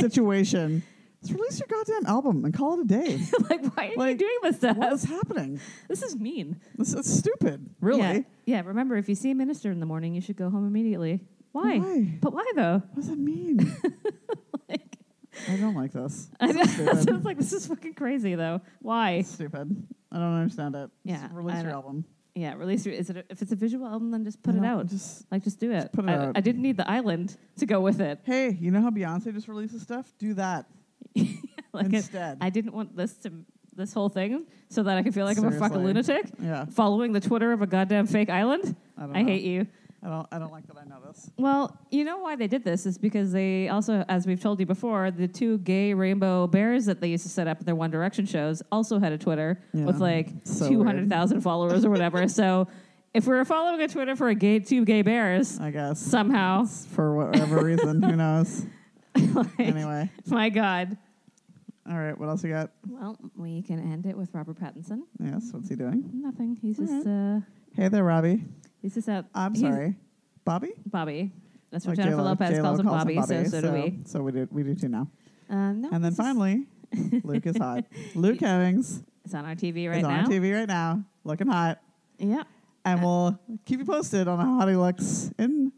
[SPEAKER 1] situation. Just release your goddamn album and call it a
[SPEAKER 2] (laughs)
[SPEAKER 1] day.
[SPEAKER 2] like, why are
[SPEAKER 1] Like,
[SPEAKER 2] you doing this to
[SPEAKER 1] what
[SPEAKER 2] us?
[SPEAKER 1] is happening?
[SPEAKER 2] This is mean.
[SPEAKER 1] This is stupid. Really?
[SPEAKER 2] Yeah. yeah. Remember, if you see a minister in the morning, you should go home immediately.
[SPEAKER 1] Why?
[SPEAKER 2] But why though?
[SPEAKER 1] What does that mean?
[SPEAKER 2] (laughs) Like,
[SPEAKER 1] I don't like this.
[SPEAKER 2] (laughs) I know.
[SPEAKER 1] This is
[SPEAKER 2] so
[SPEAKER 1] stupid.
[SPEAKER 2] it's like this is fucking crazy though. Why?
[SPEAKER 1] It's stupid. I don't understand it. Just
[SPEAKER 2] Yeah,
[SPEAKER 1] release
[SPEAKER 2] I
[SPEAKER 1] your
[SPEAKER 2] don't-
[SPEAKER 1] album.
[SPEAKER 2] Yeah, release your, is it a, if it's a visual album then just put it
[SPEAKER 1] No,
[SPEAKER 2] out.
[SPEAKER 1] Just
[SPEAKER 2] like just do it.
[SPEAKER 1] put it
[SPEAKER 2] I,
[SPEAKER 1] out.
[SPEAKER 2] I didn't need the island to go with it. (laughs)
[SPEAKER 1] hey, you know how Beyonce just releases stuff? Do that
[SPEAKER 2] Like it,
[SPEAKER 1] instead.
[SPEAKER 2] I didn't want this to this whole thing so that I could feel like I'm a fucking
[SPEAKER 1] Seriously.
[SPEAKER 2] lunatic
[SPEAKER 1] yeah,
[SPEAKER 2] following the Twitter of a goddamn fake island.
[SPEAKER 1] I don't.
[SPEAKER 2] I
[SPEAKER 1] know.
[SPEAKER 2] hate you.
[SPEAKER 1] I don't. I don't like that. I know this.
[SPEAKER 2] Well, you know why they did this is because they also, as we've told you before, the two gay rainbow bears that they used to set up in their One Direction shows also had a Twitter
[SPEAKER 1] Yeah.
[SPEAKER 2] with like
[SPEAKER 1] So
[SPEAKER 2] two hundred thousand followers
[SPEAKER 1] (laughs)
[SPEAKER 2] or whatever. so, if we were following a Twitter for a gay two gay bears,
[SPEAKER 1] I
[SPEAKER 2] (laughs)
[SPEAKER 1] guess
[SPEAKER 2] somehow, (laughs)
[SPEAKER 1] for whatever reason, who knows?
[SPEAKER 2] like,
[SPEAKER 1] Anyway,
[SPEAKER 2] my God,
[SPEAKER 1] All right, what else you got?
[SPEAKER 2] Well, we can end it with Robert Pattinson.
[SPEAKER 1] Yes, what's he doing?
[SPEAKER 2] Nothing. He's
[SPEAKER 1] All
[SPEAKER 2] just uh,
[SPEAKER 1] Hey there, Robbie.
[SPEAKER 2] he's just out.
[SPEAKER 1] I'm
[SPEAKER 2] he's-
[SPEAKER 1] sorry, Bobby.
[SPEAKER 2] Bobby. That's what
[SPEAKER 1] Like
[SPEAKER 2] Jennifer
[SPEAKER 1] J-Lo-
[SPEAKER 2] Lopez
[SPEAKER 1] J-Lo
[SPEAKER 2] calls him Bobby, So, so do
[SPEAKER 1] so
[SPEAKER 2] we.
[SPEAKER 1] so we do we do too now.
[SPEAKER 2] Um, no,
[SPEAKER 1] and then
[SPEAKER 2] it's just- (laughs)
[SPEAKER 1] finally, Luke is hot. Luke Hemmings
[SPEAKER 2] it's on our TV right
[SPEAKER 1] is on
[SPEAKER 2] now.
[SPEAKER 1] TV right now, looking hot,
[SPEAKER 2] Yeah.
[SPEAKER 1] and we'll keep you posted on how hot he looks in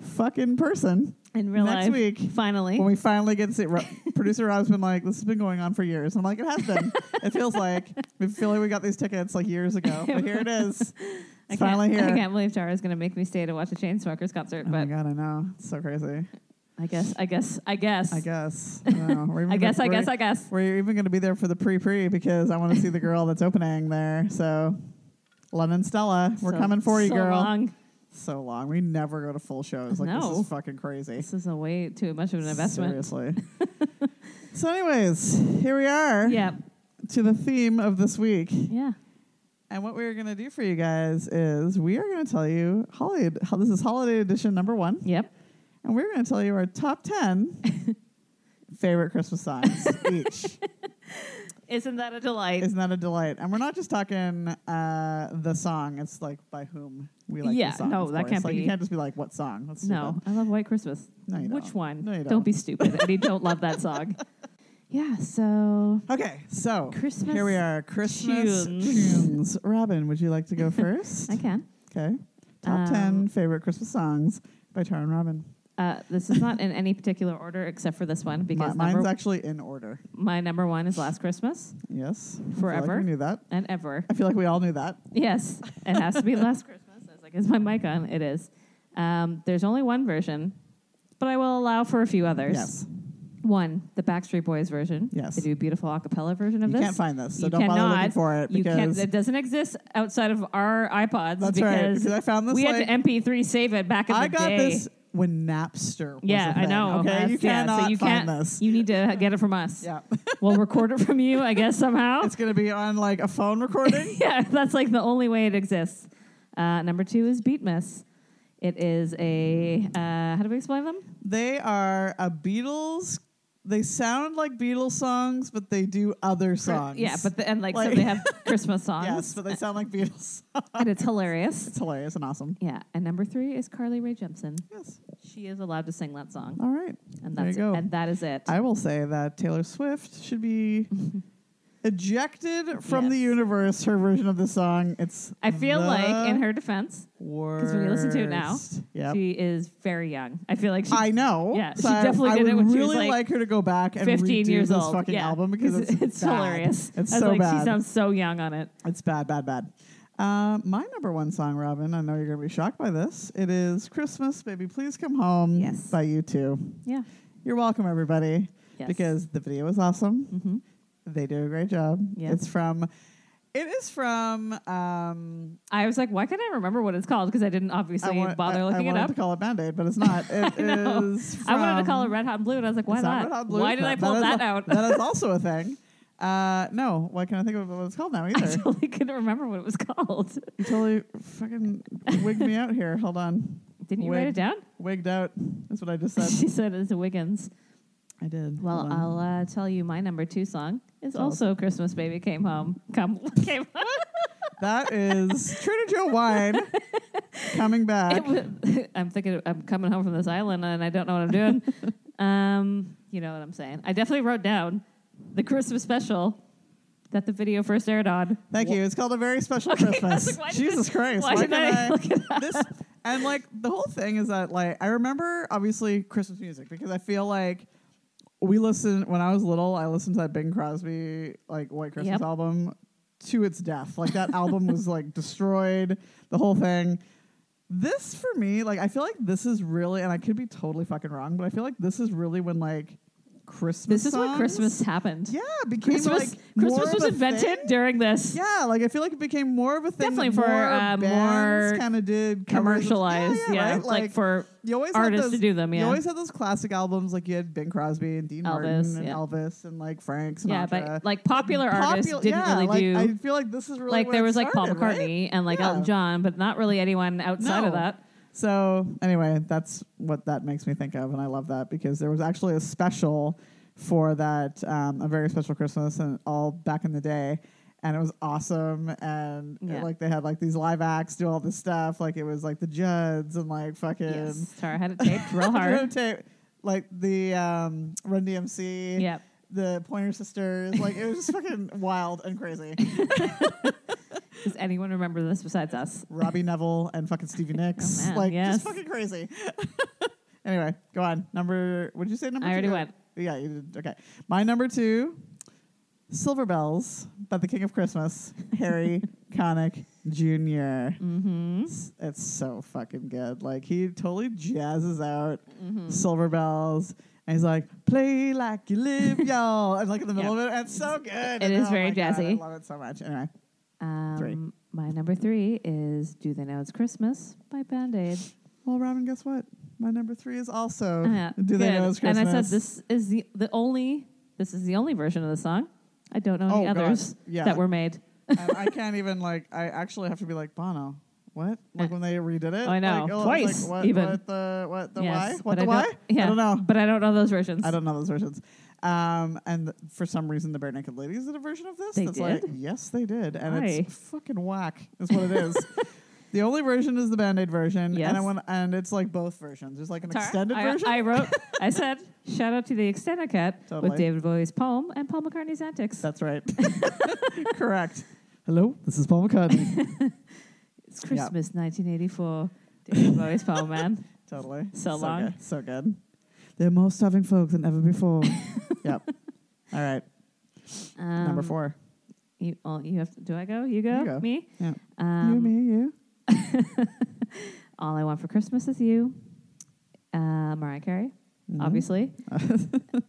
[SPEAKER 1] fucking person
[SPEAKER 2] In real
[SPEAKER 1] next
[SPEAKER 2] life.
[SPEAKER 1] week.
[SPEAKER 2] Finally.
[SPEAKER 1] When we finally get to see, Ro- producer Rob's been like, "This has been going on for years," and I'm like, "It has been. it feels like we feel like we got these tickets like years ago, but here it is. It's
[SPEAKER 2] (laughs) I can't,
[SPEAKER 1] finally here."
[SPEAKER 2] I can't believe Tara's going to make me stay to watch a Chainsmokers concert,
[SPEAKER 1] Oh my
[SPEAKER 2] but
[SPEAKER 1] god, I know it's so crazy.
[SPEAKER 2] I guess, I guess, I guess,
[SPEAKER 1] I
[SPEAKER 2] (laughs)
[SPEAKER 1] guess. I, don't know. We're even
[SPEAKER 2] I guess, I
[SPEAKER 1] gonna-
[SPEAKER 2] guess,
[SPEAKER 1] we're-
[SPEAKER 2] I guess.
[SPEAKER 1] We're even going to be there for the pre pre because I want to see the girl that's opening there. So, London Stella, we're
[SPEAKER 2] So-
[SPEAKER 1] coming for you,
[SPEAKER 2] so
[SPEAKER 1] girl.
[SPEAKER 2] long.
[SPEAKER 1] So long. We never go to full shows. Like, this
[SPEAKER 2] No.
[SPEAKER 1] is fucking crazy.
[SPEAKER 2] This is a way too much of an investment.
[SPEAKER 1] Seriously.
[SPEAKER 2] (laughs)
[SPEAKER 1] so, anyways, here we are
[SPEAKER 2] Yeah,
[SPEAKER 1] to the theme of this week.
[SPEAKER 2] yeah.
[SPEAKER 1] And what we're going to do for you guys is we are going to tell you holiday. ho- This is holiday edition number one.
[SPEAKER 2] Yep.
[SPEAKER 1] And we're going to tell you our top 10
[SPEAKER 2] (laughs)
[SPEAKER 1] favorite Christmas songs each.
[SPEAKER 2] Isn't that a delight?
[SPEAKER 1] Isn't that a delight? And we're not just talking uh, the song. It's like by whom we like
[SPEAKER 2] Yeah,
[SPEAKER 1] the song.
[SPEAKER 2] no,
[SPEAKER 1] of
[SPEAKER 2] that
[SPEAKER 1] course.
[SPEAKER 2] can't
[SPEAKER 1] like, You
[SPEAKER 2] be-
[SPEAKER 1] can't just be like, what song? That's
[SPEAKER 2] no,
[SPEAKER 1] stupid.
[SPEAKER 2] I love White Christmas.
[SPEAKER 1] No, you
[SPEAKER 2] Which
[SPEAKER 1] don't.
[SPEAKER 2] one?
[SPEAKER 1] No, you
[SPEAKER 2] don't.
[SPEAKER 1] don't.
[SPEAKER 2] be stupid.
[SPEAKER 1] (laughs)
[SPEAKER 2] I don't love that song. Yeah. So
[SPEAKER 1] Okay, so
[SPEAKER 2] Christmas
[SPEAKER 1] here we are. Christmas
[SPEAKER 2] tunes.
[SPEAKER 1] tunes. Robin, would you like
[SPEAKER 2] (laughs)
[SPEAKER 1] to go first?
[SPEAKER 2] I can.
[SPEAKER 1] Okay. Top 10
[SPEAKER 2] Um,
[SPEAKER 1] favorite Christmas songs by Tara and Robin.
[SPEAKER 2] Uh, this is not in any particular order except for this one
[SPEAKER 1] (laughs) My,
[SPEAKER 2] because
[SPEAKER 1] mine's
[SPEAKER 2] number,
[SPEAKER 1] actually in order.
[SPEAKER 2] my number one is Last Christmas
[SPEAKER 1] Yes. I feel like
[SPEAKER 2] Forever.
[SPEAKER 1] we knew that.
[SPEAKER 2] and ever.
[SPEAKER 1] I feel like we all knew that.
[SPEAKER 2] Yes, it has to be Last Christmas. I was like, is my mic on? It is. Um, there's only one version, but I will allow for a few others.
[SPEAKER 1] Yes.
[SPEAKER 2] One, the Backstreet Boys version.
[SPEAKER 1] Yes.
[SPEAKER 2] They do a beautiful a cappella version of
[SPEAKER 1] You
[SPEAKER 2] this.
[SPEAKER 1] can't find this, so
[SPEAKER 2] You
[SPEAKER 1] don't bother looking
[SPEAKER 2] cannot.
[SPEAKER 1] for it
[SPEAKER 2] you can't.
[SPEAKER 1] because
[SPEAKER 2] (laughs) It doesn't exist outside of our iPods.
[SPEAKER 1] that's right.
[SPEAKER 2] because
[SPEAKER 1] Because I found this
[SPEAKER 2] we
[SPEAKER 1] like,
[SPEAKER 2] had to MP3 save it back in
[SPEAKER 1] I
[SPEAKER 2] the
[SPEAKER 1] got
[SPEAKER 2] day.
[SPEAKER 1] this when Napster. Was
[SPEAKER 2] yeah,
[SPEAKER 1] a
[SPEAKER 2] I
[SPEAKER 1] thing,
[SPEAKER 2] know.
[SPEAKER 1] Okay,
[SPEAKER 2] Yes,
[SPEAKER 1] you
[SPEAKER 2] yeah,
[SPEAKER 1] cannot
[SPEAKER 2] so you
[SPEAKER 1] find
[SPEAKER 2] can't,
[SPEAKER 1] this.
[SPEAKER 2] You Oh. need to get it from us. (laughs)
[SPEAKER 1] yeah,
[SPEAKER 2] We'll record it from you, I guess
[SPEAKER 1] (laughs)
[SPEAKER 2] somehow.
[SPEAKER 1] it's gonna be on like a phone recording. (laughs)
[SPEAKER 2] (laughs) yeah, that's like the only way it exists. Uh, number two is Beat Miss. It is a uh, how do we explain them?
[SPEAKER 1] they are a Beatles. They sound like Beatles songs, but they do other songs.
[SPEAKER 2] Yeah, but the, and like, so
[SPEAKER 1] Like- (laughs)
[SPEAKER 2] they have Christmas songs.
[SPEAKER 1] yes, but they sound like Beatles. (laughs) songs.
[SPEAKER 2] and it's hilarious.
[SPEAKER 1] It's hilarious and awesome.
[SPEAKER 2] Yeah, and number three is Carly Rae Jepsen.
[SPEAKER 1] Yes.
[SPEAKER 2] She is allowed to sing that song,
[SPEAKER 1] All right.
[SPEAKER 2] and
[SPEAKER 1] There
[SPEAKER 2] that's
[SPEAKER 1] you go.
[SPEAKER 2] and that is it.
[SPEAKER 1] I will say that Taylor Swift should
[SPEAKER 2] (laughs)
[SPEAKER 1] be ejected from the
[SPEAKER 2] Yes.
[SPEAKER 1] universe. Her version of the song. It's
[SPEAKER 2] I feel
[SPEAKER 1] the
[SPEAKER 2] like in her defense,
[SPEAKER 1] because
[SPEAKER 2] when you listen to it now,
[SPEAKER 1] Yep.
[SPEAKER 2] she is very young. I feel like she.
[SPEAKER 1] I know.
[SPEAKER 2] Yeah, she
[SPEAKER 1] So I-
[SPEAKER 2] definitely
[SPEAKER 1] I
[SPEAKER 2] did
[SPEAKER 1] would
[SPEAKER 2] it when she
[SPEAKER 1] really
[SPEAKER 2] was, like,
[SPEAKER 1] her to go back and
[SPEAKER 2] 15
[SPEAKER 1] redo
[SPEAKER 2] years
[SPEAKER 1] this
[SPEAKER 2] old.
[SPEAKER 1] fucking
[SPEAKER 2] yeah.
[SPEAKER 1] album
[SPEAKER 2] (laughs)
[SPEAKER 1] because it's, bad.
[SPEAKER 2] hilarious.
[SPEAKER 1] It's
[SPEAKER 2] I was
[SPEAKER 1] so
[SPEAKER 2] like, She
[SPEAKER 1] bad.
[SPEAKER 2] sounds so young on it.
[SPEAKER 1] It's bad, bad, bad. Uh, my number one song, Robin. I know you're gonna be shocked by this. It is "Christmas, Baby, Please Come Home"
[SPEAKER 2] Yes.
[SPEAKER 1] by you two.
[SPEAKER 2] Yeah.
[SPEAKER 1] You're welcome, everybody,
[SPEAKER 2] Yes.
[SPEAKER 1] because the video is awesome.
[SPEAKER 2] hmm
[SPEAKER 1] They do a great job.
[SPEAKER 2] Yeah.
[SPEAKER 1] It's from. It is from. Um,
[SPEAKER 2] I was like, why can't I remember what it's called? Because I didn't
[SPEAKER 1] I,
[SPEAKER 2] obviously
[SPEAKER 1] want,
[SPEAKER 2] bother
[SPEAKER 1] I, I
[SPEAKER 2] looking it
[SPEAKER 1] wanted
[SPEAKER 2] up.
[SPEAKER 1] to call it Band Aid, but it's not.
[SPEAKER 2] (laughs)
[SPEAKER 1] It is.
[SPEAKER 2] know. I wanted to call it
[SPEAKER 1] from-
[SPEAKER 2] Red Hot and Blue, and I was like, why
[SPEAKER 1] It's
[SPEAKER 2] not?
[SPEAKER 1] Red Hot Blue
[SPEAKER 2] why did I
[SPEAKER 1] Crap.
[SPEAKER 2] pull
[SPEAKER 1] is
[SPEAKER 2] that,
[SPEAKER 1] a-
[SPEAKER 2] out? (laughs)
[SPEAKER 1] That is also a thing. Uh, no, why can't I think of what it's called now
[SPEAKER 2] I
[SPEAKER 1] either?
[SPEAKER 2] totally couldn't remember what it was called.
[SPEAKER 1] you totally fucking wigged me out here. Hold on.
[SPEAKER 2] Didn't you write
[SPEAKER 1] Wig.
[SPEAKER 2] it down?
[SPEAKER 1] Wigged out. That's what I just (laughs) said.
[SPEAKER 2] she said it's a Wiggins.
[SPEAKER 1] I did.
[SPEAKER 2] Well,
[SPEAKER 1] Hold on.
[SPEAKER 2] I'll uh, tell you my number two song is
[SPEAKER 1] Tell us.
[SPEAKER 2] also Christmas Baby Came Home. Come (laughs) came home.
[SPEAKER 1] That is Trader Joe Wine coming back.
[SPEAKER 2] (laughs) It was- I'm thinking I'm coming home from this island and I don't know what
[SPEAKER 1] (laughs)
[SPEAKER 2] I'm doing. um, you know what I'm saying. I definitely wrote down the Christmas special that the video first aired on.
[SPEAKER 1] Thank you. It's called A Very Special
[SPEAKER 2] Okay, I was
[SPEAKER 1] Christmas.
[SPEAKER 2] like, why did
[SPEAKER 1] Jesus Christ.
[SPEAKER 2] why did
[SPEAKER 1] can't
[SPEAKER 2] I (laughs) look it up?
[SPEAKER 1] this and like the whole thing is that like I remember obviously Christmas music because I feel like we listened when I was little, I listened to that Bing Crosby like White Christmas
[SPEAKER 2] Yep.
[SPEAKER 1] album to its death. Like that album was like (laughs) destroyed, the whole thing. This for me, like I feel like this is really and I could be totally fucking wrong, but I feel like this is really when like Christmas
[SPEAKER 2] This is when
[SPEAKER 1] songs-
[SPEAKER 2] Christmas happened.
[SPEAKER 1] Yeah, became
[SPEAKER 2] Christmas,
[SPEAKER 1] like more
[SPEAKER 2] Christmas
[SPEAKER 1] of
[SPEAKER 2] was
[SPEAKER 1] a
[SPEAKER 2] invented
[SPEAKER 1] thing.
[SPEAKER 2] during this.
[SPEAKER 1] Yeah, like I feel like it became more of a thing.
[SPEAKER 2] Definitely
[SPEAKER 1] that
[SPEAKER 2] for,
[SPEAKER 1] more,
[SPEAKER 2] uh, more
[SPEAKER 1] kind of did covers of-
[SPEAKER 2] Commercialized, yeah,
[SPEAKER 1] right?
[SPEAKER 2] like, for
[SPEAKER 1] you always had
[SPEAKER 2] artists
[SPEAKER 1] those,
[SPEAKER 2] to do them.
[SPEAKER 1] You
[SPEAKER 2] Yeah,
[SPEAKER 1] always had those classic albums, like you had Bing Crosby and Dean
[SPEAKER 2] Elvis,
[SPEAKER 1] Martin and
[SPEAKER 2] yeah.
[SPEAKER 1] Elvis and like Frank Sinatra.
[SPEAKER 2] yeah, but like popular artists
[SPEAKER 1] Popu-
[SPEAKER 2] didn't
[SPEAKER 1] yeah,
[SPEAKER 2] really
[SPEAKER 1] like,
[SPEAKER 2] do
[SPEAKER 1] I feel like this is really
[SPEAKER 2] like
[SPEAKER 1] where
[SPEAKER 2] there
[SPEAKER 1] it
[SPEAKER 2] was like Paul
[SPEAKER 1] started, right?
[SPEAKER 2] McCartney and like
[SPEAKER 1] Yeah.
[SPEAKER 2] Elton John, but not really anyone outside of
[SPEAKER 1] No.
[SPEAKER 2] that.
[SPEAKER 1] So anyway, that's what that makes me think of, and I love that because there was actually a special for that um, a very special Christmas and all back in the day. And it was awesome, and
[SPEAKER 2] Yeah.
[SPEAKER 1] like they had like these live acts do all this stuff. Like it was like the Judds and like fucking (laughs)
[SPEAKER 2] Yes. Tara Um, had it taped real hard.
[SPEAKER 1] rotate like the um, Run DMC,
[SPEAKER 2] yep.
[SPEAKER 1] the Pointer Sisters. Like it was just fucking (laughs) wild and crazy.
[SPEAKER 2] Does anyone remember this besides us?
[SPEAKER 1] Robbie Neville and fucking
[SPEAKER 2] (laughs)
[SPEAKER 1] Stevie Nicks.
[SPEAKER 2] Oh, man,
[SPEAKER 1] like
[SPEAKER 2] yes.
[SPEAKER 1] just fucking crazy. (laughs) anyway, go on. Number what did you say number
[SPEAKER 2] I
[SPEAKER 1] two?
[SPEAKER 2] already went.
[SPEAKER 1] Yeah, you did okay. My number two, Silver Bells by the King of Christmas,
[SPEAKER 2] (laughs)
[SPEAKER 1] Harry Connick Jr.
[SPEAKER 2] Mm-hmm.
[SPEAKER 1] It's, it's so fucking good. Like he totally jazzes out
[SPEAKER 2] Mm-hmm.
[SPEAKER 1] Silver Bells. And he's like, play like you live, y'all. And like in the middle of it, and it's so good. And
[SPEAKER 2] is
[SPEAKER 1] oh
[SPEAKER 2] very
[SPEAKER 1] my God,
[SPEAKER 2] jazzy.
[SPEAKER 1] I love it so much. Anyway,
[SPEAKER 2] Um,
[SPEAKER 1] Three.
[SPEAKER 2] My number three is "Do They Know It's Christmas" by Band Aid.
[SPEAKER 1] Well, Robin, guess what? My number three is
[SPEAKER 2] (laughs)
[SPEAKER 1] also
[SPEAKER 2] Uh,
[SPEAKER 1] Oh, Do They Know It's Christmas?
[SPEAKER 2] And I said this is the the only this is the only version of the song. I don't know any
[SPEAKER 1] Oh, God.
[SPEAKER 2] others
[SPEAKER 1] Yeah.
[SPEAKER 2] that were made.
[SPEAKER 1] And I can't even, like, I actually have to be like, Bono,
[SPEAKER 2] (laughs)
[SPEAKER 1] what? Like when they redid it?
[SPEAKER 2] I know.
[SPEAKER 1] Like, oh, I was
[SPEAKER 2] Twice,
[SPEAKER 1] like, what,
[SPEAKER 2] even.
[SPEAKER 1] What the, what the
[SPEAKER 2] Yes,
[SPEAKER 1] why? What
[SPEAKER 2] but
[SPEAKER 1] the
[SPEAKER 2] I
[SPEAKER 1] why?
[SPEAKER 2] don't- Yeah,
[SPEAKER 1] I don't know.
[SPEAKER 2] but I don't know those versions.
[SPEAKER 1] I don't know those versions. Um, and th- for some reason, the Bare Naked Ladies did a version of this.
[SPEAKER 2] They
[SPEAKER 1] that's like,
[SPEAKER 2] did?
[SPEAKER 1] yes, they did. And
[SPEAKER 2] Why?
[SPEAKER 1] it's fucking whack, is what it
[SPEAKER 2] (laughs)
[SPEAKER 1] is. The only version is the Band Aid version, and I
[SPEAKER 2] Yes.
[SPEAKER 1] want, and it's like both versions. There's like an
[SPEAKER 2] Tara,
[SPEAKER 1] extended
[SPEAKER 2] I,
[SPEAKER 1] version.
[SPEAKER 2] I wrote.
[SPEAKER 1] (laughs)
[SPEAKER 2] I said, "Shout out to the extended cut
[SPEAKER 1] Totally.
[SPEAKER 2] with David Bowie's poem and Paul McCartney's antics."
[SPEAKER 1] That's
[SPEAKER 2] (laughs)
[SPEAKER 1] right. Correct. Hello, this is Paul McCartney.
[SPEAKER 2] it's Christmas, 1984. David Bowie's
[SPEAKER 1] (laughs)
[SPEAKER 2] poem, man.
[SPEAKER 1] (laughs) Totally.
[SPEAKER 2] So long.
[SPEAKER 1] Good. So good. They're more starving folk than ever before. (laughs) yep. All right. Number
[SPEAKER 2] Um,
[SPEAKER 1] four.
[SPEAKER 2] You, well, you have to, do I go? You go?
[SPEAKER 1] You go.
[SPEAKER 2] Me?
[SPEAKER 1] Yeah.
[SPEAKER 2] Um,
[SPEAKER 1] you, me, you.
[SPEAKER 2] All I Want for Christmas is You. Uh, Mariah Carey,
[SPEAKER 1] Mhm.
[SPEAKER 2] obviously.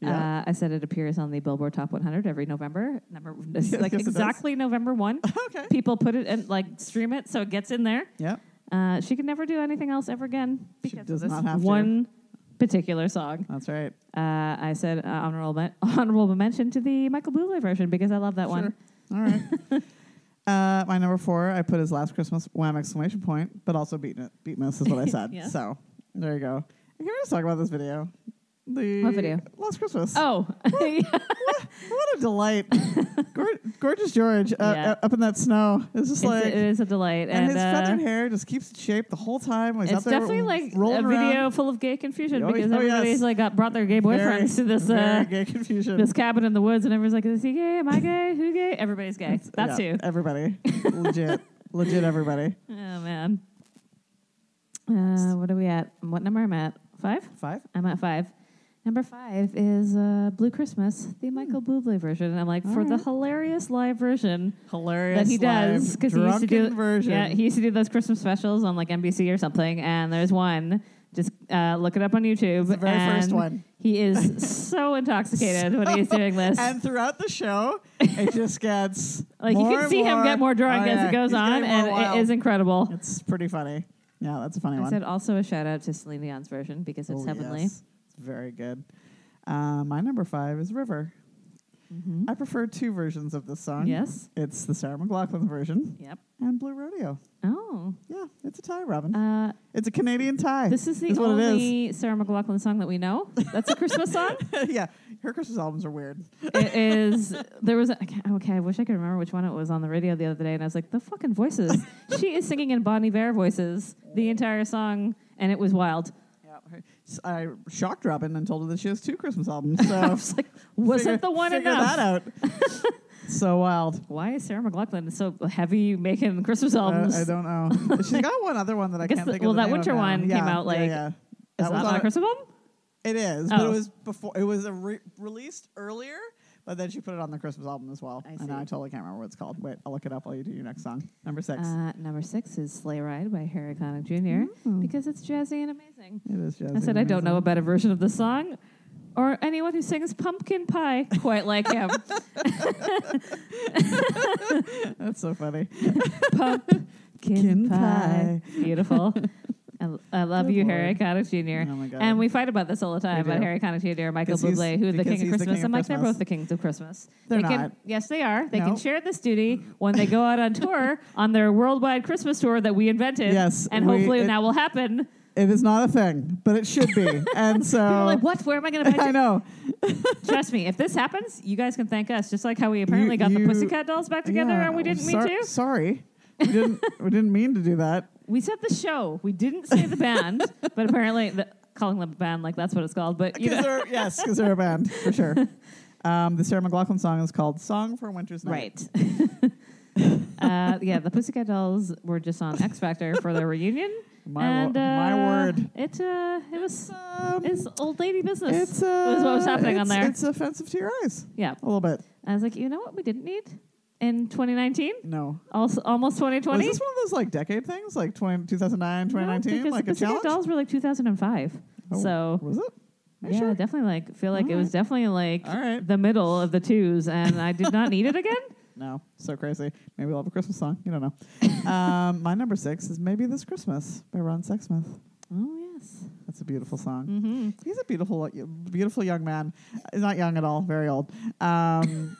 [SPEAKER 1] Yeah.
[SPEAKER 2] Uh, I said it appears on the Billboard Top 100 every November.
[SPEAKER 1] (laughs)
[SPEAKER 2] Number, it's
[SPEAKER 1] Yes,
[SPEAKER 2] like
[SPEAKER 1] yes, it does.
[SPEAKER 2] exactly November 1.
[SPEAKER 1] (laughs) okay.
[SPEAKER 2] People put it and like stream it so it gets in there.
[SPEAKER 1] Yep.
[SPEAKER 2] Uh, she can never do anything else ever again
[SPEAKER 1] She
[SPEAKER 2] because
[SPEAKER 1] does
[SPEAKER 2] of this
[SPEAKER 1] not have to.
[SPEAKER 2] one particular song.
[SPEAKER 1] That's right.
[SPEAKER 2] Uh, I said uh, honorable, men- (laughs) honorable mention to the Michael Bublé version because I love that one.
[SPEAKER 1] All
[SPEAKER 2] (laughs)
[SPEAKER 1] right. uh, my number four, I put is Last Christmas, wham, exclamation point, but also beat, beat miss
[SPEAKER 2] (laughs)
[SPEAKER 1] is what I said.
[SPEAKER 2] Yeah.
[SPEAKER 1] So there you go. Can we just talk about this video? The
[SPEAKER 2] What video?
[SPEAKER 1] Last Christmas. (laughs)
[SPEAKER 2] Oh, (laughs) yeah.
[SPEAKER 1] What a
[SPEAKER 2] (laughs)
[SPEAKER 1] delight. Gor- gorgeous George uh,
[SPEAKER 2] Yeah.
[SPEAKER 1] up in that snow. It's just
[SPEAKER 2] It's
[SPEAKER 1] like.
[SPEAKER 2] a, it is a delight.
[SPEAKER 1] And,
[SPEAKER 2] And,
[SPEAKER 1] his
[SPEAKER 2] uh,
[SPEAKER 1] feathered hair just keeps its shape the whole time. when He's
[SPEAKER 2] It's
[SPEAKER 1] out there
[SPEAKER 2] definitely like
[SPEAKER 1] rolling
[SPEAKER 2] a video
[SPEAKER 1] around.
[SPEAKER 2] full of gay confusion
[SPEAKER 1] Oh,
[SPEAKER 2] because
[SPEAKER 1] oh,
[SPEAKER 2] everybody's
[SPEAKER 1] yes.
[SPEAKER 2] like got brought their gay boyfriends
[SPEAKER 1] Very-
[SPEAKER 2] to this
[SPEAKER 1] very
[SPEAKER 2] uh,
[SPEAKER 1] gay confusion.
[SPEAKER 2] this cabin in the woods, and everyone's like, "Is he gay? Am I gay? Who gay? Everybody's gay. That's
[SPEAKER 1] Yeah,
[SPEAKER 2] who." (laughs)
[SPEAKER 1] Everybody, legit, legit, everybody.
[SPEAKER 2] Oh man. Uh, what are we at? What number am I at? Five.
[SPEAKER 1] Five.
[SPEAKER 2] I'm at five. Number five is uh, Blue Christmas,
[SPEAKER 1] Hmm.
[SPEAKER 2] the Michael Bublé version, and I'm like,
[SPEAKER 1] All
[SPEAKER 2] for the
[SPEAKER 1] right.
[SPEAKER 2] hilarious live version
[SPEAKER 1] Hilarious.
[SPEAKER 2] that he does,
[SPEAKER 1] because
[SPEAKER 2] because he used to do
[SPEAKER 1] version.
[SPEAKER 2] Yeah, he used to do those Christmas specials on like NBC or something, and there's one. Just uh, look it up on YouTube.
[SPEAKER 1] the very first
[SPEAKER 2] and
[SPEAKER 1] one.
[SPEAKER 2] He
[SPEAKER 1] (laughs)
[SPEAKER 2] is so intoxicated when he's doing this.
[SPEAKER 1] And throughout the show,
[SPEAKER 2] (laughs)
[SPEAKER 1] it just gets
[SPEAKER 2] like you
[SPEAKER 1] more
[SPEAKER 2] can
[SPEAKER 1] and
[SPEAKER 2] see him
[SPEAKER 1] more-
[SPEAKER 2] get more drunk
[SPEAKER 1] Oh,
[SPEAKER 2] as
[SPEAKER 1] yeah,
[SPEAKER 2] it goes
[SPEAKER 1] he's
[SPEAKER 2] on,
[SPEAKER 1] getting more
[SPEAKER 2] and
[SPEAKER 1] wild.
[SPEAKER 2] it is incredible.
[SPEAKER 1] It's pretty funny. Yeah, that's a funny
[SPEAKER 2] I
[SPEAKER 1] one.
[SPEAKER 2] said also a shout out to Celine Dion's version because it's
[SPEAKER 1] Oh,
[SPEAKER 2] heavenly.
[SPEAKER 1] yes. It's very good. Uh, my number five is River. I prefer two versions of this song.
[SPEAKER 2] Mm-hmm. Yes.
[SPEAKER 1] It's the Sarah McLaughlin version
[SPEAKER 2] Yep.
[SPEAKER 1] and Blue Rodeo.
[SPEAKER 2] Oh.
[SPEAKER 1] Yeah, it's a tie, Robin.
[SPEAKER 2] Uh,
[SPEAKER 1] it's a Canadian tie.
[SPEAKER 2] this is the
[SPEAKER 1] That's what it
[SPEAKER 2] only Sarah McLaughlin song that we know. That's a Christmas song.
[SPEAKER 1] (laughs) yeah, her Christmas albums are weird.
[SPEAKER 2] it is there was a, I can't- okay i wish i could remember which one it was on the radio the other day and i was like the
[SPEAKER 1] (laughs)
[SPEAKER 2] fucking voices she is singing in bonnie bear voices the entire song and it was wild
[SPEAKER 1] Yeah, her- s- I shocked Robin and told her that she has two Christmas albums.
[SPEAKER 2] (laughs) i
[SPEAKER 1] So
[SPEAKER 2] was like wasn't
[SPEAKER 1] figure-
[SPEAKER 2] the one
[SPEAKER 1] figure
[SPEAKER 2] enough
[SPEAKER 1] that out.
[SPEAKER 2] (laughs)
[SPEAKER 1] so wild.
[SPEAKER 2] why is sarah mclaughlin so heavy making christmas
[SPEAKER 1] Uh, I-
[SPEAKER 2] albums
[SPEAKER 1] I don't
[SPEAKER 2] (laughs)
[SPEAKER 1] know. She's got one other one that I,
[SPEAKER 2] guess
[SPEAKER 1] can't
[SPEAKER 2] the-
[SPEAKER 1] think
[SPEAKER 2] well,
[SPEAKER 1] of. the
[SPEAKER 2] that
[SPEAKER 1] name of
[SPEAKER 2] winter
[SPEAKER 1] now.
[SPEAKER 2] one came
[SPEAKER 1] Yeah,
[SPEAKER 2] out, like,
[SPEAKER 1] yeah, yeah.
[SPEAKER 2] is that,
[SPEAKER 1] was
[SPEAKER 2] not
[SPEAKER 1] on-
[SPEAKER 2] a christmas album
[SPEAKER 1] It is, but it
[SPEAKER 2] Oh.
[SPEAKER 1] was before. It was a re- released earlier, but then she put it on the Christmas album as well.
[SPEAKER 2] I
[SPEAKER 1] And now I
[SPEAKER 2] see.
[SPEAKER 1] totally can't remember what it's called. Wait, I'll look it up while you do your next song. Number six.
[SPEAKER 2] uh, number six is sleigh ride by harry connick jr
[SPEAKER 1] Mm.
[SPEAKER 2] because it's jazzy and amazing
[SPEAKER 1] it is. Jazzy
[SPEAKER 2] i said i don't know a
[SPEAKER 1] Amazing.
[SPEAKER 2] better version of the song or anyone who sings pumpkin pie (laughs) quite like him
[SPEAKER 1] (laughs) That's so funny. Kin
[SPEAKER 2] pumpkin
[SPEAKER 1] pie.
[SPEAKER 2] pie.
[SPEAKER 1] (laughs)
[SPEAKER 2] Beautiful. I, I love
[SPEAKER 1] Good
[SPEAKER 2] you,
[SPEAKER 1] Lord.
[SPEAKER 2] Harry Connick Jr.
[SPEAKER 1] Oh my God.
[SPEAKER 2] And we fight about this all the time
[SPEAKER 1] We
[SPEAKER 2] about
[SPEAKER 1] do.
[SPEAKER 2] Harry Connick Jr. and Michael
[SPEAKER 1] 'Cause he's-
[SPEAKER 2] Bublé, who are the
[SPEAKER 1] because
[SPEAKER 2] king
[SPEAKER 1] he's
[SPEAKER 2] of
[SPEAKER 1] the
[SPEAKER 2] Christmas.
[SPEAKER 1] king of
[SPEAKER 2] I'm like, they're
[SPEAKER 1] Christmas.
[SPEAKER 2] both the kings of Christmas.
[SPEAKER 1] They're
[SPEAKER 2] they
[SPEAKER 1] not.
[SPEAKER 2] Can, yes, they are. They
[SPEAKER 1] No.
[SPEAKER 2] can share this duty when
[SPEAKER 1] (laughs)
[SPEAKER 2] they go out on tour on their worldwide Christmas tour that we invented.
[SPEAKER 1] Yes,
[SPEAKER 2] and
[SPEAKER 1] we-
[SPEAKER 2] hopefully
[SPEAKER 1] it-
[SPEAKER 2] now will happen.
[SPEAKER 1] It is not a thing, but it should be. and
[SPEAKER 2] (laughs)
[SPEAKER 1] so
[SPEAKER 2] People are like, what? Where am I going
[SPEAKER 1] (laughs)
[SPEAKER 2] to
[SPEAKER 1] I
[SPEAKER 2] find it?
[SPEAKER 1] know.
[SPEAKER 2] Trust me, if this happens, you guys can thank us, just like how we apparently got
[SPEAKER 1] you-
[SPEAKER 2] the Pussycat Dolls back together
[SPEAKER 1] Yeah,
[SPEAKER 2] and we didn't
[SPEAKER 1] sor-
[SPEAKER 2] mean to.
[SPEAKER 1] Sorry. We didn't we didn't mean to do
[SPEAKER 2] (laughs)
[SPEAKER 1] that.
[SPEAKER 2] We said the show. We didn't say the band,
[SPEAKER 1] (laughs)
[SPEAKER 2] but apparently the, calling them a band, like that's what it's called. But you
[SPEAKER 1] Because
[SPEAKER 2] know,
[SPEAKER 1] they're yes, because they're a band, for
[SPEAKER 2] (laughs)
[SPEAKER 1] sure. Um, the Sarah McLaughlin song is called Song for Winter's Night.
[SPEAKER 2] right. (laughs) uh, yeah, the Pussycat Dolls were just on X Factor for their reunion.
[SPEAKER 1] (laughs) My, wo-
[SPEAKER 2] and
[SPEAKER 1] my
[SPEAKER 2] uh,
[SPEAKER 1] word.
[SPEAKER 2] It uh, it was
[SPEAKER 1] Um,
[SPEAKER 2] it's old lady business.
[SPEAKER 1] it's uh,
[SPEAKER 2] was what was happening on
[SPEAKER 1] it's-
[SPEAKER 2] there.
[SPEAKER 1] It's offensive to your eyes
[SPEAKER 2] yeah,
[SPEAKER 1] a little bit.
[SPEAKER 2] I was like, you know what, we didn't need in 2019,
[SPEAKER 1] No.
[SPEAKER 2] also almost 2020.
[SPEAKER 1] Was this one of those like decade things, like 20, 2009,
[SPEAKER 2] No,
[SPEAKER 1] 2019,
[SPEAKER 2] because
[SPEAKER 1] like
[SPEAKER 2] the
[SPEAKER 1] a
[SPEAKER 2] Pussycat
[SPEAKER 1] challenge?
[SPEAKER 2] Dolls were like 2005.
[SPEAKER 1] Oh,
[SPEAKER 2] so
[SPEAKER 1] was it? Are you
[SPEAKER 2] yeah,
[SPEAKER 1] sure?
[SPEAKER 2] definitely like feel like it was
[SPEAKER 1] Alright.
[SPEAKER 2] definitely like
[SPEAKER 1] All right.
[SPEAKER 2] the middle of the twos, and I did not need it
[SPEAKER 1] (laughs)
[SPEAKER 2] again.
[SPEAKER 1] No, so crazy. Maybe we'll have a Christmas song. You don't know. (laughs) um, my number six is Maybe This Christmas by Ron Sexsmith.
[SPEAKER 2] Oh yes.
[SPEAKER 1] That's a beautiful song.
[SPEAKER 2] Mm-hmm.
[SPEAKER 1] He's a beautiful, beautiful young man. He's not young at all. Very old.
[SPEAKER 2] (laughs)
[SPEAKER 1] Um,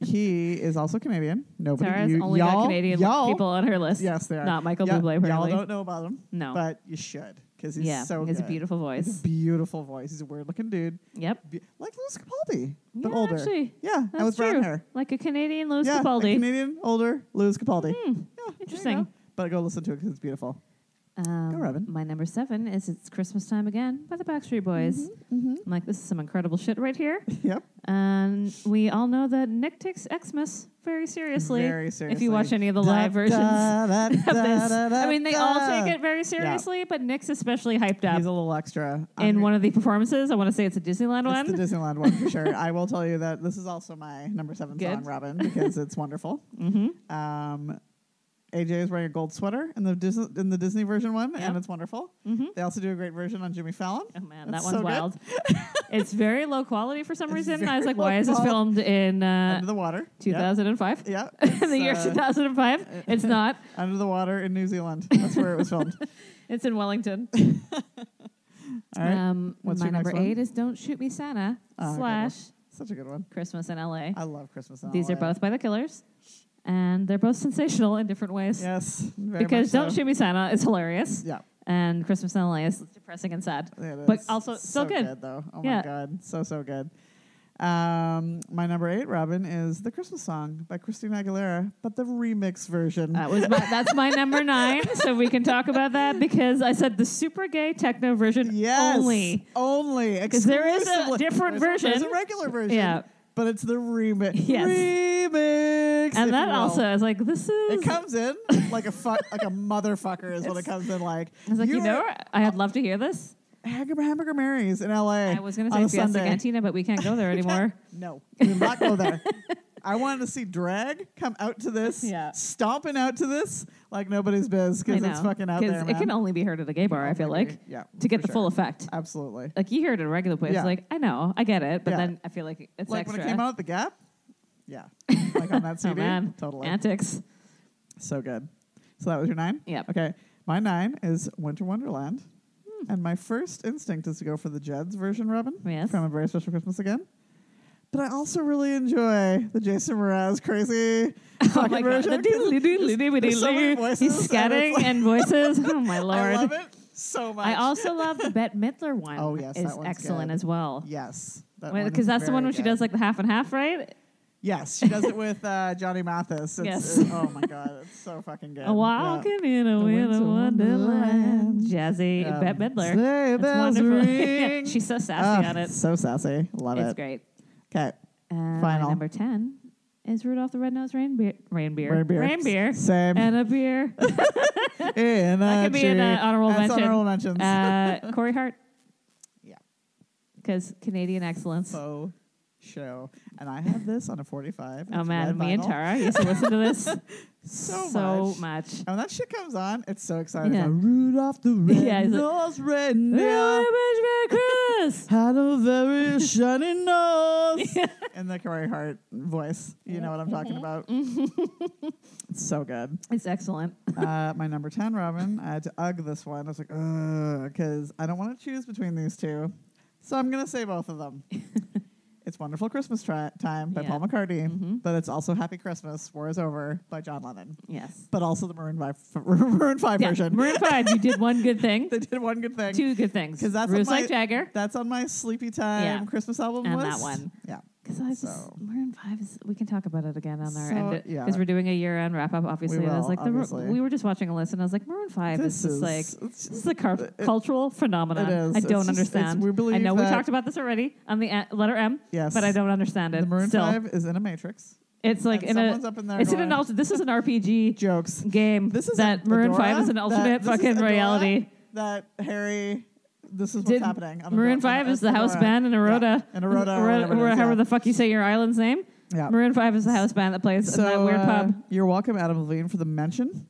[SPEAKER 1] he is also Canadian. Nobody,
[SPEAKER 2] Tara's
[SPEAKER 1] you,
[SPEAKER 2] only
[SPEAKER 1] y'all,
[SPEAKER 2] got Canadian
[SPEAKER 1] y'all,
[SPEAKER 2] people on her list.
[SPEAKER 1] Yes, they are.
[SPEAKER 2] Not Michael
[SPEAKER 1] Y'all-
[SPEAKER 2] Bublé.
[SPEAKER 1] Y'all
[SPEAKER 2] apparently.
[SPEAKER 1] don't know about him,
[SPEAKER 2] no.
[SPEAKER 1] but you should because he's
[SPEAKER 2] yeah,
[SPEAKER 1] so
[SPEAKER 2] he has a
[SPEAKER 1] good.
[SPEAKER 2] beautiful
[SPEAKER 1] He's a
[SPEAKER 2] voice.
[SPEAKER 1] beautiful voice. He's a weird-looking dude,
[SPEAKER 2] Yep.
[SPEAKER 1] Be- like Louis Capaldi, but
[SPEAKER 2] yeah,
[SPEAKER 1] older.
[SPEAKER 2] Actually,
[SPEAKER 1] yeah, and
[SPEAKER 2] that's
[SPEAKER 1] with
[SPEAKER 2] true.
[SPEAKER 1] brown hair.
[SPEAKER 2] Like a Canadian Louis
[SPEAKER 1] yeah, a
[SPEAKER 2] Capaldi. Hmm.
[SPEAKER 1] Canadian, older Louis Capaldi. Yeah, there you
[SPEAKER 2] interesting.
[SPEAKER 1] go. But go listen to it because it's beautiful.
[SPEAKER 2] um,
[SPEAKER 1] Robin.
[SPEAKER 2] My number seven is "It's Christmas Time Again" by the Backstreet Boys.
[SPEAKER 1] Mm-hmm.
[SPEAKER 2] I'm like, this is some incredible shit right here.
[SPEAKER 1] (laughs) Yep.
[SPEAKER 2] And we all know that Nick takes Xmas very seriously.
[SPEAKER 1] Very seriously.
[SPEAKER 2] If you watch any of the live versions
[SPEAKER 1] versions
[SPEAKER 2] (laughs) of this, I mean, they all take it very seriously, but Nick's especially hyped up.
[SPEAKER 1] He's a little extra. I'm
[SPEAKER 2] in
[SPEAKER 1] gonna-
[SPEAKER 2] one of the performances. I want to say it's a Disneyland
[SPEAKER 1] It's the
[SPEAKER 2] one.
[SPEAKER 1] Disneyland one for
[SPEAKER 2] (laughs)
[SPEAKER 1] sure. I will tell you that this is also my number seven
[SPEAKER 2] Good.
[SPEAKER 1] song, Robin, because it's wonderful.
[SPEAKER 2] mm-hmm.
[SPEAKER 1] Um, AJ is wearing a gold sweater in the Disney, in the Disney version one,
[SPEAKER 2] Yep.
[SPEAKER 1] and it's wonderful.
[SPEAKER 2] Mhm.
[SPEAKER 1] They also do a great version on Jimmy Fallon.
[SPEAKER 2] Oh man,
[SPEAKER 1] That's so
[SPEAKER 2] that one's
[SPEAKER 1] good.
[SPEAKER 2] wild.
[SPEAKER 1] (laughs)
[SPEAKER 2] it's very low quality for some
[SPEAKER 1] It's
[SPEAKER 2] reason. I was
[SPEAKER 1] very
[SPEAKER 2] like, why
[SPEAKER 1] low
[SPEAKER 2] is this
[SPEAKER 1] quality.
[SPEAKER 2] filmed in uh,
[SPEAKER 1] under the water. Yeah.
[SPEAKER 2] 2005?
[SPEAKER 1] Yeah.
[SPEAKER 2] in (laughs) the year
[SPEAKER 1] It's, uh, (laughs)
[SPEAKER 2] 2005? It's not.
[SPEAKER 1] Under the water in New
[SPEAKER 2] (laughs)
[SPEAKER 1] Zealand. That's where it was filmed.
[SPEAKER 2] It's
[SPEAKER 1] (laughs)
[SPEAKER 2] in Wellington.
[SPEAKER 1] All right.
[SPEAKER 2] um,
[SPEAKER 1] What's
[SPEAKER 2] my
[SPEAKER 1] your
[SPEAKER 2] number
[SPEAKER 1] next one?
[SPEAKER 2] eight is "Don't Shoot Me, Santa"
[SPEAKER 1] Oh, good
[SPEAKER 2] slash
[SPEAKER 1] Such a good one.
[SPEAKER 2] "Christmas in L.A."
[SPEAKER 1] I love Christmas. in
[SPEAKER 2] These are
[SPEAKER 1] LA.
[SPEAKER 2] both by the Killers, and they're both (laughs) sensational in different ways.
[SPEAKER 1] Yes. Very
[SPEAKER 2] because
[SPEAKER 1] much so.
[SPEAKER 2] "Don't Shoot Me, Santa" is hilarious,
[SPEAKER 1] Yeah.
[SPEAKER 2] and "Christmas in L.A." is depressing and sad.
[SPEAKER 1] It
[SPEAKER 2] But
[SPEAKER 1] is
[SPEAKER 2] also
[SPEAKER 1] so
[SPEAKER 2] still good.
[SPEAKER 1] though. Oh my
[SPEAKER 2] Yeah.
[SPEAKER 1] god, so so good. Um, my number eight, Robin, is the Christmas song by Christina Aguilera, but the remix version.
[SPEAKER 2] That was my, that's my
[SPEAKER 1] (laughs)
[SPEAKER 2] number nine, so we can talk about that because I said the super gay techno version
[SPEAKER 1] yes,
[SPEAKER 2] only.
[SPEAKER 1] only because
[SPEAKER 2] there is a different
[SPEAKER 1] There's a
[SPEAKER 2] version.
[SPEAKER 1] regular version.
[SPEAKER 2] Yeah,
[SPEAKER 1] but it's the remix.
[SPEAKER 2] (laughs) Yes.
[SPEAKER 1] remix. if
[SPEAKER 2] and that
[SPEAKER 1] you will.
[SPEAKER 2] also is like this is.
[SPEAKER 1] It comes in like a fuck, like a motherfucker is what it
[SPEAKER 2] It's-
[SPEAKER 1] comes in like.
[SPEAKER 2] I was like, you,
[SPEAKER 1] were
[SPEAKER 2] know, I would love to hear this.
[SPEAKER 1] Hamburger, Hamburger Mary's in L.A.
[SPEAKER 2] I was going
[SPEAKER 1] on
[SPEAKER 2] to
[SPEAKER 1] a
[SPEAKER 2] say Fiesta
[SPEAKER 1] Sunday.
[SPEAKER 2] Cantina, but we can't
[SPEAKER 1] (laughs)
[SPEAKER 2] go there anymore.
[SPEAKER 1] No, do not go there. I wanted to see drag come out to this,
[SPEAKER 2] Yeah.
[SPEAKER 1] stomping out to this like nobody's biz because
[SPEAKER 2] I
[SPEAKER 1] it's
[SPEAKER 2] know,
[SPEAKER 1] fucking out
[SPEAKER 2] 'cause
[SPEAKER 1] there.
[SPEAKER 2] It can
[SPEAKER 1] man. Oh
[SPEAKER 2] only be heard at a gay bar. I feel like
[SPEAKER 1] yeah,
[SPEAKER 2] to get
[SPEAKER 1] for
[SPEAKER 2] the full
[SPEAKER 1] sure.
[SPEAKER 2] effect.
[SPEAKER 1] Absolutely.
[SPEAKER 2] Like you hear it in a regular place.
[SPEAKER 1] Yeah.
[SPEAKER 2] Like I know, I get it, but
[SPEAKER 1] Yeah.
[SPEAKER 2] then I feel like it's
[SPEAKER 1] like
[SPEAKER 2] extra.
[SPEAKER 1] when it came out at the Gap,
[SPEAKER 2] (laughs)
[SPEAKER 1] yeah, like on that
[SPEAKER 2] oh
[SPEAKER 1] CD,
[SPEAKER 2] man,
[SPEAKER 1] totally
[SPEAKER 2] antics.
[SPEAKER 1] so good. So that was your nine.
[SPEAKER 2] Yep.
[SPEAKER 1] Okay, my nine is Winter Wonderland, and my first instinct is to go for the Jeds version, Robin,
[SPEAKER 2] Hmm. Yes.
[SPEAKER 1] from A Very Special Christmas Again. But I also really enjoy the Jason Mraz crazy
[SPEAKER 2] (laughs) Oh
[SPEAKER 1] fucking
[SPEAKER 2] my god.
[SPEAKER 1] version.
[SPEAKER 2] The
[SPEAKER 1] 'cause
[SPEAKER 2] doodly doodly doodly
[SPEAKER 1] there's so (laughs) many
[SPEAKER 2] doodly.
[SPEAKER 1] voices
[SPEAKER 2] (laughs) He's
[SPEAKER 1] and it's
[SPEAKER 2] scatting
[SPEAKER 1] like-
[SPEAKER 2] and voices. Oh my lord.
[SPEAKER 1] I love it so much.
[SPEAKER 2] I also love the Bette
[SPEAKER 1] (laughs)
[SPEAKER 2] Midler one.
[SPEAKER 1] Oh, yes,
[SPEAKER 2] is
[SPEAKER 1] that one's
[SPEAKER 2] excellent
[SPEAKER 1] good.
[SPEAKER 2] as well.
[SPEAKER 1] yes, that one
[SPEAKER 2] Because
[SPEAKER 1] is
[SPEAKER 2] that's the one
[SPEAKER 1] very
[SPEAKER 2] where she
[SPEAKER 1] good.
[SPEAKER 2] does like the half and half, right?
[SPEAKER 1] Yes, she does it with uh, Johnny Mathis. It's,
[SPEAKER 2] Yes.
[SPEAKER 1] it- oh my god, it's so fucking good.
[SPEAKER 2] A walking in a
[SPEAKER 1] The
[SPEAKER 2] winter
[SPEAKER 1] winter
[SPEAKER 2] wonderland,
[SPEAKER 1] wonderland.
[SPEAKER 2] jazzy
[SPEAKER 1] Yeah.
[SPEAKER 2] Bette
[SPEAKER 1] Sleigh
[SPEAKER 2] Midler. It's
[SPEAKER 1] bells
[SPEAKER 2] wonderful. (laughs)
[SPEAKER 1] ring.
[SPEAKER 2] She's so sassy
[SPEAKER 1] Ah,
[SPEAKER 2] on it.
[SPEAKER 1] So sassy. Love
[SPEAKER 2] it's
[SPEAKER 1] it.
[SPEAKER 2] great.
[SPEAKER 1] Okay.
[SPEAKER 2] And my
[SPEAKER 1] Final.
[SPEAKER 2] number ten is Rudolph the Red-Nosed Reindeer. Reindeer.
[SPEAKER 1] Reindeer.
[SPEAKER 2] Reindeer.
[SPEAKER 1] Same.
[SPEAKER 2] And (laughs)
[SPEAKER 1] (laughs)
[SPEAKER 2] a beer.
[SPEAKER 1] in
[SPEAKER 2] that
[SPEAKER 1] a
[SPEAKER 2] could be an, uh,
[SPEAKER 1] tree.
[SPEAKER 2] honorable
[SPEAKER 1] That's
[SPEAKER 2] mention.
[SPEAKER 1] honorable mentions.
[SPEAKER 2] uh, Corey Hart.
[SPEAKER 1] Yeah.
[SPEAKER 2] Because Canadian excellence.
[SPEAKER 1] Faux show. And I have this on a 45.
[SPEAKER 2] Oh
[SPEAKER 1] It's
[SPEAKER 2] man,
[SPEAKER 1] red
[SPEAKER 2] me and
[SPEAKER 1] vinyl.
[SPEAKER 2] Tara used to listen to this
[SPEAKER 1] (laughs) So, much.
[SPEAKER 2] much.
[SPEAKER 1] And when that shit comes on, it's so exciting.
[SPEAKER 2] Yeah.
[SPEAKER 1] Yeah. Rudolph the red
[SPEAKER 2] (laughs) Yeah, he's like-
[SPEAKER 1] nose, red
[SPEAKER 2] Merry
[SPEAKER 1] nose, (laughs)
[SPEAKER 2] Christmas. (laughs)
[SPEAKER 1] had a (laughs) very shiny (laughs) nose. In the Corey Hart voice. You know what I'm talking about.
[SPEAKER 2] Mm-hmm.
[SPEAKER 1] it's so good.
[SPEAKER 2] It's excellent.
[SPEAKER 1] Uh, my number 10, Robin, I had to ug this one. I was like,
[SPEAKER 2] (laughs)
[SPEAKER 1] ugh, because I don't want to choose between these two. So I'm going to say both of them. it's It's Wonderful Christmas Tri- Time by
[SPEAKER 2] Yeah.
[SPEAKER 1] Paul McCartney,
[SPEAKER 2] Mhm.
[SPEAKER 1] but it's also Happy Christmas, War is Over by John Lennon,
[SPEAKER 2] Yes.
[SPEAKER 1] but also the Maroon 5, (laughs) Maroon 5
[SPEAKER 2] Yeah,
[SPEAKER 1] version.
[SPEAKER 2] Maroon Five. You did one
[SPEAKER 1] (laughs)
[SPEAKER 2] good thing,
[SPEAKER 1] they did one good thing.
[SPEAKER 2] two good things.
[SPEAKER 1] 'Cause that's what
[SPEAKER 2] Roots
[SPEAKER 1] my-
[SPEAKER 2] like Jagger.
[SPEAKER 1] That's on my Sleepy Time
[SPEAKER 2] Yeah.
[SPEAKER 1] Christmas album
[SPEAKER 2] And that
[SPEAKER 1] list.
[SPEAKER 2] one.
[SPEAKER 1] Yeah.
[SPEAKER 2] Because I just
[SPEAKER 1] So-
[SPEAKER 2] Maroon Five is we can talk about it again on our
[SPEAKER 1] So,
[SPEAKER 2] end
[SPEAKER 1] yeah.
[SPEAKER 2] because we're doing a year end wrap up. Obviously, and I was
[SPEAKER 1] will,
[SPEAKER 2] like the,
[SPEAKER 1] obviously.
[SPEAKER 2] we were just watching a list and I was like Maroon Five is just like
[SPEAKER 1] it's-
[SPEAKER 2] this is a car-
[SPEAKER 1] it-
[SPEAKER 2] cultural phenomenon.
[SPEAKER 1] is.
[SPEAKER 2] I
[SPEAKER 1] It's
[SPEAKER 2] don't
[SPEAKER 1] just- it's-
[SPEAKER 2] understand.
[SPEAKER 1] we
[SPEAKER 2] I
[SPEAKER 1] believe
[SPEAKER 2] know we
[SPEAKER 1] that-
[SPEAKER 2] talked about this already on the a- letter M,
[SPEAKER 1] yes,
[SPEAKER 2] but I don't understand it.
[SPEAKER 1] The Maroon
[SPEAKER 2] Still,
[SPEAKER 1] 5 is in a Matrix.
[SPEAKER 2] it's like
[SPEAKER 1] and
[SPEAKER 2] in
[SPEAKER 1] someone's
[SPEAKER 2] a
[SPEAKER 1] up in there.
[SPEAKER 2] it's in
[SPEAKER 1] going,
[SPEAKER 2] an alt- This is an RPG
[SPEAKER 1] jokes.
[SPEAKER 2] game.
[SPEAKER 1] This is
[SPEAKER 2] that
[SPEAKER 1] a-
[SPEAKER 2] Maroon
[SPEAKER 1] Adora,
[SPEAKER 2] Five is an
[SPEAKER 1] that-
[SPEAKER 2] alternate
[SPEAKER 1] this is
[SPEAKER 2] fucking
[SPEAKER 1] Adora,
[SPEAKER 2] reality.
[SPEAKER 1] That Harry, this is what's
[SPEAKER 2] Did
[SPEAKER 1] happening. on
[SPEAKER 2] Maroon
[SPEAKER 1] Adora-
[SPEAKER 2] Five
[SPEAKER 1] on
[SPEAKER 2] is the house
[SPEAKER 1] Adora.
[SPEAKER 2] band in Eroda.
[SPEAKER 1] Yeah, in Eroda or
[SPEAKER 2] Eroda-
[SPEAKER 1] whatever it is,
[SPEAKER 2] however
[SPEAKER 1] yeah.
[SPEAKER 2] the fuck you say your island's name.
[SPEAKER 1] Yeah.
[SPEAKER 2] Maroon Five is the house band that plays in that weird
[SPEAKER 1] uh,
[SPEAKER 2] pub
[SPEAKER 1] You're welcome, Adam Levine, for the mention.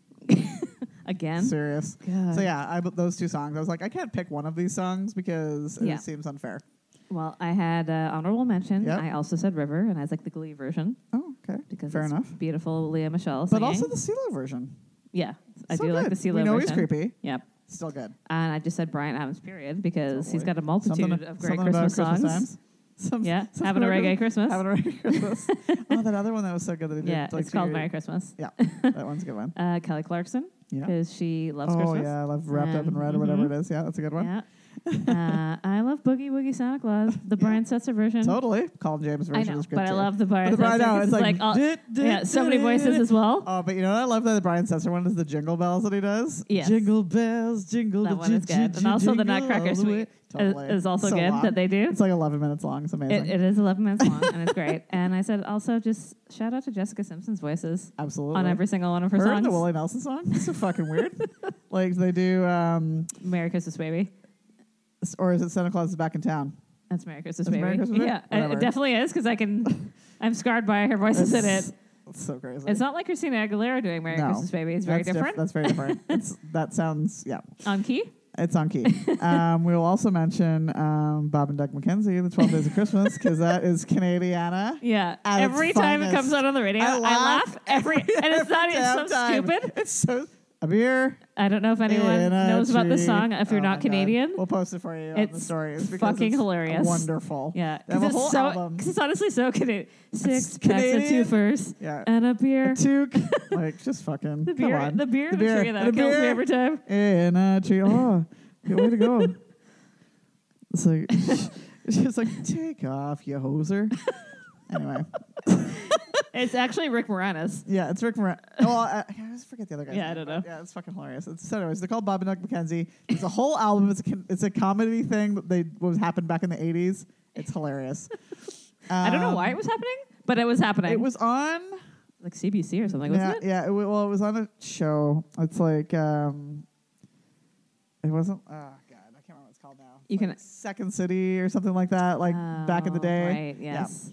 [SPEAKER 2] again.
[SPEAKER 1] Serious.
[SPEAKER 2] God.
[SPEAKER 1] So yeah, I, those two songs. I was like, I can't pick one of these songs because it
[SPEAKER 2] Yeah.
[SPEAKER 1] seems unfair.
[SPEAKER 2] Well, I had uh, honorable mention.
[SPEAKER 1] Yep.
[SPEAKER 2] I also said River, and I was like the Glee version
[SPEAKER 1] Oh, okay.
[SPEAKER 2] because
[SPEAKER 1] Fair
[SPEAKER 2] it's
[SPEAKER 1] enough.
[SPEAKER 2] beautiful Leah Michelle
[SPEAKER 1] But
[SPEAKER 2] singing.
[SPEAKER 1] also the CeeLo version.
[SPEAKER 2] yeah, I
[SPEAKER 1] So
[SPEAKER 2] do like
[SPEAKER 1] good.
[SPEAKER 2] the CeeLo
[SPEAKER 1] We know
[SPEAKER 2] version.
[SPEAKER 1] he's creepy.
[SPEAKER 2] Yep.
[SPEAKER 1] Still good.
[SPEAKER 2] And I just said Brian Adams period because he's
[SPEAKER 1] Totally.
[SPEAKER 2] got a multitude
[SPEAKER 1] Something,
[SPEAKER 2] of great
[SPEAKER 1] something
[SPEAKER 2] Christmas
[SPEAKER 1] about
[SPEAKER 2] songs.
[SPEAKER 1] Christmas times. (laughs) Some-
[SPEAKER 2] Yeah,
[SPEAKER 1] something
[SPEAKER 2] having a
[SPEAKER 1] about
[SPEAKER 2] reggae Christmas.
[SPEAKER 1] Having a reggae Christmas. (laughs) oh, that other one that was so good that he did.
[SPEAKER 2] yeah,
[SPEAKER 1] like,
[SPEAKER 2] it's called
[SPEAKER 1] two-
[SPEAKER 2] Merry Christmas.
[SPEAKER 1] Yeah, that one's a
[SPEAKER 2] (laughs)
[SPEAKER 1] good one.
[SPEAKER 2] Uh, Kelly Clarkson
[SPEAKER 1] Yeah.
[SPEAKER 2] because she loves
[SPEAKER 1] oh
[SPEAKER 2] Christmas.
[SPEAKER 1] yeah, I love wrapped up in
[SPEAKER 2] And-
[SPEAKER 1] red or whatever
[SPEAKER 2] mhm.
[SPEAKER 1] it is. Yeah, that's a good one.
[SPEAKER 2] Yeah. uh, I love Boogie Woogie Santa Claus,
[SPEAKER 1] (laughs)
[SPEAKER 2] the Brian Setzer version.
[SPEAKER 1] Totally. Colin James
[SPEAKER 2] I
[SPEAKER 1] version
[SPEAKER 2] know,
[SPEAKER 1] is good
[SPEAKER 2] but I
[SPEAKER 1] too.
[SPEAKER 2] love the Brian
[SPEAKER 1] But the
[SPEAKER 2] Setzer
[SPEAKER 1] Brian, no,
[SPEAKER 2] 'cause
[SPEAKER 1] it's like,
[SPEAKER 2] all-
[SPEAKER 1] dit, dit,
[SPEAKER 2] oh, yeah, so many
[SPEAKER 1] dit,
[SPEAKER 2] voices
[SPEAKER 1] dit.
[SPEAKER 2] as well.
[SPEAKER 1] Oh, but you know what I love that the Brian Setzer one is the jingle bells that he does.
[SPEAKER 2] (laughs) Yes.
[SPEAKER 1] Jingle bells, jingle.
[SPEAKER 2] That
[SPEAKER 1] the
[SPEAKER 2] one is
[SPEAKER 1] jing- jing-
[SPEAKER 2] good. And also the
[SPEAKER 1] jingle all
[SPEAKER 2] Nutcracker
[SPEAKER 1] the way.
[SPEAKER 2] Suite is,
[SPEAKER 1] Totally.
[SPEAKER 2] is also
[SPEAKER 1] So
[SPEAKER 2] good
[SPEAKER 1] long.
[SPEAKER 2] that they do.
[SPEAKER 1] It's like 11 minutes long. It's amazing.
[SPEAKER 2] It, it is 11 minutes long
[SPEAKER 1] (laughs)
[SPEAKER 2] and it's great. And I said also just shout out to Jessica Simpson's voices
[SPEAKER 1] Absolutely.
[SPEAKER 2] on every single one of her,
[SPEAKER 1] Her and
[SPEAKER 2] songs.
[SPEAKER 1] the Willie Nelson song. It's so fucking weird.
[SPEAKER 2] (laughs)
[SPEAKER 1] like they do, um,
[SPEAKER 2] Merry Christmas, baby.
[SPEAKER 1] s- or is it Santa Claus is back in town?
[SPEAKER 2] That's Merry Christmas,
[SPEAKER 1] That's
[SPEAKER 2] baby.
[SPEAKER 1] Merry Christmas, baby?
[SPEAKER 2] yeah, it-
[SPEAKER 1] Whatever.
[SPEAKER 2] it definitely is because I can. I'm scarred by her voices in it.
[SPEAKER 1] It's so crazy.
[SPEAKER 2] It's not like Christina Aguilera doing Merry
[SPEAKER 1] No.
[SPEAKER 2] Christmas, baby. It's very
[SPEAKER 1] That's diff-
[SPEAKER 2] different
[SPEAKER 1] that's very
[SPEAKER 2] (laughs)
[SPEAKER 1] different. it's, that sounds yeah.
[SPEAKER 2] on key.
[SPEAKER 1] It's on key. um, we will also mention um, Bob and Doug McKenzie, The 12 Days of Christmas, because that is Canadiana.
[SPEAKER 2] Yeah,
[SPEAKER 1] At its
[SPEAKER 2] every time it
[SPEAKER 1] finest.
[SPEAKER 2] comes out on the radio, I laugh,
[SPEAKER 1] (laughs)
[SPEAKER 2] every, and it's not. It's so
[SPEAKER 1] damn time.
[SPEAKER 2] stupid.
[SPEAKER 1] It's so. A beer.
[SPEAKER 2] I don't know if anyone
[SPEAKER 1] in a
[SPEAKER 2] knows about this
[SPEAKER 1] tree.
[SPEAKER 2] song. If you're
[SPEAKER 1] Oh my
[SPEAKER 2] not
[SPEAKER 1] God.
[SPEAKER 2] Canadian,
[SPEAKER 1] We'll post it for you on the
[SPEAKER 2] It's
[SPEAKER 1] stories because
[SPEAKER 2] fucking
[SPEAKER 1] it's
[SPEAKER 2] hilarious.
[SPEAKER 1] Wonderful.
[SPEAKER 2] Yeah,
[SPEAKER 1] They have
[SPEAKER 2] because
[SPEAKER 1] a
[SPEAKER 2] it's
[SPEAKER 1] whole
[SPEAKER 2] so.
[SPEAKER 1] album.
[SPEAKER 2] 'cause it's honestly so Canadian. Six packs of
[SPEAKER 1] Canadian.
[SPEAKER 2] two furs
[SPEAKER 1] Yeah.
[SPEAKER 2] and a beer.
[SPEAKER 1] A toque. like just fucking
[SPEAKER 2] (laughs) The
[SPEAKER 1] come
[SPEAKER 2] beer,
[SPEAKER 1] on.
[SPEAKER 2] the beer,
[SPEAKER 1] The
[SPEAKER 2] the beer,
[SPEAKER 1] beer,
[SPEAKER 2] that
[SPEAKER 1] the
[SPEAKER 2] kills
[SPEAKER 1] beer.
[SPEAKER 2] me
[SPEAKER 1] (laughs)
[SPEAKER 2] every time.
[SPEAKER 1] in a tree. Oh, good way to go. It's like (laughs) she's like, take off, you hoser. anyway,
[SPEAKER 2] It's actually Rick Moranis.
[SPEAKER 1] yeah, it's Rick Moran. Oh, I, I always forget the other guy.
[SPEAKER 2] Yeah, I don't know.
[SPEAKER 1] Yeah, it's fucking hilarious. It's, so, anyways, they're called Bob and Doug McKenzie. It's a whole album. It's a com- it's a comedy thing that they what was happened back in the eighties. It's hilarious.
[SPEAKER 2] I don't know
[SPEAKER 1] Um,
[SPEAKER 2] why it was happening, but it was happening.
[SPEAKER 1] It was on
[SPEAKER 2] like CBC or something, wasn't
[SPEAKER 1] yeah, Yeah, it, wa- well, it was on a show. It's like um, it wasn't. Oh God, I can't remember what it's called now.
[SPEAKER 2] You
[SPEAKER 1] Like
[SPEAKER 2] can-
[SPEAKER 1] Second City or something like that,
[SPEAKER 2] it?
[SPEAKER 1] like back in the
[SPEAKER 2] Oh,
[SPEAKER 1] day.
[SPEAKER 2] Right. Yes.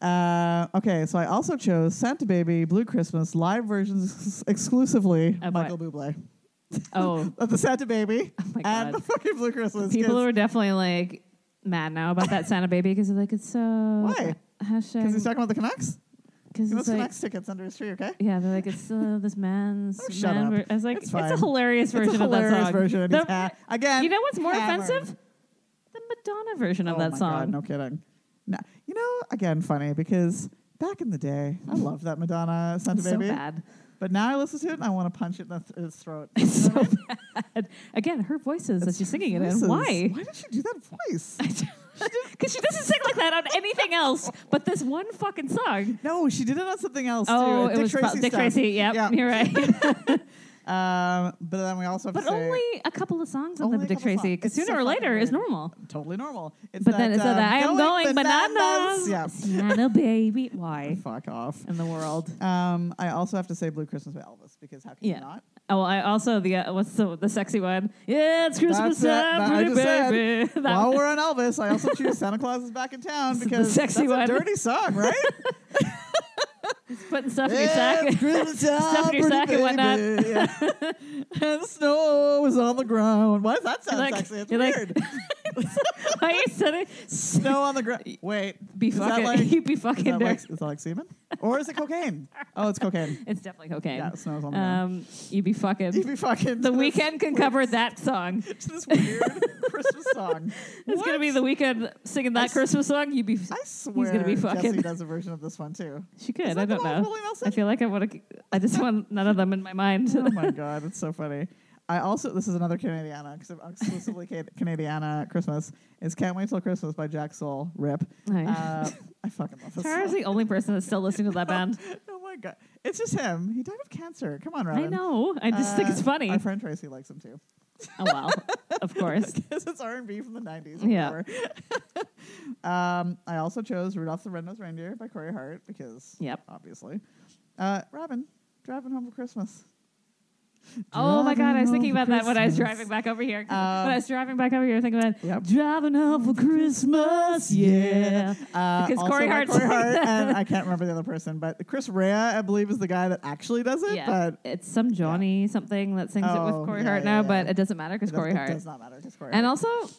[SPEAKER 1] Uh, okay, so I also chose Santa Baby, Blue Christmas, live versions ex- exclusively
[SPEAKER 2] Of
[SPEAKER 1] Michael Bublé (laughs)
[SPEAKER 2] Oh,
[SPEAKER 1] of the Santa Baby
[SPEAKER 2] oh my
[SPEAKER 1] and the
[SPEAKER 2] god.
[SPEAKER 1] fucking Blue Christmas.
[SPEAKER 2] People
[SPEAKER 1] 'cause-
[SPEAKER 2] are definitely like mad now about that Santa baby because they're like it's so
[SPEAKER 1] Why?
[SPEAKER 2] hashtag
[SPEAKER 1] 'cause he's talking about the Canucks. He
[SPEAKER 2] because it's
[SPEAKER 1] must
[SPEAKER 2] like
[SPEAKER 1] Canucks tickets under his tree. Okay.
[SPEAKER 2] yeah they're like it's uh, this man's
[SPEAKER 1] Oh, shut
[SPEAKER 2] man
[SPEAKER 1] up.
[SPEAKER 2] ver-" I was like
[SPEAKER 1] It's
[SPEAKER 2] it's, a
[SPEAKER 1] fine.
[SPEAKER 2] hilarious version
[SPEAKER 1] it's a hilarious
[SPEAKER 2] of that song.
[SPEAKER 1] version. and
[SPEAKER 2] The-
[SPEAKER 1] he's ha- again,
[SPEAKER 2] you know what's more
[SPEAKER 1] hammered.
[SPEAKER 2] offensive? The Madonna version of
[SPEAKER 1] oh
[SPEAKER 2] that
[SPEAKER 1] my
[SPEAKER 2] song.
[SPEAKER 1] God, no kidding. No, you know, again, funny because back in the day, I loved that Madonna Santa
[SPEAKER 2] Hmm. It's so
[SPEAKER 1] Baby,
[SPEAKER 2] bad.
[SPEAKER 1] but now I listen to it and I want to punch it in the th- (laughs) its throat.
[SPEAKER 2] It's so bad. Again, her voices that
[SPEAKER 1] It's
[SPEAKER 2] she's singing it in.
[SPEAKER 1] voices. (laughs)
[SPEAKER 2] Why?
[SPEAKER 1] Why did she do that
[SPEAKER 2] (laughs)
[SPEAKER 1] voice?
[SPEAKER 2] Because she doesn't sing like that on anything else but this one fucking song.
[SPEAKER 1] No, she did it on something else.
[SPEAKER 2] Oh,
[SPEAKER 1] too.
[SPEAKER 2] it was about
[SPEAKER 1] stuff.
[SPEAKER 2] Dick Tracy. Yep,
[SPEAKER 1] Yeah.
[SPEAKER 2] you're right.
[SPEAKER 1] Um, but then we also have
[SPEAKER 2] but
[SPEAKER 1] to say
[SPEAKER 2] only a couple of songs on
[SPEAKER 1] Only
[SPEAKER 2] the
[SPEAKER 1] a
[SPEAKER 2] Dick
[SPEAKER 1] couple
[SPEAKER 2] Tracy.
[SPEAKER 1] songs.
[SPEAKER 2] Because
[SPEAKER 1] It's so
[SPEAKER 2] sooner or
[SPEAKER 1] fucking
[SPEAKER 2] later is
[SPEAKER 1] weird.
[SPEAKER 2] normal.
[SPEAKER 1] totally normal. It's
[SPEAKER 2] But then it's
[SPEAKER 1] uh,
[SPEAKER 2] that I am going bananas.
[SPEAKER 1] bananas. Yeah.
[SPEAKER 2] Banana baby. Why
[SPEAKER 1] Fuck off.
[SPEAKER 2] in the world?
[SPEAKER 1] Um, I also have to say Blue Christmas by Elvis because how can
[SPEAKER 2] Yeah.
[SPEAKER 1] you not?
[SPEAKER 2] Oh, well, I also the uh, what's the the sexy one? Yeah, it's Christmas
[SPEAKER 1] That's it. That-
[SPEAKER 2] time,
[SPEAKER 1] I
[SPEAKER 2] pretty
[SPEAKER 1] just said,
[SPEAKER 2] baby. (laughs) that
[SPEAKER 1] While
[SPEAKER 2] one.
[SPEAKER 1] we're on Elvis, I also choose Santa Claus is back in town
[SPEAKER 2] The
[SPEAKER 1] because
[SPEAKER 2] sexy
[SPEAKER 1] that's
[SPEAKER 2] one.
[SPEAKER 1] a dirty song,
[SPEAKER 2] (laughs)
[SPEAKER 1] right?
[SPEAKER 2] putting stuff in your
[SPEAKER 1] Yeah,
[SPEAKER 2] sack.
[SPEAKER 1] it's Christmas time,
[SPEAKER 2] Stuff in
[SPEAKER 1] pretty
[SPEAKER 2] your sack and whatnot.
[SPEAKER 1] baby. Yeah.
[SPEAKER 2] (laughs)
[SPEAKER 1] and the snow is on the ground. Why does that sound
[SPEAKER 2] Like-
[SPEAKER 1] sexy? It's
[SPEAKER 2] you're like- (laughs)
[SPEAKER 1] weird.
[SPEAKER 2] (laughs) Why you said it?
[SPEAKER 1] snow on the ground. Wait,
[SPEAKER 2] Be
[SPEAKER 1] is that
[SPEAKER 2] fucking.
[SPEAKER 1] like-
[SPEAKER 2] you (laughs) be
[SPEAKER 1] is
[SPEAKER 2] fucking
[SPEAKER 1] that, like,
[SPEAKER 2] dirty.
[SPEAKER 1] is that like semen? Or is it
[SPEAKER 2] (laughs)
[SPEAKER 1] cocaine? Oh, it's cocaine.
[SPEAKER 2] It's definitely cocaine.
[SPEAKER 1] Yeah, Oh, it snows on the ground. (laughs)
[SPEAKER 2] Um, you be fucking.
[SPEAKER 1] You'd be fucking
[SPEAKER 2] Um, the
[SPEAKER 1] to this-
[SPEAKER 2] weekend can cover that song.
[SPEAKER 1] to (laughs) this weird Christmas song.
[SPEAKER 2] It's gonna be
[SPEAKER 1] What?
[SPEAKER 2] the weekend singing
[SPEAKER 1] I
[SPEAKER 2] that
[SPEAKER 1] s-
[SPEAKER 2] Christmas song. You be.
[SPEAKER 1] I
[SPEAKER 2] be
[SPEAKER 1] swear Jesse
[SPEAKER 2] fucking-
[SPEAKER 1] does a version of this one too.
[SPEAKER 2] she
[SPEAKER 1] Is
[SPEAKER 2] could.
[SPEAKER 1] that
[SPEAKER 2] I
[SPEAKER 1] the
[SPEAKER 2] don't
[SPEAKER 1] one with
[SPEAKER 2] know.
[SPEAKER 1] Willie Nelson?
[SPEAKER 2] I feel like I want to. I just want none of them in
[SPEAKER 1] (laughs)
[SPEAKER 2] my mind.
[SPEAKER 1] oh my god, it's so funny. I also this is another Canadiana because I'm exclusively Ca- Canadiana at Christmas. Is "Can't Wait Till Christmas" by Jack Soul. Rip.
[SPEAKER 2] (laughs) Nice.
[SPEAKER 1] Uh, I fucking love this.
[SPEAKER 2] Tara's
[SPEAKER 1] Song.
[SPEAKER 2] the only person that's still listening to that band.
[SPEAKER 1] Oh my god, it's just him. He died of cancer. Come on, Robin.
[SPEAKER 2] I know. I just think it's
[SPEAKER 1] Uh,
[SPEAKER 2] funny.
[SPEAKER 1] Our friend Tracy likes him too.
[SPEAKER 2] oh well, (laughs)
[SPEAKER 1] (laughs)
[SPEAKER 2] of course.
[SPEAKER 1] Because it's R and B from the nineties.
[SPEAKER 2] Yeah.
[SPEAKER 1] Yeah. (laughs) um, I also chose Rudolph the Red-Nosed Reindeer by Corey Hart because
[SPEAKER 2] Yep.
[SPEAKER 1] obviously. Uh, Robin, driving home for Christmas.
[SPEAKER 2] Oh my god, I was
[SPEAKER 1] Driving
[SPEAKER 2] thinking
[SPEAKER 1] home
[SPEAKER 2] about
[SPEAKER 1] for
[SPEAKER 2] that when I was
[SPEAKER 1] Christmas.
[SPEAKER 2] driving back over here. when
[SPEAKER 1] Um,
[SPEAKER 2] I was driving back over here, thinking about
[SPEAKER 1] Yep.
[SPEAKER 2] driving home for Christmas. Yeah.
[SPEAKER 1] Uh,
[SPEAKER 2] (laughs) Because
[SPEAKER 1] also
[SPEAKER 2] Corey
[SPEAKER 1] by
[SPEAKER 2] Hart-
[SPEAKER 1] Corey Hart,
[SPEAKER 2] (laughs)
[SPEAKER 1] and I can't remember the other person, but Chris Rea, I believe, is the guy that actually does it.
[SPEAKER 2] Yeah,
[SPEAKER 1] But it
[SPEAKER 2] it's some Johnny something that sings it
[SPEAKER 1] Oh,
[SPEAKER 2] with Corey
[SPEAKER 1] yeah,
[SPEAKER 2] Hart
[SPEAKER 1] yeah,
[SPEAKER 2] now,
[SPEAKER 1] yeah.
[SPEAKER 2] but it doesn't matter because
[SPEAKER 1] does-
[SPEAKER 2] Corey
[SPEAKER 1] it
[SPEAKER 2] Hart.
[SPEAKER 1] does not matter because Corey
[SPEAKER 2] And
[SPEAKER 1] Hart.
[SPEAKER 2] also,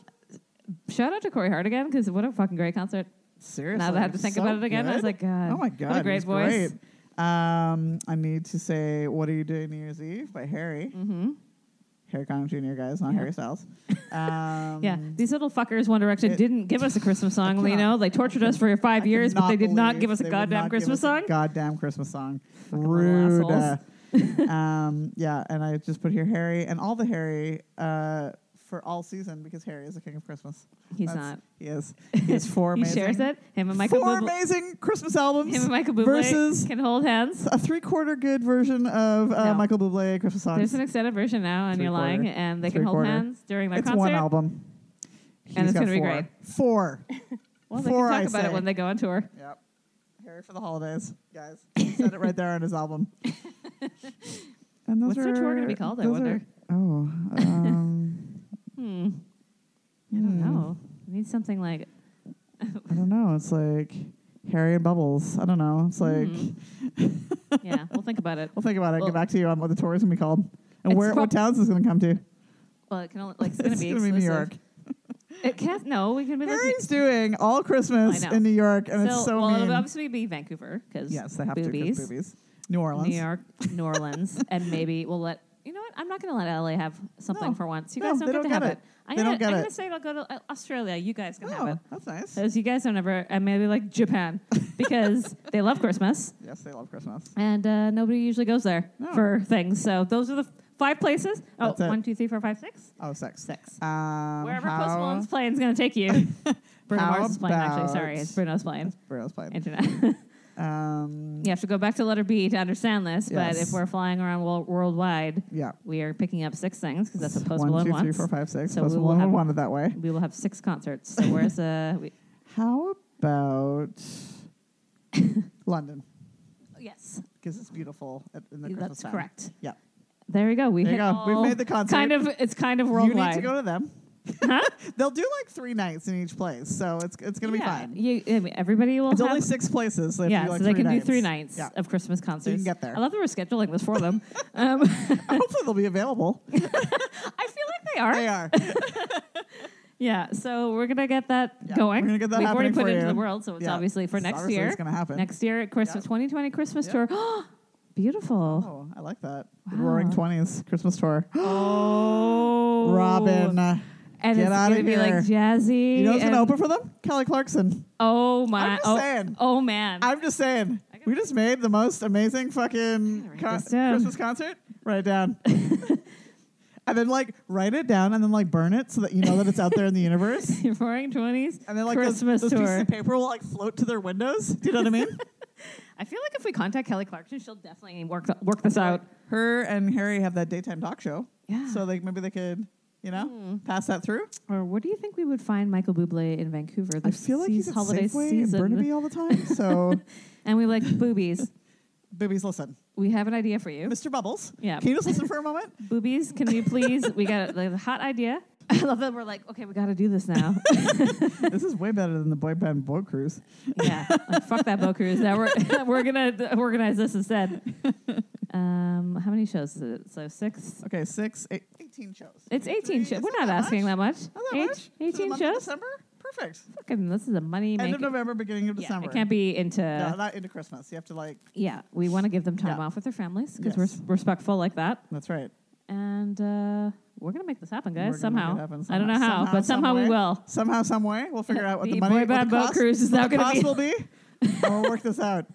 [SPEAKER 2] shout out to Corey Hart again because what a fucking great concert.
[SPEAKER 1] Seriously,
[SPEAKER 2] now that I have to think
[SPEAKER 1] so
[SPEAKER 2] about it again, I was
[SPEAKER 1] good.
[SPEAKER 2] like, God,
[SPEAKER 1] Oh my
[SPEAKER 2] what
[SPEAKER 1] god,
[SPEAKER 2] a great
[SPEAKER 1] he's
[SPEAKER 2] voice.
[SPEAKER 1] Great. Um, I need to say, "What are you doing New Year's Eve?" by Harry,
[SPEAKER 2] hmm
[SPEAKER 1] Harry Connick Jr. Guys, not
[SPEAKER 2] Yeah.
[SPEAKER 1] Harry Styles. Um,
[SPEAKER 2] (laughs) Yeah, these little fuckers, One Direction,
[SPEAKER 1] it-
[SPEAKER 2] didn't give us a Christmas
[SPEAKER 1] (laughs)
[SPEAKER 2] song. You
[SPEAKER 1] cannot-
[SPEAKER 2] know, they tortured us for five
[SPEAKER 1] I
[SPEAKER 2] years, but they
[SPEAKER 1] cannot
[SPEAKER 2] did not
[SPEAKER 1] believe
[SPEAKER 2] give us
[SPEAKER 1] they
[SPEAKER 2] a
[SPEAKER 1] would
[SPEAKER 2] goddamn
[SPEAKER 1] not give us
[SPEAKER 2] Christmas
[SPEAKER 1] a
[SPEAKER 2] song.
[SPEAKER 1] Goddamn Christmas song.
[SPEAKER 2] little
[SPEAKER 1] Rude. uh,
[SPEAKER 2] (laughs)
[SPEAKER 1] um, yeah, and I just put here Harry and all the Harry uh, for all season because Harry is the king of Christmas.
[SPEAKER 2] He's
[SPEAKER 1] That's-
[SPEAKER 2] not.
[SPEAKER 1] He
[SPEAKER 2] (laughs)
[SPEAKER 1] is. He has four
[SPEAKER 2] He
[SPEAKER 1] amazing.
[SPEAKER 2] shares it. Him and Michael
[SPEAKER 1] four
[SPEAKER 2] Bublé.
[SPEAKER 1] amazing Christmas
[SPEAKER 2] Him
[SPEAKER 1] albums.
[SPEAKER 2] and Michael Bublé
[SPEAKER 1] versus-
[SPEAKER 2] can hold hands.
[SPEAKER 1] a three-quarter good version of uh,
[SPEAKER 2] No.
[SPEAKER 1] Michael Bublé Christmas songs.
[SPEAKER 2] There's an extended version now, and you're lying,
[SPEAKER 1] Three-quarter.
[SPEAKER 2] and they can hold
[SPEAKER 1] Three-quarter.
[SPEAKER 2] hands during their
[SPEAKER 1] it's
[SPEAKER 2] concert.
[SPEAKER 1] one album. He's
[SPEAKER 2] it's
[SPEAKER 1] got
[SPEAKER 2] gonna be
[SPEAKER 1] four.
[SPEAKER 2] great.
[SPEAKER 1] Four.
[SPEAKER 2] Well, they
[SPEAKER 1] Four, I
[SPEAKER 2] can talk about
[SPEAKER 1] say.
[SPEAKER 2] it when they go on tour.
[SPEAKER 1] Yep. Harry for the holidays, guys. He said it right there on his album. (laughs) and
[SPEAKER 2] What's their tour gonna be called, I
[SPEAKER 1] those
[SPEAKER 2] wonder?
[SPEAKER 1] Are, oh, um,
[SPEAKER 2] Hmm. (laughs) I don't
[SPEAKER 1] Hmm.
[SPEAKER 2] know. I need something like
[SPEAKER 1] I don't know. It's like Harry and Bubbles. I don't know. It's like
[SPEAKER 2] Hmm.
[SPEAKER 1] (laughs)
[SPEAKER 2] yeah. We'll think about it.
[SPEAKER 1] we'll think about it.
[SPEAKER 2] Well-
[SPEAKER 1] Get back to you on what the tour is gonna be called and
[SPEAKER 2] It's
[SPEAKER 1] where what
[SPEAKER 2] prob-
[SPEAKER 1] towns it's gonna come to.
[SPEAKER 2] Well, it can only like it's gonna
[SPEAKER 1] It's
[SPEAKER 2] be
[SPEAKER 1] gonna be
[SPEAKER 2] exclusive.
[SPEAKER 1] New York.
[SPEAKER 2] It can't. No, we can be like.
[SPEAKER 1] Harry's doing all Christmas
[SPEAKER 2] I know.
[SPEAKER 1] in New York, and
[SPEAKER 2] so,
[SPEAKER 1] it's so
[SPEAKER 2] well,
[SPEAKER 1] mean.
[SPEAKER 2] it'll obviously be Vancouver because
[SPEAKER 1] yes, they have
[SPEAKER 2] boobies,
[SPEAKER 1] to. 'cause Boobies. New Orleans.
[SPEAKER 2] New York,
[SPEAKER 1] (laughs)
[SPEAKER 2] New Orleans, and maybe we'll let. You know what? I'm not going to let LA have something
[SPEAKER 1] No.
[SPEAKER 2] for once. You
[SPEAKER 1] No,
[SPEAKER 2] guys
[SPEAKER 1] they
[SPEAKER 2] don't
[SPEAKER 1] don't
[SPEAKER 2] get to
[SPEAKER 1] get
[SPEAKER 2] have
[SPEAKER 1] it.
[SPEAKER 2] it. I'm
[SPEAKER 1] They
[SPEAKER 2] gonna,
[SPEAKER 1] don't get
[SPEAKER 2] I'm
[SPEAKER 1] it.
[SPEAKER 2] gonna say I'll go to uh, Australia. You guys can have it.
[SPEAKER 1] Oh, that's nice.
[SPEAKER 2] Because you guys don't ever, and maybe
[SPEAKER 1] (laughs)
[SPEAKER 2] like Japan, because they love Christmas
[SPEAKER 1] Yes, they love Christmas.
[SPEAKER 2] and uh, nobody usually goes there
[SPEAKER 1] No.
[SPEAKER 2] for things. So those are the f- five places. Oh,
[SPEAKER 1] That's it.
[SPEAKER 2] one, two, three, four, five, six,
[SPEAKER 1] Oh, sex.
[SPEAKER 2] six.
[SPEAKER 1] Um,
[SPEAKER 2] Wherever
[SPEAKER 1] how,
[SPEAKER 2] Post Malone's playing is going to
[SPEAKER 1] (laughs)
[SPEAKER 2] take you. Bruno
[SPEAKER 1] How
[SPEAKER 2] Mars is playing, actually. Sorry,
[SPEAKER 1] about-
[SPEAKER 2] it's Bruno's playing.
[SPEAKER 1] Burrow's playing.
[SPEAKER 2] Internet.
[SPEAKER 1] Um,
[SPEAKER 2] you have to go back to letter B to understand this. But
[SPEAKER 1] Yes.
[SPEAKER 2] if we're flying around wo- worldwide,
[SPEAKER 1] yeah.
[SPEAKER 2] we are picking up six things because that's what Post
[SPEAKER 1] One,
[SPEAKER 2] Malone
[SPEAKER 1] two, three,
[SPEAKER 2] wants.
[SPEAKER 1] four, five, six.
[SPEAKER 2] So
[SPEAKER 1] Post
[SPEAKER 2] we will
[SPEAKER 1] Malone
[SPEAKER 2] have-
[SPEAKER 1] wanted that way.
[SPEAKER 2] We will have six concerts. So
[SPEAKER 1] (laughs)
[SPEAKER 2] where's uh? We,
[SPEAKER 1] How
[SPEAKER 2] (laughs)
[SPEAKER 1] about London?
[SPEAKER 2] oh, yes,
[SPEAKER 1] Because it's beautiful at, in the Christmas
[SPEAKER 2] that's
[SPEAKER 1] time.
[SPEAKER 2] correct.
[SPEAKER 1] Yeah.
[SPEAKER 2] There we go. We
[SPEAKER 1] There you
[SPEAKER 2] hit
[SPEAKER 1] go. We've
[SPEAKER 2] all
[SPEAKER 1] made the concert.
[SPEAKER 2] Kind of. It's kind of
[SPEAKER 1] You
[SPEAKER 2] worldwide.
[SPEAKER 1] need to go to them. (laughs) They'll do like three nights in each place, so it's it's gonna
[SPEAKER 2] Yeah.
[SPEAKER 1] be fine.
[SPEAKER 2] You, I mean, everybody will
[SPEAKER 1] It's
[SPEAKER 2] have
[SPEAKER 1] only six places. So they have
[SPEAKER 2] yeah,
[SPEAKER 1] to do, like
[SPEAKER 2] so they can do three nights
[SPEAKER 1] Yeah.
[SPEAKER 2] of Christmas concerts.
[SPEAKER 1] get there.
[SPEAKER 2] I love that we're scheduling this for them. (laughs) um, I feel
[SPEAKER 1] Hopefully they'll be
[SPEAKER 2] (laughs)
[SPEAKER 1] available.
[SPEAKER 2] like they are.
[SPEAKER 1] they are.
[SPEAKER 2] Yeah, so we're gonna get that
[SPEAKER 1] Yeah,
[SPEAKER 2] going.
[SPEAKER 1] we're gonna get that
[SPEAKER 2] We've already
[SPEAKER 1] happening
[SPEAKER 2] put
[SPEAKER 1] for
[SPEAKER 2] it into
[SPEAKER 1] you.
[SPEAKER 2] the world, so it's
[SPEAKER 1] Yeah.
[SPEAKER 2] obviously for
[SPEAKER 1] It's
[SPEAKER 2] next
[SPEAKER 1] obviously
[SPEAKER 2] year.
[SPEAKER 1] It's gonna happen.
[SPEAKER 2] Next year, Christmas 2020 Christmas
[SPEAKER 1] Yeah.
[SPEAKER 2] tour. (gasps)
[SPEAKER 1] (gasps)
[SPEAKER 2] Beautiful.
[SPEAKER 1] Oh, I like that. The Roaring
[SPEAKER 2] Wow.
[SPEAKER 1] Twenties Christmas tour.
[SPEAKER 2] Oh,
[SPEAKER 1] Robin, uh,
[SPEAKER 2] and
[SPEAKER 1] get
[SPEAKER 2] it's
[SPEAKER 1] outta
[SPEAKER 2] gonna be like
[SPEAKER 1] here.
[SPEAKER 2] jazzy.
[SPEAKER 1] you know who's
[SPEAKER 2] and,
[SPEAKER 1] gonna open for them? Kelly Clarkson.
[SPEAKER 2] Oh my!
[SPEAKER 1] I'm just
[SPEAKER 2] oh,
[SPEAKER 1] saying.
[SPEAKER 2] oh man! (laughs)
[SPEAKER 1] I'm just saying.
[SPEAKER 2] I gotta-
[SPEAKER 1] We just made the most amazing
[SPEAKER 2] gotta
[SPEAKER 1] fucking
[SPEAKER 2] write
[SPEAKER 1] con-
[SPEAKER 2] this down.
[SPEAKER 1] Christmas concert. Write it down. (laughs) and then like write it down and then like burn it so that you know that it's out there in the (laughs) universe.
[SPEAKER 2] Roaring Twenties.
[SPEAKER 1] And then like those-
[SPEAKER 2] Christmas
[SPEAKER 1] those,
[SPEAKER 2] tour.
[SPEAKER 1] pieces of paper will like float to their windows. Do you know what I (laughs) mean?
[SPEAKER 2] I feel like if we contact Kelly Clarkson, she'll definitely work th- work this out.
[SPEAKER 1] Her and Harry have that daytime talk show.
[SPEAKER 2] Yeah. Hmm.
[SPEAKER 1] So like maybe they could, you know, pass that through.
[SPEAKER 2] Or where do you think we would find Michael Bublé in Vancouver
[SPEAKER 1] I
[SPEAKER 2] this
[SPEAKER 1] feel like
[SPEAKER 2] seas-
[SPEAKER 1] he's at
[SPEAKER 2] holiday
[SPEAKER 1] Safeway in
[SPEAKER 2] season?
[SPEAKER 1] Burnaby all the time. (laughs) So
[SPEAKER 2] And we were like boobies.
[SPEAKER 1] boobies, listen.
[SPEAKER 2] We have an idea for you.
[SPEAKER 1] Mr. Bubbles.
[SPEAKER 2] Yeah.
[SPEAKER 1] Can you just listen (laughs) for a moment?
[SPEAKER 2] Boobies, can you please? We got a, like, a hot idea. (laughs) I love that we're like, okay, we got to do this now.
[SPEAKER 1] this is way better than the boy band boat cruise.
[SPEAKER 2] (laughs) yeah, like, fuck that boat cruise. Now we're (laughs) we're gonna d- organize this (laughs) instead. Um, how many shows is it? So six.
[SPEAKER 1] Okay, six, eight, 18 shows.
[SPEAKER 2] It's
[SPEAKER 1] Three,
[SPEAKER 2] eighteen shows.
[SPEAKER 1] is
[SPEAKER 2] We're
[SPEAKER 1] that
[SPEAKER 2] not
[SPEAKER 1] that
[SPEAKER 2] asking
[SPEAKER 1] much?
[SPEAKER 2] that much.
[SPEAKER 1] Not that
[SPEAKER 2] Eight-
[SPEAKER 1] much. For the
[SPEAKER 2] Eighteen
[SPEAKER 1] month of
[SPEAKER 2] shows.
[SPEAKER 1] December? Perfect.
[SPEAKER 2] Fucking, this is a money
[SPEAKER 1] End of
[SPEAKER 2] making.
[SPEAKER 1] November, beginning of
[SPEAKER 2] Yeah,
[SPEAKER 1] December.
[SPEAKER 2] it can't be into.
[SPEAKER 1] no, not into Christmas. You have to like.
[SPEAKER 2] Yeah, we want to give them time
[SPEAKER 1] Yeah.
[SPEAKER 2] off with their families because
[SPEAKER 1] Yes.
[SPEAKER 2] we're s- respectful like that.
[SPEAKER 1] That's right.
[SPEAKER 2] And uh, we're gonna make this happen,
[SPEAKER 1] We're gonna
[SPEAKER 2] guys.
[SPEAKER 1] make
[SPEAKER 2] Somehow.
[SPEAKER 1] it happen
[SPEAKER 2] I don't know how,
[SPEAKER 1] somehow,
[SPEAKER 2] but somehow we
[SPEAKER 1] someway.
[SPEAKER 2] will.
[SPEAKER 1] Somehow, some way, we'll figure out what the,
[SPEAKER 2] The
[SPEAKER 1] money
[SPEAKER 2] boy
[SPEAKER 1] what the
[SPEAKER 2] band boat
[SPEAKER 1] cost-
[SPEAKER 2] cruise is
[SPEAKER 1] what
[SPEAKER 2] now
[SPEAKER 1] the
[SPEAKER 2] gonna be-
[SPEAKER 1] cost will
[SPEAKER 2] (laughs)
[SPEAKER 1] be. and we'll work this out.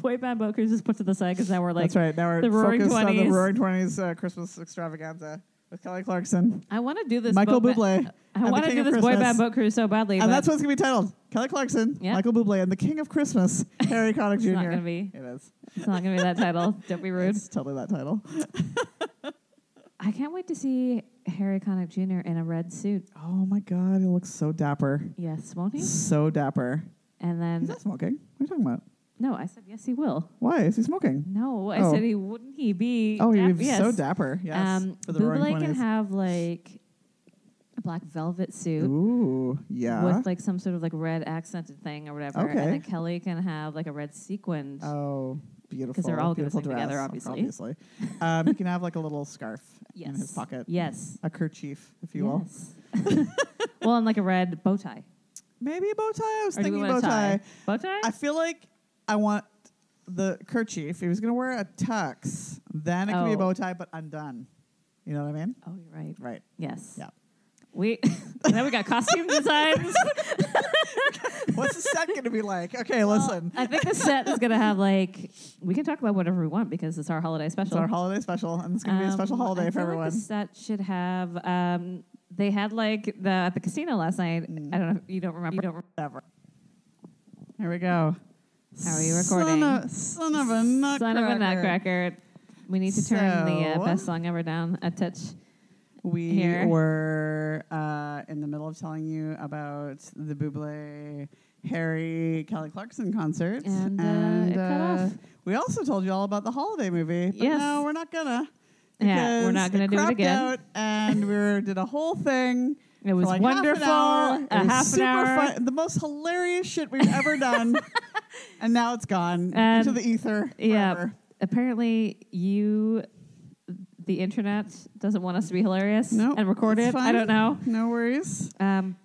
[SPEAKER 2] Boy band boat cruise is put to the side because now we're like,
[SPEAKER 1] That's right. Now we're
[SPEAKER 2] the Roaring
[SPEAKER 1] focused on the
[SPEAKER 2] 20s.
[SPEAKER 1] Roaring Twenties uh, Christmas extravaganza with Kelly Clarkson,
[SPEAKER 2] I want to do this. Uh,
[SPEAKER 1] Michael
[SPEAKER 2] boat ba-
[SPEAKER 1] Bublé, and
[SPEAKER 2] I
[SPEAKER 1] the
[SPEAKER 2] want to
[SPEAKER 1] King
[SPEAKER 2] do
[SPEAKER 1] of
[SPEAKER 2] this boy
[SPEAKER 1] Christmas.
[SPEAKER 2] band boat cruise so badly,
[SPEAKER 1] and
[SPEAKER 2] but
[SPEAKER 1] that's what it's gonna be titled: Kelly Clarkson,
[SPEAKER 2] Yeah.
[SPEAKER 1] Michael Bublé, and the King of Christmas, Harry Connick
[SPEAKER 2] (laughs) it's
[SPEAKER 1] Jr.
[SPEAKER 2] not gonna be.
[SPEAKER 1] It is.
[SPEAKER 2] It's not gonna be that (laughs) title. Don't be rude.
[SPEAKER 1] It's totally that title.
[SPEAKER 2] I can't wait to see Harry Connick Jr. in a red suit.
[SPEAKER 1] Oh my God, he looks so dapper.
[SPEAKER 2] Yes, won't he?
[SPEAKER 1] So dapper.
[SPEAKER 2] And
[SPEAKER 1] He's
[SPEAKER 2] then
[SPEAKER 1] not smoking. What are you talking about?
[SPEAKER 2] no, I said yes, he will.
[SPEAKER 1] Why is he smoking?
[SPEAKER 2] No, I
[SPEAKER 1] Oh.
[SPEAKER 2] said he wouldn't. He be
[SPEAKER 1] Oh,
[SPEAKER 2] dap-
[SPEAKER 1] he's
[SPEAKER 2] yes.
[SPEAKER 1] so dapper. Yes.
[SPEAKER 2] Um,
[SPEAKER 1] for the Roaring
[SPEAKER 2] Bublé can
[SPEAKER 1] Twenties.
[SPEAKER 2] have like a black velvet suit.
[SPEAKER 1] Ooh, yeah.
[SPEAKER 2] with like some sort of like red accented thing or whatever.
[SPEAKER 1] Okay.
[SPEAKER 2] And then Kelly can have like a red sequined.
[SPEAKER 1] Oh, beautiful!
[SPEAKER 2] they're all gonna
[SPEAKER 1] beautiful
[SPEAKER 2] sing
[SPEAKER 1] dress,
[SPEAKER 2] together, obviously.
[SPEAKER 1] Obviously, um, you can have like a little scarf
[SPEAKER 2] yes.
[SPEAKER 1] in his pocket,
[SPEAKER 2] Yes.
[SPEAKER 1] a kerchief, if you will.
[SPEAKER 2] yes. (laughs) well, and like a red bow tie.
[SPEAKER 1] Maybe a bow tie. I was
[SPEAKER 2] Or do we
[SPEAKER 1] thinking
[SPEAKER 2] want
[SPEAKER 1] bow
[SPEAKER 2] a
[SPEAKER 1] tie.
[SPEAKER 2] tie? Bow tie?
[SPEAKER 1] I feel like I want the kerchief. If he was going to wear a tux, then it could be a
[SPEAKER 2] Oh.
[SPEAKER 1] bow tie, but undone. You know what I mean?
[SPEAKER 2] oh, you're right.
[SPEAKER 1] Right.
[SPEAKER 2] Yes.
[SPEAKER 1] Yeah.
[SPEAKER 2] We (laughs) and then we got costume designs.
[SPEAKER 1] What's the set going to be like? Okay, (laughs) listen.
[SPEAKER 2] I think the set is gonna have like we can talk about whatever we want because it's our holiday special.
[SPEAKER 1] It's our holiday special, and it's going to be a special
[SPEAKER 2] Um,
[SPEAKER 1] holiday
[SPEAKER 2] I
[SPEAKER 1] for
[SPEAKER 2] feel like
[SPEAKER 1] everyone.
[SPEAKER 2] the set should have. Um, they had like the at the casino last night.
[SPEAKER 1] Mm.
[SPEAKER 2] I don't know. If you don't remember. You don't
[SPEAKER 1] Ever. Here we go.
[SPEAKER 2] How are you
[SPEAKER 1] Son
[SPEAKER 2] recording?
[SPEAKER 1] of, son of a nutcracker.
[SPEAKER 2] Son of a nutcracker. We need to turn the
[SPEAKER 1] So-
[SPEAKER 2] uh, best song ever down a touch.
[SPEAKER 1] We
[SPEAKER 2] Here.
[SPEAKER 1] were uh, in the middle of telling you about the Buble Harry Kelly Clarkson concert,
[SPEAKER 2] And, uh, it cut off.
[SPEAKER 1] we also told you all about the holiday movie. But
[SPEAKER 2] Yes.
[SPEAKER 1] no, we're not gonna.
[SPEAKER 2] Yeah, we're
[SPEAKER 1] because
[SPEAKER 2] not gonna
[SPEAKER 1] it
[SPEAKER 2] do it
[SPEAKER 1] crapped
[SPEAKER 2] again.
[SPEAKER 1] Out and we were- did a whole thing.
[SPEAKER 2] It was
[SPEAKER 1] for like
[SPEAKER 2] wonderful.
[SPEAKER 1] Half an hour. It
[SPEAKER 2] A
[SPEAKER 1] was
[SPEAKER 2] half an
[SPEAKER 1] super
[SPEAKER 2] hour.
[SPEAKER 1] fun. The most hilarious shit we've ever
[SPEAKER 2] (laughs)
[SPEAKER 1] done, and now it's gone
[SPEAKER 2] And-
[SPEAKER 1] to the ether.
[SPEAKER 2] Yeah.
[SPEAKER 1] forever.
[SPEAKER 2] Apparently, you, the internet, doesn't want us to be hilarious
[SPEAKER 1] Nope,
[SPEAKER 2] and record
[SPEAKER 1] it's
[SPEAKER 2] it. I
[SPEAKER 1] fine.
[SPEAKER 2] don't know.
[SPEAKER 1] No worries.
[SPEAKER 2] Um,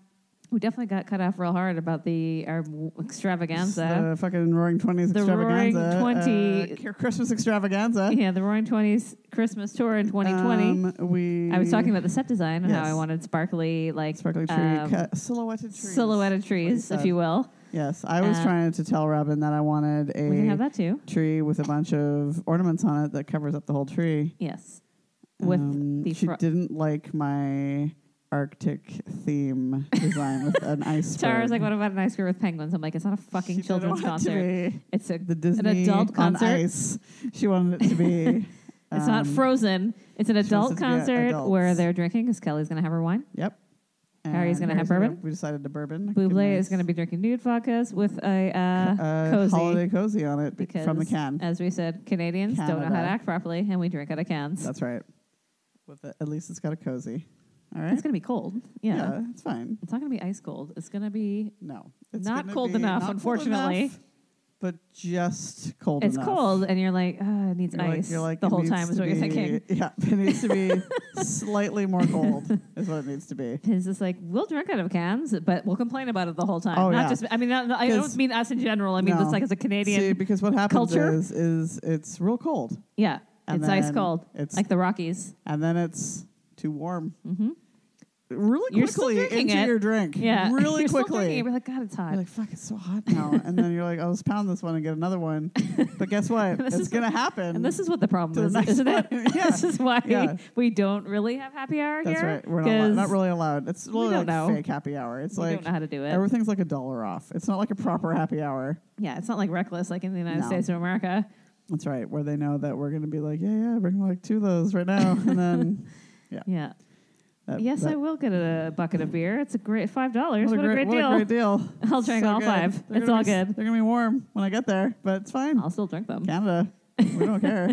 [SPEAKER 2] we definitely got cut off real hard about the our w- extravaganza.
[SPEAKER 1] The fucking Roaring Twenties
[SPEAKER 2] The
[SPEAKER 1] extravaganza.
[SPEAKER 2] Roaring Twenty-
[SPEAKER 1] uh, Cr- Christmas extravaganza.
[SPEAKER 2] yeah, the Roaring Twenties Christmas tour in 2020.
[SPEAKER 1] uh, Um, we.
[SPEAKER 2] I was talking about the set design and how I
[SPEAKER 1] Yes.
[SPEAKER 2] wanted sparkly, like
[SPEAKER 1] (laughs) sparkly tree,
[SPEAKER 2] um,
[SPEAKER 1] cut, silhouetted trees.
[SPEAKER 2] silhouetted trees,
[SPEAKER 1] said.
[SPEAKER 2] if you will.
[SPEAKER 1] Yes, I was
[SPEAKER 2] Uh,
[SPEAKER 1] trying to tell Robin that I wanted a
[SPEAKER 2] We can have that too.
[SPEAKER 1] tree with a bunch of ornaments on it that covers up the whole tree.
[SPEAKER 2] Yes. With
[SPEAKER 1] Um,
[SPEAKER 2] the
[SPEAKER 1] she
[SPEAKER 2] fro-
[SPEAKER 1] didn't like my Arctic theme design with
[SPEAKER 2] (laughs)
[SPEAKER 1] an iceberg.
[SPEAKER 2] Tara was like, "What about an ice cream with penguins?" I'm like, "It's not a
[SPEAKER 1] She
[SPEAKER 2] fucking
[SPEAKER 1] didn't
[SPEAKER 2] children's
[SPEAKER 1] want it to
[SPEAKER 2] concert.
[SPEAKER 1] be
[SPEAKER 2] It's a
[SPEAKER 1] The Disney
[SPEAKER 2] adult concert?
[SPEAKER 1] on ice. She wanted it to be.
[SPEAKER 2] (laughs) it's not
[SPEAKER 1] um,
[SPEAKER 2] Frozen. It's an
[SPEAKER 1] wants it
[SPEAKER 2] adult
[SPEAKER 1] to be
[SPEAKER 2] concert
[SPEAKER 1] adults.
[SPEAKER 2] where they're drinking because Kelly's gonna have her wine.
[SPEAKER 1] Yep.
[SPEAKER 2] Harry's
[SPEAKER 1] And
[SPEAKER 2] gonna have bourbon?
[SPEAKER 1] we decided to bourbon.
[SPEAKER 2] Buble is
[SPEAKER 1] Goodness.
[SPEAKER 2] gonna be drinking nude vodkas with a uh,
[SPEAKER 1] a
[SPEAKER 2] cozy
[SPEAKER 1] holiday cozy on it be-
[SPEAKER 2] because,
[SPEAKER 1] from the can.
[SPEAKER 2] as we said, Canadians don't know how
[SPEAKER 1] Canada.
[SPEAKER 2] to act properly, and we drink out of cans.
[SPEAKER 1] That's right. With it, at least it's got a cozy. All right.
[SPEAKER 2] It's gonna be cold. Yeah.
[SPEAKER 1] it's fine.
[SPEAKER 2] It's not gonna be ice cold. It's gonna be.
[SPEAKER 1] No, it's
[SPEAKER 2] Not
[SPEAKER 1] gonna
[SPEAKER 2] cold
[SPEAKER 1] be
[SPEAKER 2] enough,
[SPEAKER 1] not cold
[SPEAKER 2] unfortunately.
[SPEAKER 1] enough, but just cold.
[SPEAKER 2] it's
[SPEAKER 1] enough.
[SPEAKER 2] cold, and you're like, oh, it needs
[SPEAKER 1] You're like-
[SPEAKER 2] ice.
[SPEAKER 1] you're like,
[SPEAKER 2] the
[SPEAKER 1] it
[SPEAKER 2] whole
[SPEAKER 1] needs
[SPEAKER 2] time is
[SPEAKER 1] to
[SPEAKER 2] what you're
[SPEAKER 1] be-
[SPEAKER 2] thinking.
[SPEAKER 1] (laughs) Yeah, it needs to be
[SPEAKER 2] (laughs)
[SPEAKER 1] slightly more cold. Is what it needs to be.
[SPEAKER 2] His is like we'll drink out of cans, but we'll complain about it the whole time.
[SPEAKER 1] Oh,
[SPEAKER 2] not
[SPEAKER 1] yeah.
[SPEAKER 2] just I mean not, I
[SPEAKER 1] 'Cause-
[SPEAKER 2] don't mean us in general. I mean
[SPEAKER 1] No.
[SPEAKER 2] just like as a Canadian.
[SPEAKER 1] See, because what happens
[SPEAKER 2] culture?
[SPEAKER 1] is, is it's real cold,
[SPEAKER 2] yeah,
[SPEAKER 1] and
[SPEAKER 2] it's ice
[SPEAKER 1] then
[SPEAKER 2] cold,
[SPEAKER 1] it's-
[SPEAKER 2] like the Rockies.
[SPEAKER 1] and then it's too warm.
[SPEAKER 2] hmm
[SPEAKER 1] Really
[SPEAKER 2] You're still
[SPEAKER 1] quickly
[SPEAKER 2] drinking
[SPEAKER 1] into
[SPEAKER 2] it.
[SPEAKER 1] your drink.
[SPEAKER 2] Yeah, (laughs)
[SPEAKER 1] really quickly.
[SPEAKER 2] You're Still drinking it, We're like, God, it's hot.
[SPEAKER 1] You're like, fuck, it's so hot now. and then you're like, I'll just pound this one and get another
[SPEAKER 2] (laughs)
[SPEAKER 1] one. But guess what?
[SPEAKER 2] This
[SPEAKER 1] it's
[SPEAKER 2] is
[SPEAKER 1] going to happen.
[SPEAKER 2] and this is what the
[SPEAKER 1] to
[SPEAKER 2] problem
[SPEAKER 1] the
[SPEAKER 2] is,
[SPEAKER 1] next
[SPEAKER 2] isn't it? (laughs)
[SPEAKER 1] one. Yeah.
[SPEAKER 2] this is why
[SPEAKER 1] Yeah.
[SPEAKER 2] we don't really have happy hour
[SPEAKER 1] That's
[SPEAKER 2] here.
[SPEAKER 1] right. We're not, allowed,
[SPEAKER 2] 'cause
[SPEAKER 1] not really allowed. It's really
[SPEAKER 2] don't
[SPEAKER 1] like
[SPEAKER 2] know.
[SPEAKER 1] fake happy hour. It's
[SPEAKER 2] we
[SPEAKER 1] like
[SPEAKER 2] don't know how to do it.
[SPEAKER 1] everything's like a dollar off. It's not like a proper happy hour.
[SPEAKER 2] yeah, it's not like reckless like in the United
[SPEAKER 1] No.
[SPEAKER 2] States of America.
[SPEAKER 1] That's right. Where they know that we're going to be like, yeah, yeah, bring like two of those right now.
[SPEAKER 2] (laughs)
[SPEAKER 1] And then,
[SPEAKER 2] Yeah.
[SPEAKER 1] that,
[SPEAKER 2] yes,
[SPEAKER 1] that,
[SPEAKER 2] I will get a bucket of beer. It's a great five dollars. What,
[SPEAKER 1] what,
[SPEAKER 2] a great
[SPEAKER 1] what
[SPEAKER 2] deal.
[SPEAKER 1] a great deal.
[SPEAKER 2] (laughs) I'll drink
[SPEAKER 1] So
[SPEAKER 2] all
[SPEAKER 1] good.
[SPEAKER 2] five.
[SPEAKER 1] They're
[SPEAKER 2] it's
[SPEAKER 1] gonna
[SPEAKER 2] all
[SPEAKER 1] be s-
[SPEAKER 2] good.
[SPEAKER 1] They're going to be warm when I get there, but it's fine.
[SPEAKER 2] I'll still drink them.
[SPEAKER 1] Canada. we don't
[SPEAKER 2] (laughs)
[SPEAKER 1] care.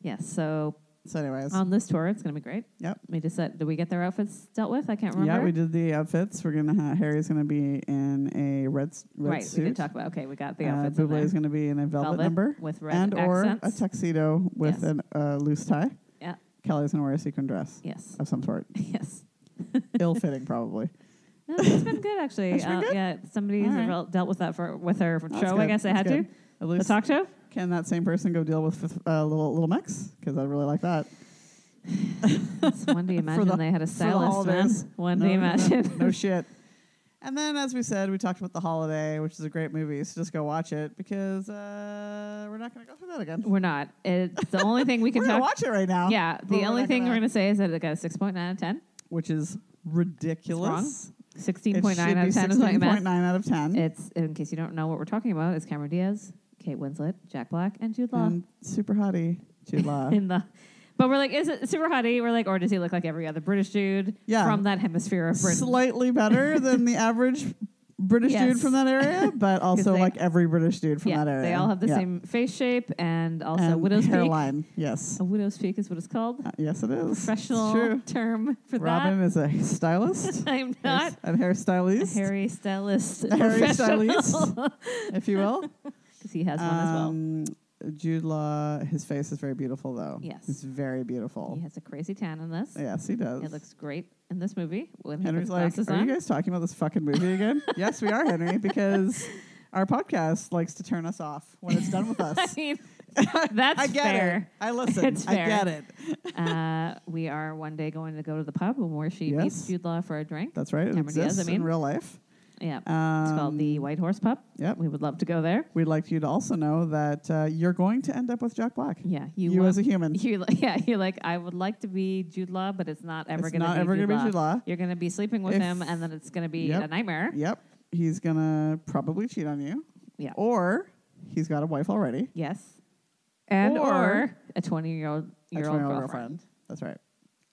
[SPEAKER 2] Yes. So
[SPEAKER 1] So, anyways.
[SPEAKER 2] on this tour. It's going to be great.
[SPEAKER 1] Yep.
[SPEAKER 2] We just said, did we get their outfits dealt with? I can't remember.
[SPEAKER 1] Yeah, we did the outfits. We're gonna ha- Harry's gonna be in a red s- red
[SPEAKER 2] right,
[SPEAKER 1] suit.
[SPEAKER 2] we did talk about. Okay, we got the
[SPEAKER 1] Uh,
[SPEAKER 2] outfits. in
[SPEAKER 1] Bublé
[SPEAKER 2] there.
[SPEAKER 1] is gonna be in a velvet, number
[SPEAKER 2] with red
[SPEAKER 1] and or a
[SPEAKER 2] accents.
[SPEAKER 1] tuxedo with
[SPEAKER 2] Yes.
[SPEAKER 1] a uh, loose tie.
[SPEAKER 2] Yeah.
[SPEAKER 1] Kelly's gonna wear a sequin dress
[SPEAKER 2] yes, (laughs)
[SPEAKER 1] of some sort,
[SPEAKER 2] yes.
[SPEAKER 1] ill fitting probably.
[SPEAKER 2] No, it's been good actually.
[SPEAKER 1] That's been
[SPEAKER 2] Uh,
[SPEAKER 1] good?
[SPEAKER 2] Yeah, somebody's
[SPEAKER 1] All right.
[SPEAKER 2] devel- dealt with that for with her
[SPEAKER 1] That's
[SPEAKER 2] show. I
[SPEAKER 1] good.
[SPEAKER 2] guess they
[SPEAKER 1] That's
[SPEAKER 2] had
[SPEAKER 1] good.
[SPEAKER 2] to.
[SPEAKER 1] At
[SPEAKER 2] The
[SPEAKER 1] least
[SPEAKER 2] talk
[SPEAKER 1] (laughs)
[SPEAKER 2] show.
[SPEAKER 1] can that same person go deal with uh, little little Mex because I really like that.
[SPEAKER 2] One do you imagine
[SPEAKER 1] the-
[SPEAKER 2] they had a
[SPEAKER 1] for the
[SPEAKER 2] stylist, man?
[SPEAKER 1] holidays.
[SPEAKER 2] One
[SPEAKER 1] No,
[SPEAKER 2] do you
[SPEAKER 1] no,
[SPEAKER 2] imagine? (laughs)
[SPEAKER 1] No, shit. And then, as we said, we talked about The Holiday, which is a great movie, so just go watch it because uh, we're not going to go through that again.
[SPEAKER 2] We're not. It's the only thing we can
[SPEAKER 1] We're going to
[SPEAKER 2] talk.
[SPEAKER 1] watch it right now.
[SPEAKER 2] yeah,
[SPEAKER 1] but
[SPEAKER 2] the
[SPEAKER 1] we're
[SPEAKER 2] only
[SPEAKER 1] not
[SPEAKER 2] thing
[SPEAKER 1] gonna-
[SPEAKER 2] we're going to say is that it got a 6.9 out of 10.
[SPEAKER 1] Which is ridiculous. It
[SPEAKER 2] 16.9
[SPEAKER 1] should
[SPEAKER 2] out
[SPEAKER 1] be
[SPEAKER 2] of 10 is what I meant.
[SPEAKER 1] 16.9 out of 10.
[SPEAKER 2] It's, in case you don't know what we're talking about, it's Cameron Diaz, Kate Winslet, Jack Black, and Jude Law.
[SPEAKER 1] and uh, super hottie, Jude Law.
[SPEAKER 2] (laughs) in the but we're like, is it super hottie? We're like, or does he look like every other British dude
[SPEAKER 1] Yeah.
[SPEAKER 2] from that hemisphere of Britain?
[SPEAKER 1] Slightly better than the average British
[SPEAKER 2] Yes.
[SPEAKER 1] dude from that area,
[SPEAKER 2] (laughs)
[SPEAKER 1] but also
[SPEAKER 2] they-
[SPEAKER 1] like every British dude from
[SPEAKER 2] yeah,
[SPEAKER 1] that area.
[SPEAKER 2] they all have the
[SPEAKER 1] Yeah.
[SPEAKER 2] same face shape and also
[SPEAKER 1] And
[SPEAKER 2] widow's peak.
[SPEAKER 1] hairline. Yes.
[SPEAKER 2] A widow's peak is what it's called.
[SPEAKER 1] Uh, yes, it is. It's
[SPEAKER 2] Professional
[SPEAKER 1] true.
[SPEAKER 2] term for
[SPEAKER 1] Robin is a stylist.
[SPEAKER 2] (laughs) that. (laughs) I'm not
[SPEAKER 1] a
[SPEAKER 2] a
[SPEAKER 1] hairstylist,
[SPEAKER 2] hairy stylist.
[SPEAKER 1] A hairy
[SPEAKER 2] (laughs) professional.
[SPEAKER 1] (laughs) if you will.
[SPEAKER 2] 'Cause he has one (laughs) as well.
[SPEAKER 1] Um, Jude Law, his face is very beautiful, though.
[SPEAKER 2] Yes.
[SPEAKER 1] It's very beautiful.
[SPEAKER 2] He has a crazy tan in this.
[SPEAKER 1] Yes, he does.
[SPEAKER 2] It looks great in this movie when he
[SPEAKER 1] Henry's
[SPEAKER 2] puts
[SPEAKER 1] like,
[SPEAKER 2] glasses
[SPEAKER 1] are
[SPEAKER 2] on.
[SPEAKER 1] you guys talking about this fucking movie
[SPEAKER 2] (laughs)
[SPEAKER 1] again? yes, we are, Henry, because our podcast likes to turn us off when it's done with
[SPEAKER 2] I
[SPEAKER 1] us.
[SPEAKER 2] mean, (laughs)
[SPEAKER 1] (laughs)
[SPEAKER 2] that's
[SPEAKER 1] I get
[SPEAKER 2] fair.
[SPEAKER 1] it. I listen.
[SPEAKER 2] It's
[SPEAKER 1] I
[SPEAKER 2] fair.
[SPEAKER 1] get it.
[SPEAKER 2] uh, we are one day going to go to the pub where she meets
[SPEAKER 1] Yes.
[SPEAKER 2] Jude Law for a drink.
[SPEAKER 1] That's right. It
[SPEAKER 2] Cameron Diaz,
[SPEAKER 1] exists
[SPEAKER 2] I mean.
[SPEAKER 1] in real life.
[SPEAKER 2] Yeah.
[SPEAKER 1] Um,
[SPEAKER 2] It's called the White Horse Pub.
[SPEAKER 1] Yep.
[SPEAKER 2] We would love to go there.
[SPEAKER 1] We'd like you to also know that uh, you're going to end up with Jack Black.
[SPEAKER 2] Yeah.
[SPEAKER 1] You,
[SPEAKER 2] want-
[SPEAKER 1] as a human.
[SPEAKER 2] you're like, (laughs) yeah, you're like, I would like to be Jude Law, but it's not ever
[SPEAKER 1] it's
[SPEAKER 2] going to
[SPEAKER 1] not
[SPEAKER 2] be
[SPEAKER 1] ever
[SPEAKER 2] Jude
[SPEAKER 1] gonna
[SPEAKER 2] Law.
[SPEAKER 1] be Jude Law.
[SPEAKER 2] You're going to be sleeping with
[SPEAKER 1] If-
[SPEAKER 2] him, and then it's going to be
[SPEAKER 1] Yep.
[SPEAKER 2] a nightmare.
[SPEAKER 1] Yep. He's going to probably cheat on you.
[SPEAKER 2] Yeah.
[SPEAKER 1] Or he's got a wife already.
[SPEAKER 2] Yes. And or,
[SPEAKER 1] Or-
[SPEAKER 2] a 20 year old
[SPEAKER 1] A
[SPEAKER 2] year old
[SPEAKER 1] 20-year-old
[SPEAKER 2] girlfriend.
[SPEAKER 1] That's right.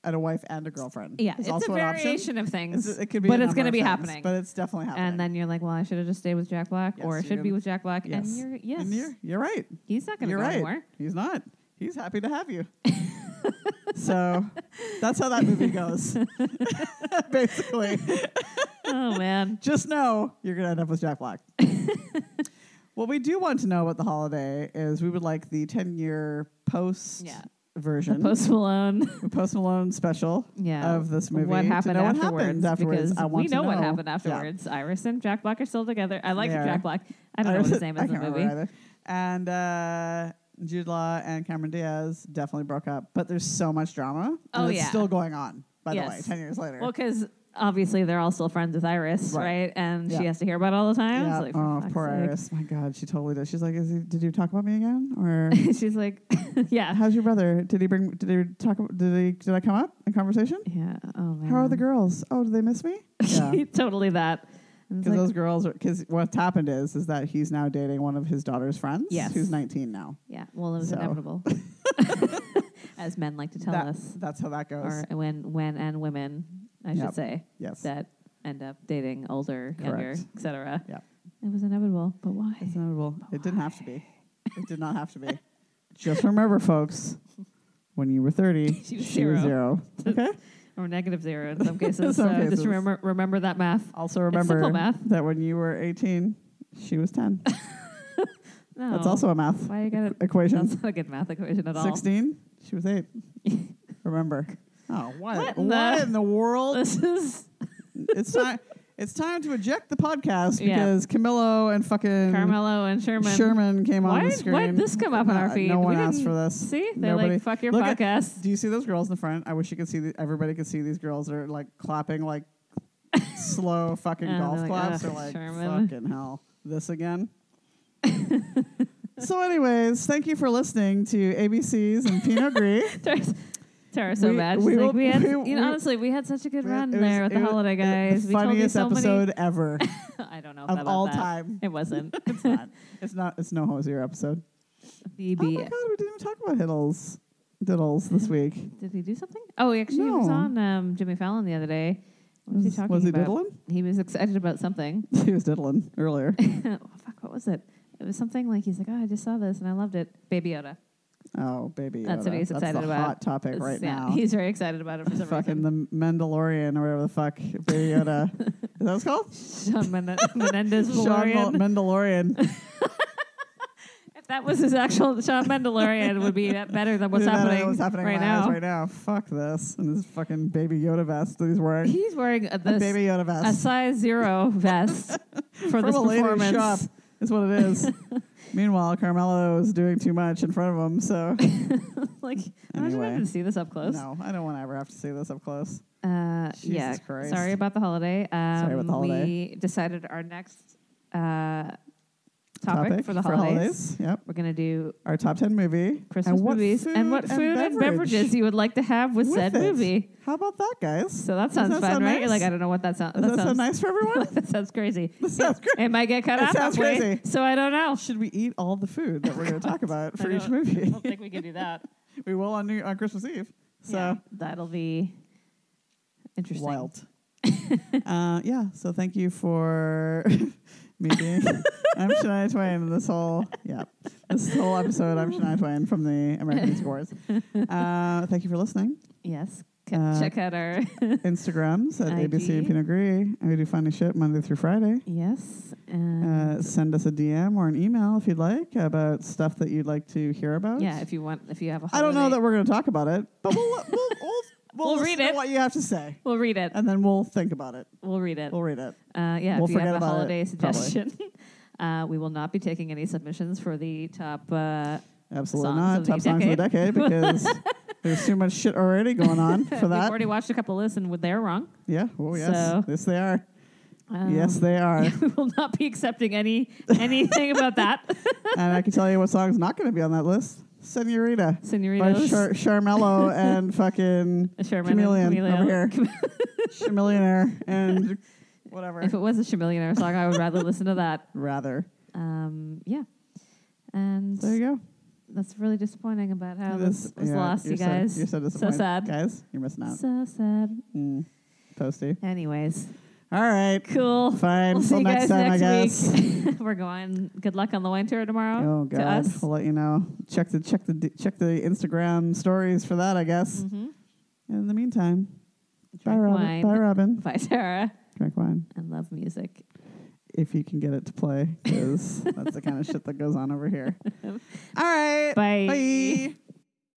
[SPEAKER 1] And a wife and a girlfriend.
[SPEAKER 2] Yeah,
[SPEAKER 1] Is
[SPEAKER 2] it's,
[SPEAKER 1] also
[SPEAKER 2] a
[SPEAKER 1] an option.
[SPEAKER 2] variation of things,
[SPEAKER 1] It's- it could be
[SPEAKER 2] but
[SPEAKER 1] a
[SPEAKER 2] it's
[SPEAKER 1] number
[SPEAKER 2] going to
[SPEAKER 1] of
[SPEAKER 2] be
[SPEAKER 1] things,
[SPEAKER 2] happening.
[SPEAKER 1] But it's definitely happening.
[SPEAKER 2] And then you're like, well, I should have just stayed with Jack Black,
[SPEAKER 1] Yes,
[SPEAKER 2] or I
[SPEAKER 1] you're
[SPEAKER 2] should be
[SPEAKER 1] gonna-
[SPEAKER 2] with Jack Black.
[SPEAKER 1] Yes.
[SPEAKER 2] And you're, yes,
[SPEAKER 1] And you're, you're right.
[SPEAKER 2] he's not going to
[SPEAKER 1] You're
[SPEAKER 2] go
[SPEAKER 1] right.
[SPEAKER 2] anywhere.
[SPEAKER 1] He's not. He's happy to have
[SPEAKER 2] (laughs)
[SPEAKER 1] you. so that's how that movie
[SPEAKER 2] (laughs)
[SPEAKER 1] goes. Basically, (laughs)
[SPEAKER 2] oh man.
[SPEAKER 1] just know you're going to end up with Jack
[SPEAKER 2] (laughs)
[SPEAKER 1] Black. what we do want to know about the holiday is we would like the 10 year post
[SPEAKER 2] Yeah.
[SPEAKER 1] version,
[SPEAKER 2] Post Malone.
[SPEAKER 1] Post Malone special
[SPEAKER 2] Yeah.
[SPEAKER 1] of this movie.
[SPEAKER 2] What
[SPEAKER 1] to
[SPEAKER 2] happened
[SPEAKER 1] know
[SPEAKER 2] afterwards?
[SPEAKER 1] What happened afterwards.
[SPEAKER 2] Because
[SPEAKER 1] I want
[SPEAKER 2] we
[SPEAKER 1] to
[SPEAKER 2] know,
[SPEAKER 1] know
[SPEAKER 2] what happened
[SPEAKER 1] Yeah.
[SPEAKER 2] afterwards. Iris and Jack Black are still together. I like
[SPEAKER 1] They are.
[SPEAKER 2] Jack Black. I don't know what his
[SPEAKER 1] (laughs)
[SPEAKER 2] name
[SPEAKER 1] I
[SPEAKER 2] is in
[SPEAKER 1] can't
[SPEAKER 2] the movie.
[SPEAKER 1] remember either. And uh, Jude Law and Cameron Diaz definitely broke up, but there's so much drama. and
[SPEAKER 2] Oh,
[SPEAKER 1] it's
[SPEAKER 2] yeah.
[SPEAKER 1] still going on, by the way,
[SPEAKER 2] Yes.
[SPEAKER 1] 10 years later.
[SPEAKER 2] Well, because obviously they're all still friends with Iris, right?
[SPEAKER 1] Right.
[SPEAKER 2] And she
[SPEAKER 1] Yeah.
[SPEAKER 2] has to hear about it all the time.
[SPEAKER 1] yeah.
[SPEAKER 2] It's like, for
[SPEAKER 1] oh,
[SPEAKER 2] fuck's
[SPEAKER 1] poor
[SPEAKER 2] sake.
[SPEAKER 1] Iris. My God, she totally does. She's like, Is he, did you talk about me again?
[SPEAKER 2] (laughs)
[SPEAKER 1] Or
[SPEAKER 2] She's like, yeah.
[SPEAKER 1] how's your brother? Did he bring, did he talk, did he, did I come up in conversation?
[SPEAKER 2] Yeah. Oh, man.
[SPEAKER 1] How are
[SPEAKER 2] (laughs)
[SPEAKER 1] the girls? Oh, do they miss me? Yeah.
[SPEAKER 2] totally that. And it's
[SPEAKER 1] Because
[SPEAKER 2] like,
[SPEAKER 1] those girls are, because what's happened is, is that he's now dating one of his daughter's friends
[SPEAKER 2] Yes.
[SPEAKER 1] who's 19 now.
[SPEAKER 2] yeah. Well, it was
[SPEAKER 1] So. (laughs)
[SPEAKER 2] inevitable. (laughs) As men like to tell
[SPEAKER 1] That-
[SPEAKER 2] us,
[SPEAKER 1] That's how that goes.
[SPEAKER 2] or when, when and women, I
[SPEAKER 1] Yep.
[SPEAKER 2] should say,
[SPEAKER 1] Yes.
[SPEAKER 2] that end up dating older, younger,
[SPEAKER 1] Correct.
[SPEAKER 2] etc.
[SPEAKER 1] Yeah.
[SPEAKER 2] It was inevitable, but why?
[SPEAKER 1] It's inevitable. It didn't have to be. It did not have to
[SPEAKER 2] (laughs)
[SPEAKER 1] be. Just remember, folks, when you were 30,
[SPEAKER 2] (laughs) She was
[SPEAKER 1] zero. Okay?
[SPEAKER 2] or negative
[SPEAKER 1] (laughs)
[SPEAKER 2] zero in some cases.
[SPEAKER 1] some
[SPEAKER 2] so
[SPEAKER 1] cases.
[SPEAKER 2] just remember remember that math.
[SPEAKER 1] Also
[SPEAKER 2] simple
[SPEAKER 1] remember
[SPEAKER 2] math.
[SPEAKER 1] that when you were 18, she was
[SPEAKER 2] (laughs)
[SPEAKER 1] 10.
[SPEAKER 2] No.
[SPEAKER 1] That's also a math
[SPEAKER 2] why you got it.
[SPEAKER 1] equation.
[SPEAKER 2] That's not a good math equation at all.
[SPEAKER 1] 16, she was 8. remember. Oh, what? What,
[SPEAKER 2] What in the-
[SPEAKER 1] in the world?
[SPEAKER 2] (laughs) This is
[SPEAKER 1] it's time. It's time to eject the podcast
[SPEAKER 2] Yeah.
[SPEAKER 1] because Camillo and fucking
[SPEAKER 2] Carmelo and Sherman.
[SPEAKER 1] Sherman came
[SPEAKER 2] why
[SPEAKER 1] on the
[SPEAKER 2] did
[SPEAKER 1] screen.
[SPEAKER 2] why did this come up on
[SPEAKER 1] No-
[SPEAKER 2] our feed?
[SPEAKER 1] No
[SPEAKER 2] We
[SPEAKER 1] one asked
[SPEAKER 2] didn't-
[SPEAKER 1] for this.
[SPEAKER 2] See, they're
[SPEAKER 1] Nobody-
[SPEAKER 2] like fuck your
[SPEAKER 1] Look at-
[SPEAKER 2] podcast. (laughs)
[SPEAKER 1] Do you see those girls in the front? I wish you could see. The, everybody could see these girls are like clapping like
[SPEAKER 2] (laughs)
[SPEAKER 1] slow fucking
[SPEAKER 2] And
[SPEAKER 1] golf
[SPEAKER 2] they're like,
[SPEAKER 1] claps.
[SPEAKER 2] "Ugh,
[SPEAKER 1] They're like
[SPEAKER 2] Sherman."
[SPEAKER 1] fucking hell, this
[SPEAKER 2] (laughs)
[SPEAKER 1] again. so, anyways, thank you for listening to ABCs and Pinot Gris.
[SPEAKER 2] Tara's, Tara's so
[SPEAKER 1] We-
[SPEAKER 2] bad. She's
[SPEAKER 1] we
[SPEAKER 2] like,
[SPEAKER 1] will-
[SPEAKER 2] we had,
[SPEAKER 1] we-
[SPEAKER 2] you know,
[SPEAKER 1] we-
[SPEAKER 2] honestly, we had such a (laughs) good run
[SPEAKER 1] It was-
[SPEAKER 2] there with
[SPEAKER 1] it
[SPEAKER 2] the
[SPEAKER 1] was-
[SPEAKER 2] holiday
[SPEAKER 1] it-
[SPEAKER 2] guys.
[SPEAKER 1] the
[SPEAKER 2] we told you
[SPEAKER 1] funniest
[SPEAKER 2] so
[SPEAKER 1] episode ever
[SPEAKER 2] many. (laughs) I don't know
[SPEAKER 1] of
[SPEAKER 2] about
[SPEAKER 1] all
[SPEAKER 2] that.
[SPEAKER 1] time.
[SPEAKER 2] It
[SPEAKER 1] (laughs)
[SPEAKER 2] wasn't.
[SPEAKER 1] It's not. It's not. It's no Hosier episode. Oh my
[SPEAKER 2] BB.
[SPEAKER 1] god, we didn't even talk about Hiddles, Diddles this week.
[SPEAKER 2] Did he do something? Oh, he actually was
[SPEAKER 1] No.
[SPEAKER 2] on um, Jimmy Fallon the other day. What was, he talking
[SPEAKER 1] was he
[SPEAKER 2] about?
[SPEAKER 1] diddling? (laughs)
[SPEAKER 2] He was excited about something. (laughs)
[SPEAKER 1] He was diddling earlier.
[SPEAKER 2] oh, fuck, what was it? It was something like he's like, oh, I just saw this and I loved it. Baby Yoda.
[SPEAKER 1] Oh, baby.
[SPEAKER 2] That's what
[SPEAKER 1] Yoda.
[SPEAKER 2] he's
[SPEAKER 1] That's
[SPEAKER 2] excited
[SPEAKER 1] the
[SPEAKER 2] about.
[SPEAKER 1] Hot topic
[SPEAKER 2] It's-
[SPEAKER 1] right
[SPEAKER 2] yeah,
[SPEAKER 1] now.
[SPEAKER 2] He's very excited about
[SPEAKER 1] (laughs)
[SPEAKER 2] it for some
[SPEAKER 1] fucking
[SPEAKER 2] reason.
[SPEAKER 1] the Mandalorian or whatever the fuck
[SPEAKER 2] (laughs)
[SPEAKER 1] Baby Yoda. Is that what it's called? (laughs)
[SPEAKER 2] Sean Men- Menendez
[SPEAKER 1] Sean
[SPEAKER 2] Valorian.
[SPEAKER 1] Mal- Mandalorian.
[SPEAKER 2] if that was his actual Sean Mandalorian, would be that
[SPEAKER 1] (laughs)
[SPEAKER 2] better than (laughs) what's
[SPEAKER 1] Dude, I don't know
[SPEAKER 2] happening,
[SPEAKER 1] What's happening
[SPEAKER 2] right
[SPEAKER 1] in my eyes
[SPEAKER 2] now.
[SPEAKER 1] right now? Fuck this! And this fucking Baby Yoda vest that he's wearing.
[SPEAKER 2] He's wearing a,
[SPEAKER 1] a
[SPEAKER 2] this,
[SPEAKER 1] Baby Yoda
[SPEAKER 2] a
[SPEAKER 1] vest (laughs)
[SPEAKER 2] size zero vest for
[SPEAKER 1] from
[SPEAKER 2] this
[SPEAKER 1] a lady's
[SPEAKER 2] performance.
[SPEAKER 1] shop It's what it is. Meanwhile, Carmelo is doing too much in front of him,
[SPEAKER 2] (laughs)
[SPEAKER 1] so
[SPEAKER 2] (laughs) like, imagine
[SPEAKER 1] Anyway.
[SPEAKER 2] having to see this up close.
[SPEAKER 1] no, I don't want to ever have to see this up close.
[SPEAKER 2] Uh, yeah.
[SPEAKER 1] Jesus Christ.
[SPEAKER 2] Sorry about the holiday. Um,
[SPEAKER 1] Sorry about the holiday.
[SPEAKER 2] We decided our next uh, topic, for the holidays.
[SPEAKER 1] Yep.
[SPEAKER 2] We're gonna do
[SPEAKER 1] Our top 10 movie.
[SPEAKER 2] Christmas
[SPEAKER 1] what
[SPEAKER 2] movies and what food and, beverages you would like to have with,
[SPEAKER 1] with
[SPEAKER 2] said
[SPEAKER 1] it.
[SPEAKER 2] movie.
[SPEAKER 1] How about that, guys?
[SPEAKER 2] So that
[SPEAKER 1] Does
[SPEAKER 2] sounds
[SPEAKER 1] that
[SPEAKER 2] fun,
[SPEAKER 1] sound
[SPEAKER 2] right? You're like,
[SPEAKER 1] nice?
[SPEAKER 2] I don't know what that, sound,
[SPEAKER 1] Does
[SPEAKER 2] that
[SPEAKER 1] that sound
[SPEAKER 2] sounds.
[SPEAKER 1] nice for everyone? (laughs)
[SPEAKER 2] (laughs) that sounds crazy.
[SPEAKER 1] That sounds great.
[SPEAKER 2] It might get cut
[SPEAKER 1] That
[SPEAKER 2] off.
[SPEAKER 1] sounds
[SPEAKER 2] halfway,
[SPEAKER 1] crazy.
[SPEAKER 2] So I don't know.
[SPEAKER 1] Should we eat all the food that we're going to talk about for
[SPEAKER 2] (laughs) I
[SPEAKER 1] each (laughs)
[SPEAKER 2] don't- I
[SPEAKER 1] movie?
[SPEAKER 2] don't think we can do that.
[SPEAKER 1] we will on New on Christmas Eve. So
[SPEAKER 2] Yeah, that'll be interesting. (laughs)
[SPEAKER 1] wild. uh, yeah. So thank you for (laughs) me
[SPEAKER 2] (laughs)
[SPEAKER 1] being. I'm Shania Twain. This whole yeah, this whole episode. I'm Shania Twain from the American Music
[SPEAKER 2] (laughs)
[SPEAKER 1] Awards. Uh, thank you for listening.
[SPEAKER 2] Yes. C-
[SPEAKER 1] Uh,
[SPEAKER 2] Check out
[SPEAKER 1] (laughs)
[SPEAKER 2] our
[SPEAKER 1] Instagrams at ABC and
[SPEAKER 2] IG.
[SPEAKER 1] Pinot Gris. And we do funny shit Monday through Friday.
[SPEAKER 2] yes.
[SPEAKER 1] Uh,
[SPEAKER 2] And
[SPEAKER 1] send us a DM or an email if you'd like about stuff that you'd like to hear about.
[SPEAKER 2] yeah, if you want, if you have a
[SPEAKER 1] I
[SPEAKER 2] holiday,
[SPEAKER 1] don't know that we're going to talk about it, but we'll we'll, we'll, we'll,
[SPEAKER 2] (laughs) We'll
[SPEAKER 1] listen
[SPEAKER 2] read
[SPEAKER 1] to
[SPEAKER 2] it.
[SPEAKER 1] what you have to say,
[SPEAKER 2] we'll read it.
[SPEAKER 1] and then we'll think about it.
[SPEAKER 2] We'll read it.
[SPEAKER 1] We'll read it.
[SPEAKER 2] Uh, yeah,
[SPEAKER 1] We'll
[SPEAKER 2] if you
[SPEAKER 1] forget
[SPEAKER 2] have a
[SPEAKER 1] about it,
[SPEAKER 2] holiday
[SPEAKER 1] probably.
[SPEAKER 2] suggestion, (laughs) uh, we will not be taking any submissions for the top. Uh,
[SPEAKER 1] Absolutely
[SPEAKER 2] songs
[SPEAKER 1] not.
[SPEAKER 2] of the
[SPEAKER 1] Top songs of the decade because
[SPEAKER 2] (laughs)
[SPEAKER 1] there's too much shit already going on for
[SPEAKER 2] we've
[SPEAKER 1] that.
[SPEAKER 2] already watched a couple lists, and they're wrong.
[SPEAKER 1] Yeah. Oh yes.
[SPEAKER 2] So-
[SPEAKER 1] yes, they are.
[SPEAKER 2] Um,
[SPEAKER 1] yes,
[SPEAKER 2] (laughs)
[SPEAKER 1] they are.
[SPEAKER 2] we will not be accepting any anything about that.
[SPEAKER 1] (laughs) and I can tell you what song's not going to be on that list. Senorita by
[SPEAKER 2] Senoritos,
[SPEAKER 1] Char-
[SPEAKER 2] (laughs)
[SPEAKER 1] Charmelo and fucking
[SPEAKER 2] a Sherman, and
[SPEAKER 1] Chameleon over
[SPEAKER 2] Chameleon.
[SPEAKER 1] here,
[SPEAKER 2] (laughs)
[SPEAKER 1] Chameleonaire and whatever.
[SPEAKER 2] If it was a Chameleonaire song, I would rather listen to that.
[SPEAKER 1] Rather.
[SPEAKER 2] Um, yeah. And
[SPEAKER 1] There you go.
[SPEAKER 2] that's really disappointing about how
[SPEAKER 1] It
[SPEAKER 2] this
[SPEAKER 1] is-
[SPEAKER 2] was
[SPEAKER 1] yeah,
[SPEAKER 2] lost, you
[SPEAKER 1] you're so-
[SPEAKER 2] guys.
[SPEAKER 1] you're so
[SPEAKER 2] so
[SPEAKER 1] disappointed.
[SPEAKER 2] sad.
[SPEAKER 1] guys. You're missing out.
[SPEAKER 2] So sad.
[SPEAKER 1] Mm. Posty.
[SPEAKER 2] Anyways,
[SPEAKER 1] All
[SPEAKER 2] (laughs)
[SPEAKER 1] right.
[SPEAKER 2] cool.
[SPEAKER 1] Fine.
[SPEAKER 2] We'll see
[SPEAKER 1] Till
[SPEAKER 2] you
[SPEAKER 1] next
[SPEAKER 2] guys
[SPEAKER 1] time, I
[SPEAKER 2] next
[SPEAKER 1] guess.
[SPEAKER 2] (laughs) week. We're going. Good luck on the wine tour tomorrow.
[SPEAKER 1] Oh
[SPEAKER 2] To
[SPEAKER 1] god,
[SPEAKER 2] us.
[SPEAKER 1] we'll let you know. Check the check the d- check the Instagram stories for that, I guess.
[SPEAKER 2] Mm-hmm.
[SPEAKER 1] In the meantime, bye
[SPEAKER 2] Drink
[SPEAKER 1] Robin.
[SPEAKER 2] wine.
[SPEAKER 1] Bye Robin.
[SPEAKER 2] (laughs) Bye, Sarah.
[SPEAKER 1] Drink wine
[SPEAKER 2] And love music.
[SPEAKER 1] if you can get it to
[SPEAKER 2] (laughs)
[SPEAKER 1] play, because that's the kind of shit that goes on over here. All right.
[SPEAKER 2] Bye.
[SPEAKER 1] Bye.